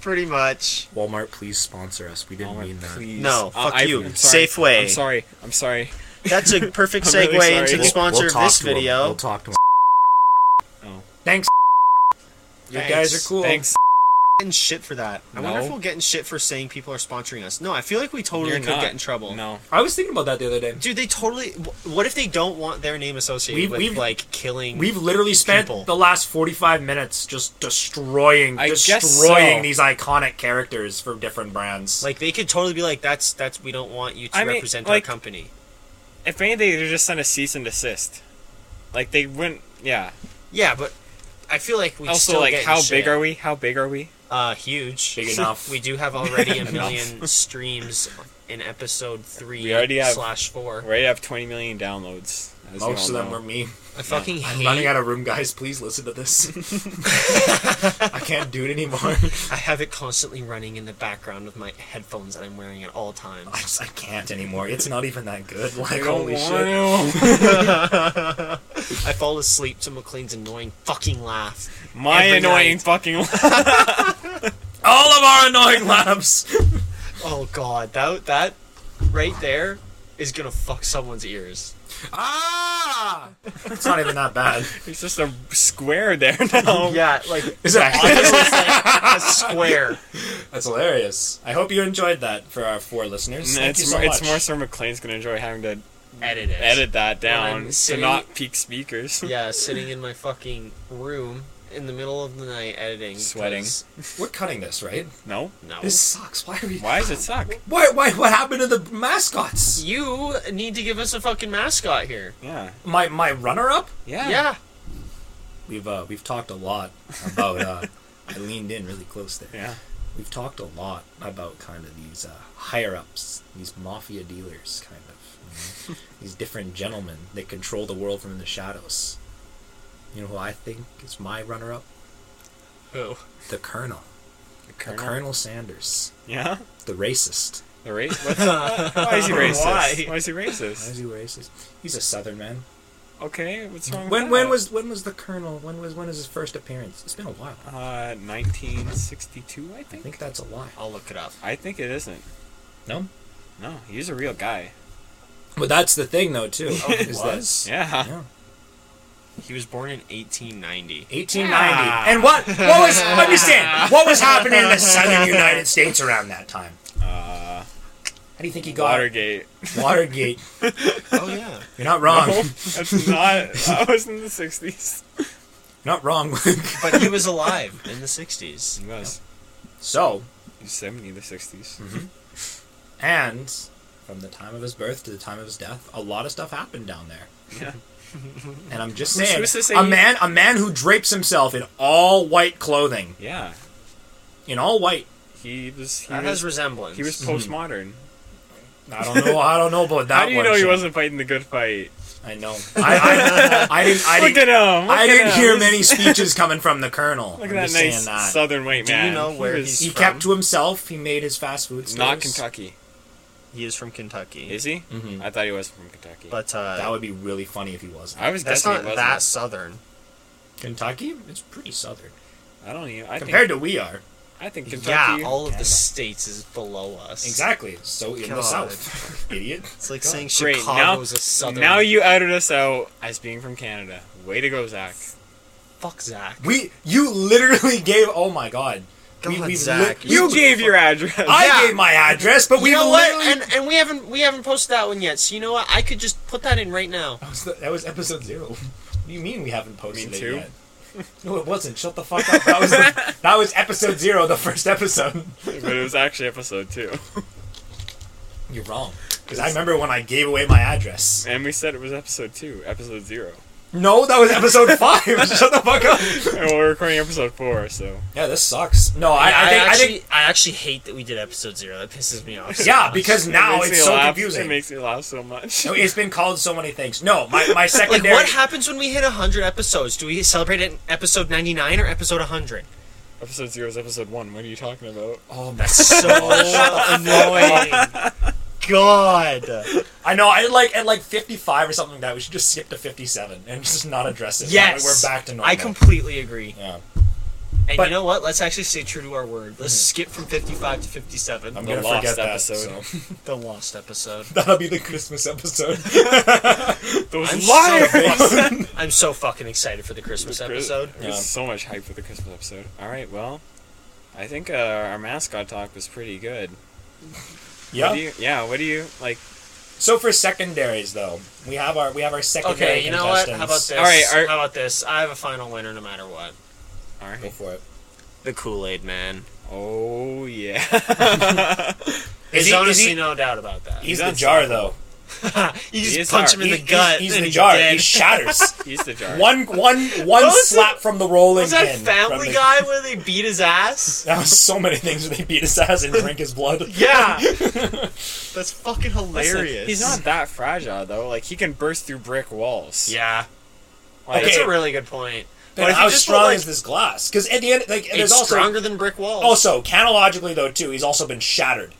Speaker 1: Pretty much.
Speaker 3: Walmart, please sponsor us. We didn't
Speaker 2: Walmart,
Speaker 3: mean that.
Speaker 2: please.
Speaker 1: No,
Speaker 2: Uh,
Speaker 1: fuck
Speaker 2: I-
Speaker 1: you.
Speaker 2: I'm sorry.
Speaker 1: Safeway.
Speaker 2: I'm sorry. I'm sorry.
Speaker 1: That's a perfect
Speaker 2: (laughs) I'm
Speaker 1: segue
Speaker 2: really sorry.
Speaker 1: into the
Speaker 2: We'll-
Speaker 1: sponsor of this
Speaker 3: to him.
Speaker 1: video.
Speaker 3: We'll talk to him.
Speaker 2: Oh.
Speaker 3: Thanks. You
Speaker 1: Thanks.
Speaker 3: guys are cool.
Speaker 2: Thanks.
Speaker 1: Getting shit for that. I wonder
Speaker 2: No.
Speaker 1: if we'll get in shit for saying people are sponsoring us. No, I feel like we totally
Speaker 2: You're
Speaker 1: could
Speaker 2: not.
Speaker 1: get in trouble.
Speaker 2: No.
Speaker 3: I was thinking about that the other day.
Speaker 1: Dude, they totally. wh- What if they don't want their name associated
Speaker 3: We've-
Speaker 1: with
Speaker 3: we've-
Speaker 1: like killing?
Speaker 3: We've literally spent
Speaker 1: People.
Speaker 3: the last 45 minutes just destroying
Speaker 2: I guess
Speaker 3: destroying
Speaker 2: so.
Speaker 3: these iconic characters for different brands.
Speaker 1: like they could totally be like, "That's that's we don't want you to
Speaker 2: I mean,
Speaker 1: represent
Speaker 2: like-
Speaker 1: our company."
Speaker 2: If anything, they just sent a cease and desist. Like they wouldn't. Yeah.
Speaker 1: Yeah, but I feel like we
Speaker 2: also,
Speaker 1: still
Speaker 2: like,
Speaker 1: get in
Speaker 2: how
Speaker 1: shit.
Speaker 2: big are we? How big are we?
Speaker 1: Uh, huge.
Speaker 3: Big enough.
Speaker 1: We do have already
Speaker 3: (laughs)
Speaker 1: a million streams in episode three
Speaker 2: We already have-
Speaker 1: slash four.
Speaker 2: Right at 20 million downloads. as you
Speaker 3: Most
Speaker 2: all
Speaker 3: of them
Speaker 2: know.
Speaker 3: were me.
Speaker 1: I fucking
Speaker 3: I'm
Speaker 1: hate.
Speaker 3: running out of room, guys. Please listen to
Speaker 2: (laughs)
Speaker 3: this. I can't do it anymore.
Speaker 1: I have it constantly running in the background with my headphones that I'm wearing at all times.
Speaker 3: (laughs) I just I can't anymore. It's not even that good.
Speaker 2: I
Speaker 3: Like
Speaker 2: don't
Speaker 3: holy shit.
Speaker 2: want
Speaker 1: I fall asleep to McLean's annoying fucking laugh.
Speaker 2: to. (laughs) My
Speaker 1: Every
Speaker 2: annoying
Speaker 1: night.
Speaker 2: fucking.
Speaker 3: All of our annoying laps.
Speaker 1: Oh god, that that right there is gonna fuck someone's ears.
Speaker 3: ah! It's not even that bad.
Speaker 2: It's just a square there (laughs)
Speaker 3: Oh.
Speaker 2: now.
Speaker 1: Yeah,
Speaker 3: (laughs)
Speaker 1: like
Speaker 3: Is that?
Speaker 1: a square.
Speaker 3: That's hilarious. I hope you enjoyed that for our four listeners.
Speaker 2: And
Speaker 3: Thank
Speaker 2: it's
Speaker 3: you so
Speaker 2: more, it's
Speaker 3: much.
Speaker 2: more so McLean's gonna enjoy having to
Speaker 1: Edit it.
Speaker 2: edit that
Speaker 1: I'm
Speaker 2: down to
Speaker 1: sitting-
Speaker 2: not peak speakers.
Speaker 1: Yeah, sitting in my fucking room in the middle of the night editing.
Speaker 2: Sweating.
Speaker 1: 'cause-
Speaker 3: We're cutting this, right?
Speaker 2: (laughs) No.
Speaker 1: No.
Speaker 3: This sucks. Why are we?
Speaker 2: Why does it suck?
Speaker 3: Why? Why? What happened to the mascots?
Speaker 1: You need to give us a fucking mascot here.
Speaker 2: Yeah.
Speaker 3: My my runner up.
Speaker 2: Yeah.
Speaker 1: Yeah.
Speaker 3: We've uh, we've talked a lot about. Uh, I leaned in really close there.
Speaker 2: Yeah.
Speaker 3: We've talked a lot about kind of these uh, higher ups, these mafia dealers, kind of you know? these different gentlemen that control the world from the shadows. You know who I think is my runner up?
Speaker 1: Who?
Speaker 3: The Colonel.
Speaker 2: The
Speaker 3: The Colonel Sanders.
Speaker 2: Yeah.
Speaker 3: The racist.
Speaker 2: The
Speaker 3: (laughs)
Speaker 2: race. What's, why is he racist?
Speaker 1: Why?
Speaker 2: Why, is he
Speaker 3: Why is
Speaker 2: racist?
Speaker 3: he racist? He's a Southern man.
Speaker 2: Okay. What's wrong?
Speaker 3: When
Speaker 2: with
Speaker 3: when
Speaker 2: that?
Speaker 3: was when was the Colonel? When was when is his first appearance? It's been a while.
Speaker 2: Uh, 1962, I
Speaker 3: I
Speaker 2: think.
Speaker 3: think that's a lie.
Speaker 1: I'll look it up.
Speaker 2: I think it isn't.
Speaker 3: No.
Speaker 2: No, he's a real guy.
Speaker 3: But that's the thing, though, too. is that-
Speaker 1: was?
Speaker 2: Yeah.
Speaker 3: Yeah.
Speaker 1: He was born in 1890.
Speaker 3: 1890.
Speaker 2: Yeah.
Speaker 3: And what what was understand what was happening in
Speaker 2: (laughs)
Speaker 3: the southern United States around that time?
Speaker 2: Uh,
Speaker 3: How do you think he got
Speaker 2: Watergate.
Speaker 3: (laughs) Watergate?
Speaker 1: Oh yeah.
Speaker 3: You're not wrong.
Speaker 2: No, (laughs)
Speaker 3: You're
Speaker 2: that's not. That was in the 60s.
Speaker 3: not wrong. Luke.
Speaker 1: but he was alive in the 60s.
Speaker 2: He was.
Speaker 3: so,
Speaker 2: 70 the 60s.
Speaker 3: Mm-hmm. and from the time of his birth to the time of his death, a lot of stuff happened down there.
Speaker 2: Yeah.
Speaker 3: And I'm just
Speaker 2: Who's-
Speaker 3: saying,
Speaker 2: who's to say
Speaker 3: a
Speaker 2: he-
Speaker 3: man, a man who drapes himself in all white clothing,
Speaker 2: Yeah.
Speaker 3: in all white.
Speaker 2: He was. He
Speaker 1: That
Speaker 2: was.
Speaker 1: has resemblance.
Speaker 2: he was postmodern.
Speaker 3: I don't know. I don't know about Mm-hmm. that.
Speaker 2: How do you
Speaker 3: one,
Speaker 2: know he
Speaker 3: Sean.
Speaker 2: wasn't fighting the good fight?
Speaker 3: I know. I, I, I didn't.
Speaker 2: (laughs)
Speaker 3: I
Speaker 2: Look
Speaker 3: didn't,
Speaker 2: at him. Look
Speaker 3: I
Speaker 2: at
Speaker 3: didn't
Speaker 2: him.
Speaker 3: hear
Speaker 2: This-
Speaker 3: many speeches coming from the colonel.
Speaker 2: (laughs) Look
Speaker 3: I'm
Speaker 2: at that
Speaker 3: just
Speaker 2: nice
Speaker 3: saying that.
Speaker 2: southern white
Speaker 1: Do you
Speaker 2: man.
Speaker 1: know
Speaker 2: He
Speaker 1: where
Speaker 2: was
Speaker 3: He
Speaker 1: he's-
Speaker 3: kept
Speaker 1: from-
Speaker 3: to himself. He made his fast food. Stores.
Speaker 2: Not Kentucky.
Speaker 1: He is from Kentucky.
Speaker 2: Is he?
Speaker 3: Mhm.
Speaker 2: I thought he was from Kentucky.
Speaker 1: But uh,
Speaker 3: That would be really funny if he wasn't.
Speaker 2: I was
Speaker 1: that's
Speaker 2: guessing
Speaker 1: not
Speaker 2: he wasn't.
Speaker 1: that southern.
Speaker 3: Kentucky, it's pretty southern
Speaker 2: I don't even. I
Speaker 3: compared
Speaker 2: think,
Speaker 3: to we are.
Speaker 2: I think Kentucky.
Speaker 1: Yeah, all of the
Speaker 3: Canada.
Speaker 1: states is below us.
Speaker 3: Exactly. So in the
Speaker 1: God.
Speaker 3: south, (laughs) idiot.
Speaker 1: It's like
Speaker 3: God.
Speaker 1: saying
Speaker 2: Great, now-
Speaker 1: Chicago's a southern.
Speaker 2: Now you outed us out as being from Canada. Way to go, Zach.
Speaker 1: fuck Zach.
Speaker 3: We, you literally gave. Oh my god.
Speaker 1: Go
Speaker 3: we,
Speaker 1: on,
Speaker 3: we
Speaker 1: Zach.
Speaker 3: lit-
Speaker 2: You gave your address.
Speaker 3: I
Speaker 1: Yeah.
Speaker 3: gave my address, but we
Speaker 1: You know what?
Speaker 3: literally.
Speaker 1: And, and we haven't we haven't posted that one yet. So you know what? I could just put that in right now.
Speaker 3: That was, the, that was episode zero. (laughs) What do you mean we haven't posted
Speaker 2: Me
Speaker 3: it
Speaker 2: too.
Speaker 3: yet? No, it wasn't. Shut the fuck up. That was
Speaker 2: (laughs)
Speaker 3: the, that was episode zero, the first episode.
Speaker 2: but it was actually episode two,
Speaker 3: You're wrong. Because I remember when I gave away my address.
Speaker 2: and we said it was episode two, episode zero,
Speaker 3: No, that was episode (laughs) five. Shut the fuck up.
Speaker 2: and we're recording episode four. So
Speaker 3: Yeah, this sucks. No, I, I, think,
Speaker 1: actually,
Speaker 3: I think.
Speaker 1: I actually hate that we did episode zero. That pisses me off. so
Speaker 3: Yeah,
Speaker 1: much.
Speaker 3: because
Speaker 2: It
Speaker 3: now
Speaker 2: makes me
Speaker 3: it's so
Speaker 2: laugh. It
Speaker 3: confusing.
Speaker 2: makes me laugh so much.
Speaker 3: No, it's been called so many things. No, my, my
Speaker 1: like
Speaker 3: secondary.
Speaker 1: what happens when we hit hundred episodes? Do we celebrate it in episode ninety nine or episode hundred?
Speaker 2: episode zero is episode one. What are you talking about?
Speaker 3: oh, my-
Speaker 1: That's so annoying. God.
Speaker 3: (laughs) I know. I like at like 55 or something like that. We should just skip to 57 and just not address it. That way
Speaker 1: Yes.
Speaker 3: we're back to normal.
Speaker 1: I completely agree.
Speaker 3: Yeah. (laughs)
Speaker 1: And
Speaker 3: But-
Speaker 1: you know what? Let's actually stay true to our word. Let's skip from 55 to 57.
Speaker 3: I'm
Speaker 2: The
Speaker 3: gonna
Speaker 2: lost
Speaker 3: forget that.
Speaker 2: episode.
Speaker 3: (laughs) so.
Speaker 1: the lost episode.
Speaker 3: That'll be the
Speaker 1: (laughs)
Speaker 3: Christmas episode.
Speaker 2: Those
Speaker 1: I'm
Speaker 2: liars.
Speaker 1: so, fucking, I'm so fucking excited for the Christmas episode.
Speaker 2: There's
Speaker 3: Yeah.
Speaker 2: so much hype for the Christmas episode. All right, well, I think uh, our mascot talk was pretty good. What do
Speaker 3: (laughs) yeah.
Speaker 2: you, yeah. What do you like?
Speaker 3: So for secondaries though, we have our we have our secondary.
Speaker 1: Okay, you know what? How about
Speaker 3: contestants.
Speaker 1: this?
Speaker 2: All right, are-
Speaker 1: How about this? I have a final winner no matter what.
Speaker 2: All
Speaker 3: Go
Speaker 2: right.
Speaker 3: for it.
Speaker 1: The Kool Aid Man.
Speaker 2: Oh yeah.
Speaker 3: Is
Speaker 1: There's
Speaker 3: he- is
Speaker 1: honestly
Speaker 3: he-
Speaker 1: no doubt about that.
Speaker 3: He's
Speaker 2: He's
Speaker 3: the jar though.
Speaker 2: unstoppable.
Speaker 1: (laughs) You
Speaker 2: He
Speaker 1: just
Speaker 2: is
Speaker 1: punch
Speaker 2: hard.
Speaker 1: him in the
Speaker 3: He- he-
Speaker 1: gut.
Speaker 3: he's
Speaker 1: and
Speaker 3: the
Speaker 1: he's
Speaker 3: jar.
Speaker 1: dead.
Speaker 3: He
Speaker 1: (laughs)
Speaker 3: shatters.
Speaker 2: (laughs) He's the jar.
Speaker 3: one one one
Speaker 1: was
Speaker 3: slap from the rolling
Speaker 1: Was that
Speaker 3: pin from
Speaker 1: Family
Speaker 3: the-
Speaker 1: Guy where they beat his ass?
Speaker 3: That was so many things where they beat his ass and drink his blood.
Speaker 1: (laughs) Yeah, (laughs) that's fucking
Speaker 2: Listen,
Speaker 1: hilarious.
Speaker 2: He's not that fragile though. Like he can burst through brick walls.
Speaker 1: (laughs) Yeah,
Speaker 2: Like,
Speaker 3: Okay.
Speaker 1: that's a really good point. if
Speaker 3: But
Speaker 1: you
Speaker 3: how
Speaker 1: just
Speaker 3: strong
Speaker 1: put, like-
Speaker 3: is this glass? Because at the end, like,
Speaker 1: It's
Speaker 3: there's also Oh,
Speaker 1: stronger than brick walls.
Speaker 3: also canologically though too. He's also been shattered.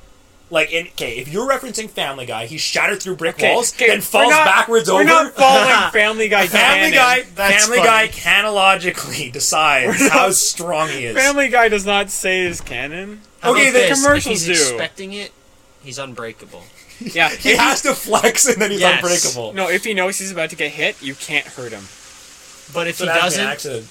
Speaker 3: Like, in, okay, if you're referencing Family Guy, he's shattered through brick
Speaker 2: okay,
Speaker 3: walls,
Speaker 2: okay,
Speaker 3: then falls
Speaker 2: we're not-
Speaker 3: backwards
Speaker 2: we're
Speaker 3: over.
Speaker 2: not following Family Guy.
Speaker 3: (laughs) Family
Speaker 2: canon.
Speaker 3: Guy,
Speaker 1: That's
Speaker 3: Family Guy
Speaker 1: funny.
Speaker 3: canologically (laughs) decides how strong he is.
Speaker 2: Family Guy does not say his canon.
Speaker 1: How about
Speaker 3: okay, the
Speaker 1: this? If
Speaker 2: commercials
Speaker 1: he's
Speaker 2: do.
Speaker 1: expecting it. He's unbreakable.
Speaker 2: Yeah.
Speaker 3: he has to flex, and then he's
Speaker 1: Yes.
Speaker 3: unbreakable.
Speaker 2: no, if he knows he's about to get hit, you can't hurt him.
Speaker 1: But if
Speaker 3: So
Speaker 1: he
Speaker 3: that's an
Speaker 1: doesn't,
Speaker 3: accident.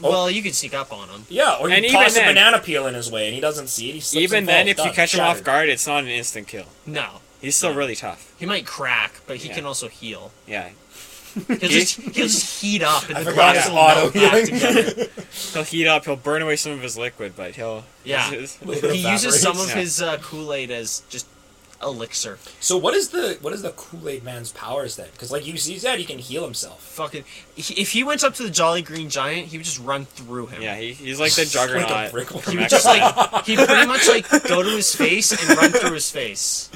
Speaker 1: well, you can sneak up on him.
Speaker 3: Yeah, or you
Speaker 2: And even
Speaker 3: toss a
Speaker 2: then-
Speaker 3: banana peel in his way, and he doesn't see it. He slips
Speaker 2: Even
Speaker 3: and
Speaker 2: then,
Speaker 3: falls,
Speaker 2: if you
Speaker 3: done,
Speaker 2: catch him off
Speaker 3: shattered.
Speaker 2: guard, it's not an instant kill.
Speaker 1: No,
Speaker 2: He's still really tough.
Speaker 1: he might crack, but he
Speaker 2: Yeah.
Speaker 1: can also
Speaker 3: (laughs)
Speaker 1: heal.
Speaker 2: Yeah,
Speaker 1: He'll just he'll just heat up and
Speaker 3: I
Speaker 1: the
Speaker 3: forgot
Speaker 1: glass
Speaker 3: his
Speaker 1: will melt back
Speaker 3: auto-healing. (laughs)
Speaker 1: together.
Speaker 2: he'll heat up. He'll burn away some of his liquid, but he'll
Speaker 1: Yeah.
Speaker 2: he's-
Speaker 3: It
Speaker 1: he uses
Speaker 3: evaporates.
Speaker 1: some of
Speaker 2: Yeah.
Speaker 1: his uh, Kool Aid as just elixir.
Speaker 3: So what is the what is the Kool Aid Man's powers then? Because like you see that he can heal himself. (laughs)
Speaker 1: Fucking, he- if he went up to the Jolly Green Giant, he would just run through him.
Speaker 2: yeah. He, he's like the juggernaut.
Speaker 3: (laughs) Like a brick wall.
Speaker 2: from
Speaker 3: He would
Speaker 1: Just
Speaker 2: X-Men.
Speaker 1: like he'd pretty much like go to his face and run through his face.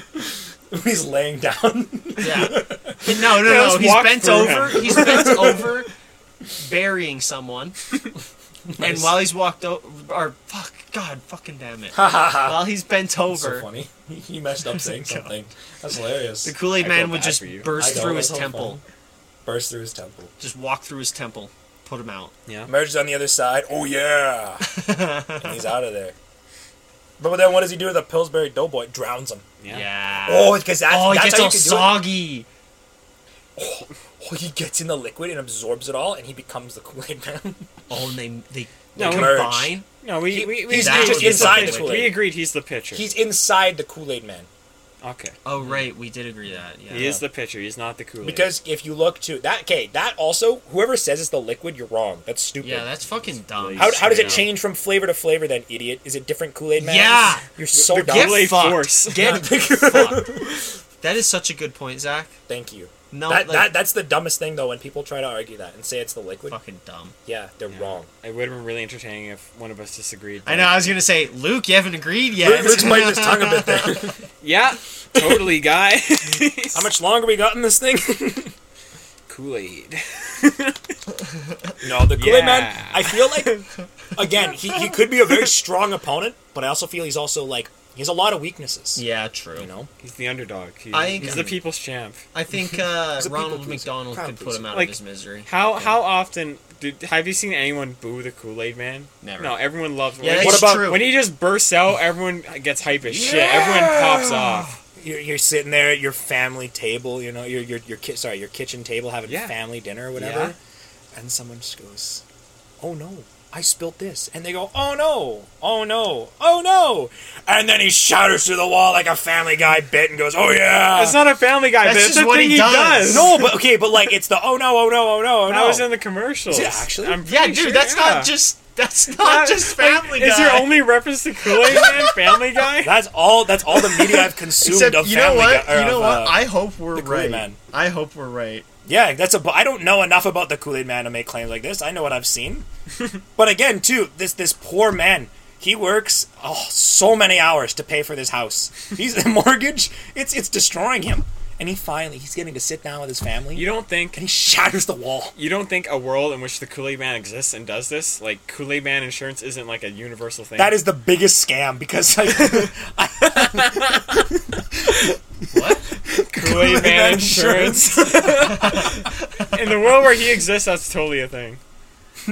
Speaker 3: He's laying down. (laughs)
Speaker 1: Yeah. But no, no,
Speaker 2: Yeah,
Speaker 1: no.
Speaker 2: let's
Speaker 1: He's
Speaker 2: walk
Speaker 1: bent
Speaker 2: through
Speaker 1: over.
Speaker 2: him.
Speaker 1: He's bent over, burying
Speaker 2: (laughs)
Speaker 1: someone. And
Speaker 3: Nice.
Speaker 1: while he's walked over, or fuck, God, fucking damn it.
Speaker 3: Ha ha ha.
Speaker 1: while he's bent
Speaker 3: That's so
Speaker 1: over,
Speaker 3: funny. He- He
Speaker 2: (laughs)
Speaker 3: messed
Speaker 2: Oh
Speaker 3: up saying something. That's hilarious.
Speaker 1: the Kool Aid
Speaker 2: I
Speaker 1: Man
Speaker 2: feel
Speaker 1: would
Speaker 2: bad
Speaker 1: just
Speaker 2: for you.
Speaker 3: I
Speaker 1: burst
Speaker 3: know,
Speaker 1: through
Speaker 3: that's
Speaker 1: his
Speaker 3: so
Speaker 1: temple.
Speaker 3: funny. Burst through his temple.
Speaker 1: Just walk through his temple, put him out.
Speaker 3: Emerges on the other side. Oh yeah. and he's out of there. But then what does he do with a Pillsbury Doughboy? Drowns him.
Speaker 2: Yeah.
Speaker 1: Yeah.
Speaker 3: Oh, because that's,
Speaker 1: Oh, he
Speaker 3: that's
Speaker 1: gets
Speaker 3: how
Speaker 1: all
Speaker 3: you can do it.
Speaker 1: soggy.
Speaker 3: Oh, he gets in the liquid and absorbs it all, and he becomes the Kool Aid Man.
Speaker 1: Oh, and they they, they
Speaker 2: No, we-
Speaker 1: combine.
Speaker 2: No, we,
Speaker 3: He-
Speaker 2: we, we
Speaker 3: he's
Speaker 2: agreed
Speaker 1: just
Speaker 2: he's
Speaker 1: inside
Speaker 2: the
Speaker 1: the
Speaker 2: pitcher.
Speaker 3: Kool-Aid.
Speaker 2: We agreed he's the pitcher.
Speaker 3: he's inside the Kool Aid Man.
Speaker 2: okay.
Speaker 1: Oh, right, we did agree that. Yeah.
Speaker 2: He is the pitcher. He's not the Kool-Aid.
Speaker 3: Because if you look to that, okay, that also, whoever says it's the liquid, you're wrong. That's stupid.
Speaker 1: Yeah, that's fucking dumb.
Speaker 3: how, how does it
Speaker 2: Yeah.
Speaker 3: change from flavor to flavor then, idiot? Is it different Kool Aid man?
Speaker 1: Yeah.
Speaker 3: You're so
Speaker 2: the
Speaker 3: dumb.
Speaker 2: Kool-Aid
Speaker 1: fucked. (laughs)
Speaker 2: force.
Speaker 3: (laughs)
Speaker 1: Get fucked. That is such a good point, Zach.
Speaker 3: Thank you.
Speaker 1: No,
Speaker 3: that,
Speaker 1: like,
Speaker 3: that, that's the dumbest thing, though, when people try to argue that and say it's the liquid.
Speaker 1: fucking dumb.
Speaker 3: Yeah,
Speaker 2: (laughs)
Speaker 3: they're wrong.
Speaker 2: It would have been really entertaining if one of us disagreed.
Speaker 1: I know. I was gonna say, Luke, you haven't agreed yet.
Speaker 3: Luke's biting (laughs) his tongue a bit there.
Speaker 2: Yeah, totally, guy. (laughs)
Speaker 3: How much longer we got in this thing? (laughs)
Speaker 2: Kool-Aid.
Speaker 3: No, the Kool Aid Man.
Speaker 2: Yeah.
Speaker 3: I feel like, again, he, he could be a very strong opponent, but I also feel he's also like he has a lot of weaknesses.
Speaker 1: yeah, true.
Speaker 3: You know,
Speaker 2: He's the underdog. He-
Speaker 1: I think-
Speaker 2: he's the people's champ.
Speaker 1: I think uh,
Speaker 3: He's a people
Speaker 1: Ronald
Speaker 3: pleaser.
Speaker 1: McDonald
Speaker 3: Crowd
Speaker 1: could put him
Speaker 3: pleaser.
Speaker 1: out
Speaker 2: Like,
Speaker 1: of his misery.
Speaker 2: How how often did have you seen anyone boo the Kool Aid Man?
Speaker 1: Never.
Speaker 2: No, everyone loves.
Speaker 1: Yeah,
Speaker 2: when,
Speaker 1: that's
Speaker 2: what about
Speaker 1: true.
Speaker 2: when he just bursts out? Everyone gets hype as shit. Everyone pops off.
Speaker 3: you're, you're sitting there at your family table. You know, your your your ki- sorry, your kitchen table having
Speaker 2: Yeah.
Speaker 3: family dinner or whatever, and someone just goes, "Oh no." I spilled this, and they go, "Oh no! Oh no! Oh no!" And then he shatters through the wall like a Family Guy bit, and goes, "Oh yeah!"
Speaker 2: It's not a Family Guy.
Speaker 1: That's
Speaker 2: bit.
Speaker 1: just
Speaker 2: it's a
Speaker 1: what
Speaker 2: thing
Speaker 1: he does.
Speaker 3: (laughs) no, but okay, but like it's the "Oh no! Oh no! Oh no! Oh
Speaker 2: That
Speaker 3: no!"
Speaker 2: was in the commercials.
Speaker 3: Is it actually?
Speaker 2: I'm
Speaker 1: Yeah,
Speaker 2: pretty
Speaker 1: dude,
Speaker 2: sure,
Speaker 1: that's
Speaker 2: yeah.
Speaker 1: not
Speaker 2: (laughs)
Speaker 1: just that's not just Family
Speaker 2: Is
Speaker 1: Guy.
Speaker 2: your only reference to Kool Aid Man Family Guy?
Speaker 3: That's all. That's all the media I've
Speaker 1: (laughs)
Speaker 3: consumed
Speaker 1: Except
Speaker 3: of
Speaker 1: you know
Speaker 3: Family
Speaker 1: what?
Speaker 3: Guy- or
Speaker 1: you know
Speaker 3: of,
Speaker 1: what?
Speaker 3: uh,
Speaker 1: I hope we're
Speaker 3: the Kool-Aid
Speaker 1: right.
Speaker 3: Man.
Speaker 1: I hope we're right.
Speaker 3: yeah, that's a. bu- I don't know enough about the Kool Aid Man to make claims like this. I know what
Speaker 2: (laughs)
Speaker 3: I've seen, but again, too, this this poor man. He works oh so many hours to pay for this house. He's the (laughs) mortgage. It's it's destroying him, and he finally he's getting to sit down with his family.
Speaker 2: You don't think
Speaker 3: and he shatters the wall.
Speaker 2: you don't think a world in which the Kool Aid Man exists and does this like Kool Aid Man insurance isn't like a universal thing?
Speaker 3: That is the biggest scam
Speaker 2: (laughs)
Speaker 3: because like
Speaker 2: Kool Aid Man
Speaker 3: Man
Speaker 2: insurance. in the world where he exists, that's totally a thing.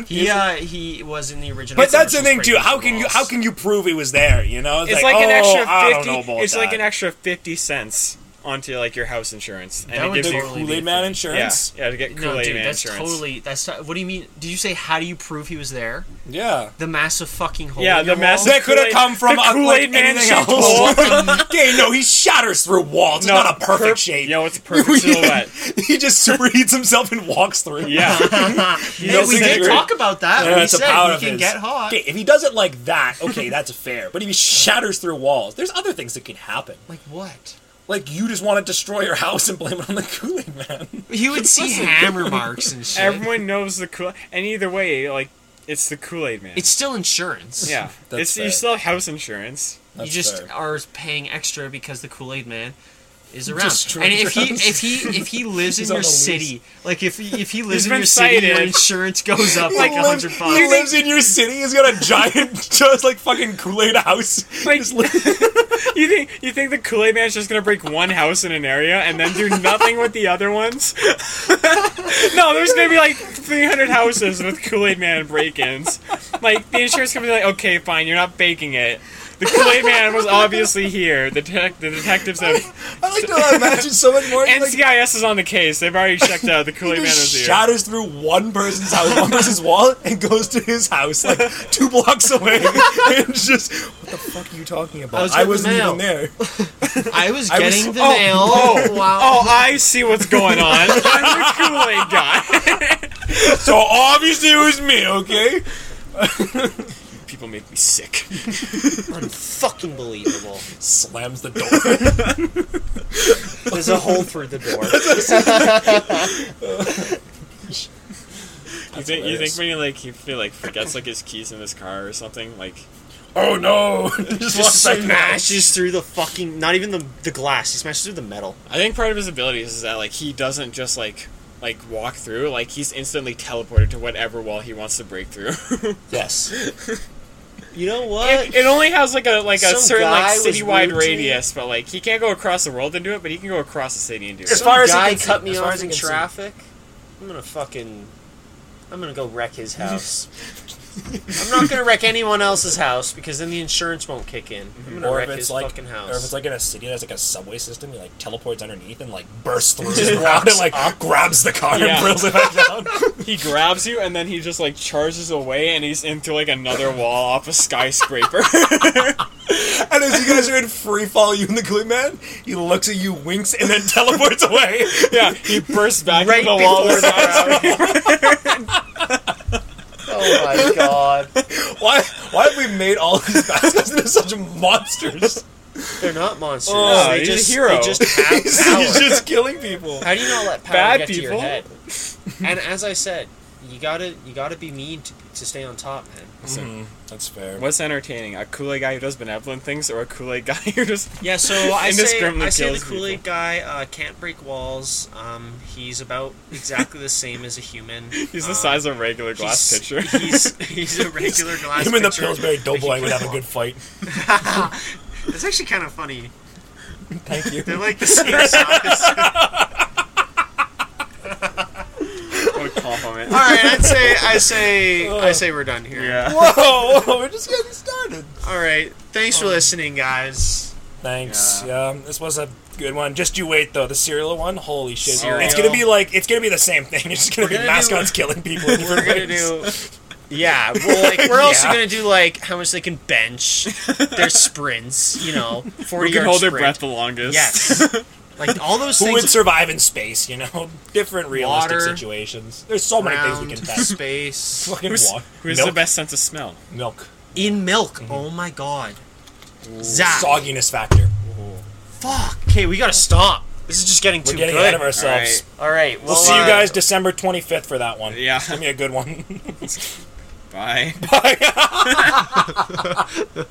Speaker 1: He uh, he was in the original.
Speaker 3: But that's the
Speaker 1: commercials
Speaker 3: thing too.
Speaker 1: breaking
Speaker 3: How
Speaker 1: the
Speaker 3: can you
Speaker 1: walls.
Speaker 3: how can you prove he was there? You know,
Speaker 2: It's like, an
Speaker 3: "Oh, I
Speaker 2: extra
Speaker 3: don't know
Speaker 2: fifty.
Speaker 3: about
Speaker 2: It's like
Speaker 3: that."
Speaker 2: an extra fifty cents onto like your house insurance, and
Speaker 1: That
Speaker 2: it
Speaker 1: would
Speaker 2: gives
Speaker 1: be
Speaker 2: you
Speaker 1: totally
Speaker 3: Kool Aid Man insurance.
Speaker 2: Yeah, yeah, to get Kool Aid
Speaker 1: No, dude,
Speaker 2: Man
Speaker 1: that's
Speaker 2: insurance.
Speaker 1: totally. That's not, what do you mean? Did you say how do you prove he was there?
Speaker 3: Yeah.
Speaker 1: The massive fucking hole.
Speaker 2: Yeah,
Speaker 1: in your
Speaker 4: (laughs)
Speaker 2: the
Speaker 3: (laughs)
Speaker 2: massive-
Speaker 1: wall?
Speaker 3: That could have
Speaker 2: Kool-Aid-
Speaker 3: come from
Speaker 2: the
Speaker 3: a
Speaker 2: Kool-Aid
Speaker 3: Kool-Aid
Speaker 2: Man
Speaker 3: man
Speaker 2: shaped
Speaker 3: else. okay, no, he shatters through walls. It's
Speaker 2: No,
Speaker 3: not a
Speaker 2: perp-
Speaker 3: perfect shape.
Speaker 2: No, it's a
Speaker 3: (laughs)
Speaker 2: perfect silhouette.
Speaker 3: he just superheats himself and walks
Speaker 1: (laughs)
Speaker 3: through.
Speaker 2: Yeah,
Speaker 1: Hey,
Speaker 3: No,
Speaker 1: we
Speaker 3: it's
Speaker 1: did
Speaker 3: great.
Speaker 1: talk about that.
Speaker 3: Yeah,
Speaker 1: we
Speaker 3: it's a
Speaker 1: said
Speaker 3: power
Speaker 1: he
Speaker 3: of
Speaker 1: can
Speaker 3: his.
Speaker 1: get hot.
Speaker 3: Okay, if he does it like that, okay, that's fair. But if he shatters through walls, there's other things that can happen.
Speaker 1: Like what?
Speaker 3: Like you just want to destroy your house and blame it on the Kool Aid Man.
Speaker 4: You would see hammer marks and shit.
Speaker 2: Everyone knows the Kool and either way, like it's the Kool Aid Man.
Speaker 4: it's still insurance.
Speaker 1: (laughs)
Speaker 2: yeah,
Speaker 3: That's
Speaker 2: it's you
Speaker 3: fair.
Speaker 2: still have house insurance.
Speaker 3: That's
Speaker 4: you just
Speaker 3: fair.
Speaker 4: are paying extra because the Kool Aid Man is around.
Speaker 3: Destroys
Speaker 4: and if he
Speaker 3: roads.
Speaker 4: if he if
Speaker 3: (laughs)
Speaker 4: he lives in
Speaker 3: He's
Speaker 4: your
Speaker 3: on the loose.
Speaker 4: city, like if he, if he lives in
Speaker 2: been
Speaker 4: your city, your
Speaker 2: cited.
Speaker 4: insurance goes up like
Speaker 3: He
Speaker 4: a
Speaker 3: lives-
Speaker 4: hundred
Speaker 3: He
Speaker 4: bucks.
Speaker 3: lives in your city. He's got a giant, (laughs) just like fucking Kool Aid house.
Speaker 2: (laughs) Like-
Speaker 3: Just li-
Speaker 2: You think you think the Kool Aid Man's just gonna break one house in an area and then do nothing with the other ones? (laughs) no, there's gonna be like 300 houses with Kool Aid Man break-ins. Like the insurance company's like, okay, fine, you're not baking it. The Kool Aid Man was obviously here. The, detec the detectives have
Speaker 3: I like to imagine so much more. like,
Speaker 2: NCIS is on the case. They've already checked out the Kool Aid Man is
Speaker 3: just
Speaker 2: here.
Speaker 3: shatters through one person's house, one person's wall, and goes to his house like two blocks away. (laughs) and it's just what the fuck are you talking about? I,
Speaker 4: was
Speaker 3: was
Speaker 4: with the
Speaker 3: not
Speaker 4: mail.
Speaker 3: even there.
Speaker 4: I was
Speaker 3: I was-
Speaker 4: getting the
Speaker 3: oh,
Speaker 4: mail. wow.
Speaker 2: Oh, I see what's going
Speaker 3: (laughs)
Speaker 2: on. I'm the Kool Aid guy.
Speaker 3: So obviously it was me. Okay. (laughs)
Speaker 2: People make me sick.
Speaker 3: Oh.
Speaker 4: Unfucking believable.
Speaker 3: Slams the door. (laughs)
Speaker 4: There's a hole through the door.
Speaker 2: You think, you
Speaker 3: hilarious.
Speaker 2: think when he like he feel like forgets like his keys in his car or something like
Speaker 3: oh no! (laughs) just
Speaker 1: Just
Speaker 3: walks like
Speaker 1: smashes through the fucking. Not even the the glass. He smashes through the metal.
Speaker 2: I think part of his abilities is that like he doesn't just like like walk through like he's instantly teleported to whatever wall he wants to break through. (laughs)
Speaker 3: Yes.
Speaker 1: You know what?
Speaker 2: it, it only has like a like a
Speaker 1: Some
Speaker 2: certain like
Speaker 1: guy was rude
Speaker 2: citywide
Speaker 1: to
Speaker 2: radius, but like he can't go across the world and do it, but he can go across the city and do
Speaker 3: As
Speaker 2: it.
Speaker 1: Some
Speaker 3: far as he
Speaker 1: guy
Speaker 3: can see,
Speaker 1: cut me
Speaker 3: as far as
Speaker 1: off
Speaker 3: he
Speaker 1: in
Speaker 3: can see.
Speaker 1: traffic. I'm gonna fucking. I'm gonna go wreck
Speaker 3: (laughs)
Speaker 1: his house. I'm not gonna wreck anyone else's house because then the insurance won't kick in. I'm gonna
Speaker 3: Or if
Speaker 1: wreck
Speaker 3: it's
Speaker 1: his
Speaker 3: like,
Speaker 1: fucking
Speaker 3: or if it's
Speaker 1: house.
Speaker 3: like in a city that's like a subway system, he like teleports underneath and like bursts through the crowd and like grabs the car
Speaker 2: Yeah.
Speaker 3: and brings it back down.
Speaker 2: He grabs you and then he just like charges away and he's into like another wall off a skyscraper. (laughs)
Speaker 3: And as you guys are in free fall, you and the Glue Man, he looks at you, winks, and then (laughs) teleports away.
Speaker 2: yeah, he bursts back
Speaker 1: Right
Speaker 2: into the wall.
Speaker 1: before
Speaker 2: with his eyes
Speaker 1: (laughs) oh my god.
Speaker 3: Why? Why have we made all these bastards into such monsters?
Speaker 1: They're not monsters.
Speaker 2: Oh,
Speaker 1: they
Speaker 2: he's a
Speaker 1: just,
Speaker 2: hero.
Speaker 1: They
Speaker 3: (laughs)
Speaker 1: just have
Speaker 3: He's
Speaker 1: power.
Speaker 3: just killing people.
Speaker 1: How do you not let power
Speaker 2: Bad
Speaker 1: get to
Speaker 2: people.
Speaker 1: your (laughs) head? And as I said, you gotta you gotta be mean to, to stay on top, man.
Speaker 3: Mm-hmm. That's fair.
Speaker 2: (laughs) What's entertaining? A Kool Aid guy who does benevolent things, or a Kool Aid guy who just
Speaker 1: Yeah, so (laughs) I say,
Speaker 2: Indiscriminately
Speaker 1: I say the
Speaker 2: kills
Speaker 1: Kool Aid guy uh, can't break walls. Um, he's about exactly the same as a (laughs) human.
Speaker 2: he's
Speaker 1: Um,
Speaker 2: the size of a regular glass
Speaker 1: he's-
Speaker 2: pitcher?
Speaker 1: He's (laughs) he's a regular glass.
Speaker 3: Him and the
Speaker 1: pitcher,
Speaker 3: Pillsbury
Speaker 1: but he
Speaker 3: Doughboy would
Speaker 1: can't
Speaker 3: have a good fight.
Speaker 1: walk. it's actually kind of funny.
Speaker 3: Thank you.
Speaker 1: They're like (laughs) the same size.
Speaker 2: what a compliment!
Speaker 1: All right, I'd say I say (laughs) I say we're done here.
Speaker 2: Yeah.
Speaker 3: Whoa, whoa, Oh, (laughs) we're just getting started.
Speaker 1: All right, thanks for listening, guys.
Speaker 3: Thanks. Yeah. this was a good one. Just you wait though, the serial one. Holy shit!
Speaker 1: Serial.
Speaker 3: It's gonna be like it's gonna be the same thing. It's just gonna
Speaker 1: We're
Speaker 3: be
Speaker 1: gonna
Speaker 3: mascots killing people. in
Speaker 1: We're
Speaker 3: different
Speaker 1: gonna
Speaker 3: ways.
Speaker 1: do. Yeah, well, like we're also
Speaker 3: Yeah.
Speaker 1: gonna do like how much they can bench, their sprints, you
Speaker 3: (laughs)
Speaker 1: know, forty
Speaker 2: Who can
Speaker 1: yard
Speaker 2: hold their
Speaker 1: sprint.
Speaker 2: breath the longest?
Speaker 1: Yes. like all those
Speaker 3: Who
Speaker 1: things.
Speaker 3: would survive in space? You know, (laughs) different realistic
Speaker 1: Water.
Speaker 3: situations. There's so many things we
Speaker 1: Ground,
Speaker 3: can
Speaker 1: (laughs)
Speaker 3: test. (laughs)
Speaker 1: space
Speaker 2: (laughs)
Speaker 3: Fucking
Speaker 2: Who's,
Speaker 3: water.
Speaker 2: who's
Speaker 3: milk.
Speaker 2: the best sense of smell?
Speaker 3: Milk.
Speaker 1: in milk.
Speaker 3: Mm-hmm.
Speaker 1: Oh my god. Zap.
Speaker 3: Sogginess factor.
Speaker 1: Fuck. Okay, we gotta stop. This is just getting
Speaker 3: We're
Speaker 1: too
Speaker 3: getting
Speaker 1: good.
Speaker 3: ahead of ourselves.
Speaker 1: All right. Well,
Speaker 3: We'll see you
Speaker 1: uh,
Speaker 3: guys December 25th for that one.
Speaker 2: Yeah.
Speaker 3: Give
Speaker 1: (laughs)
Speaker 3: me (laughs) a good one.
Speaker 2: Bye.
Speaker 3: Bye.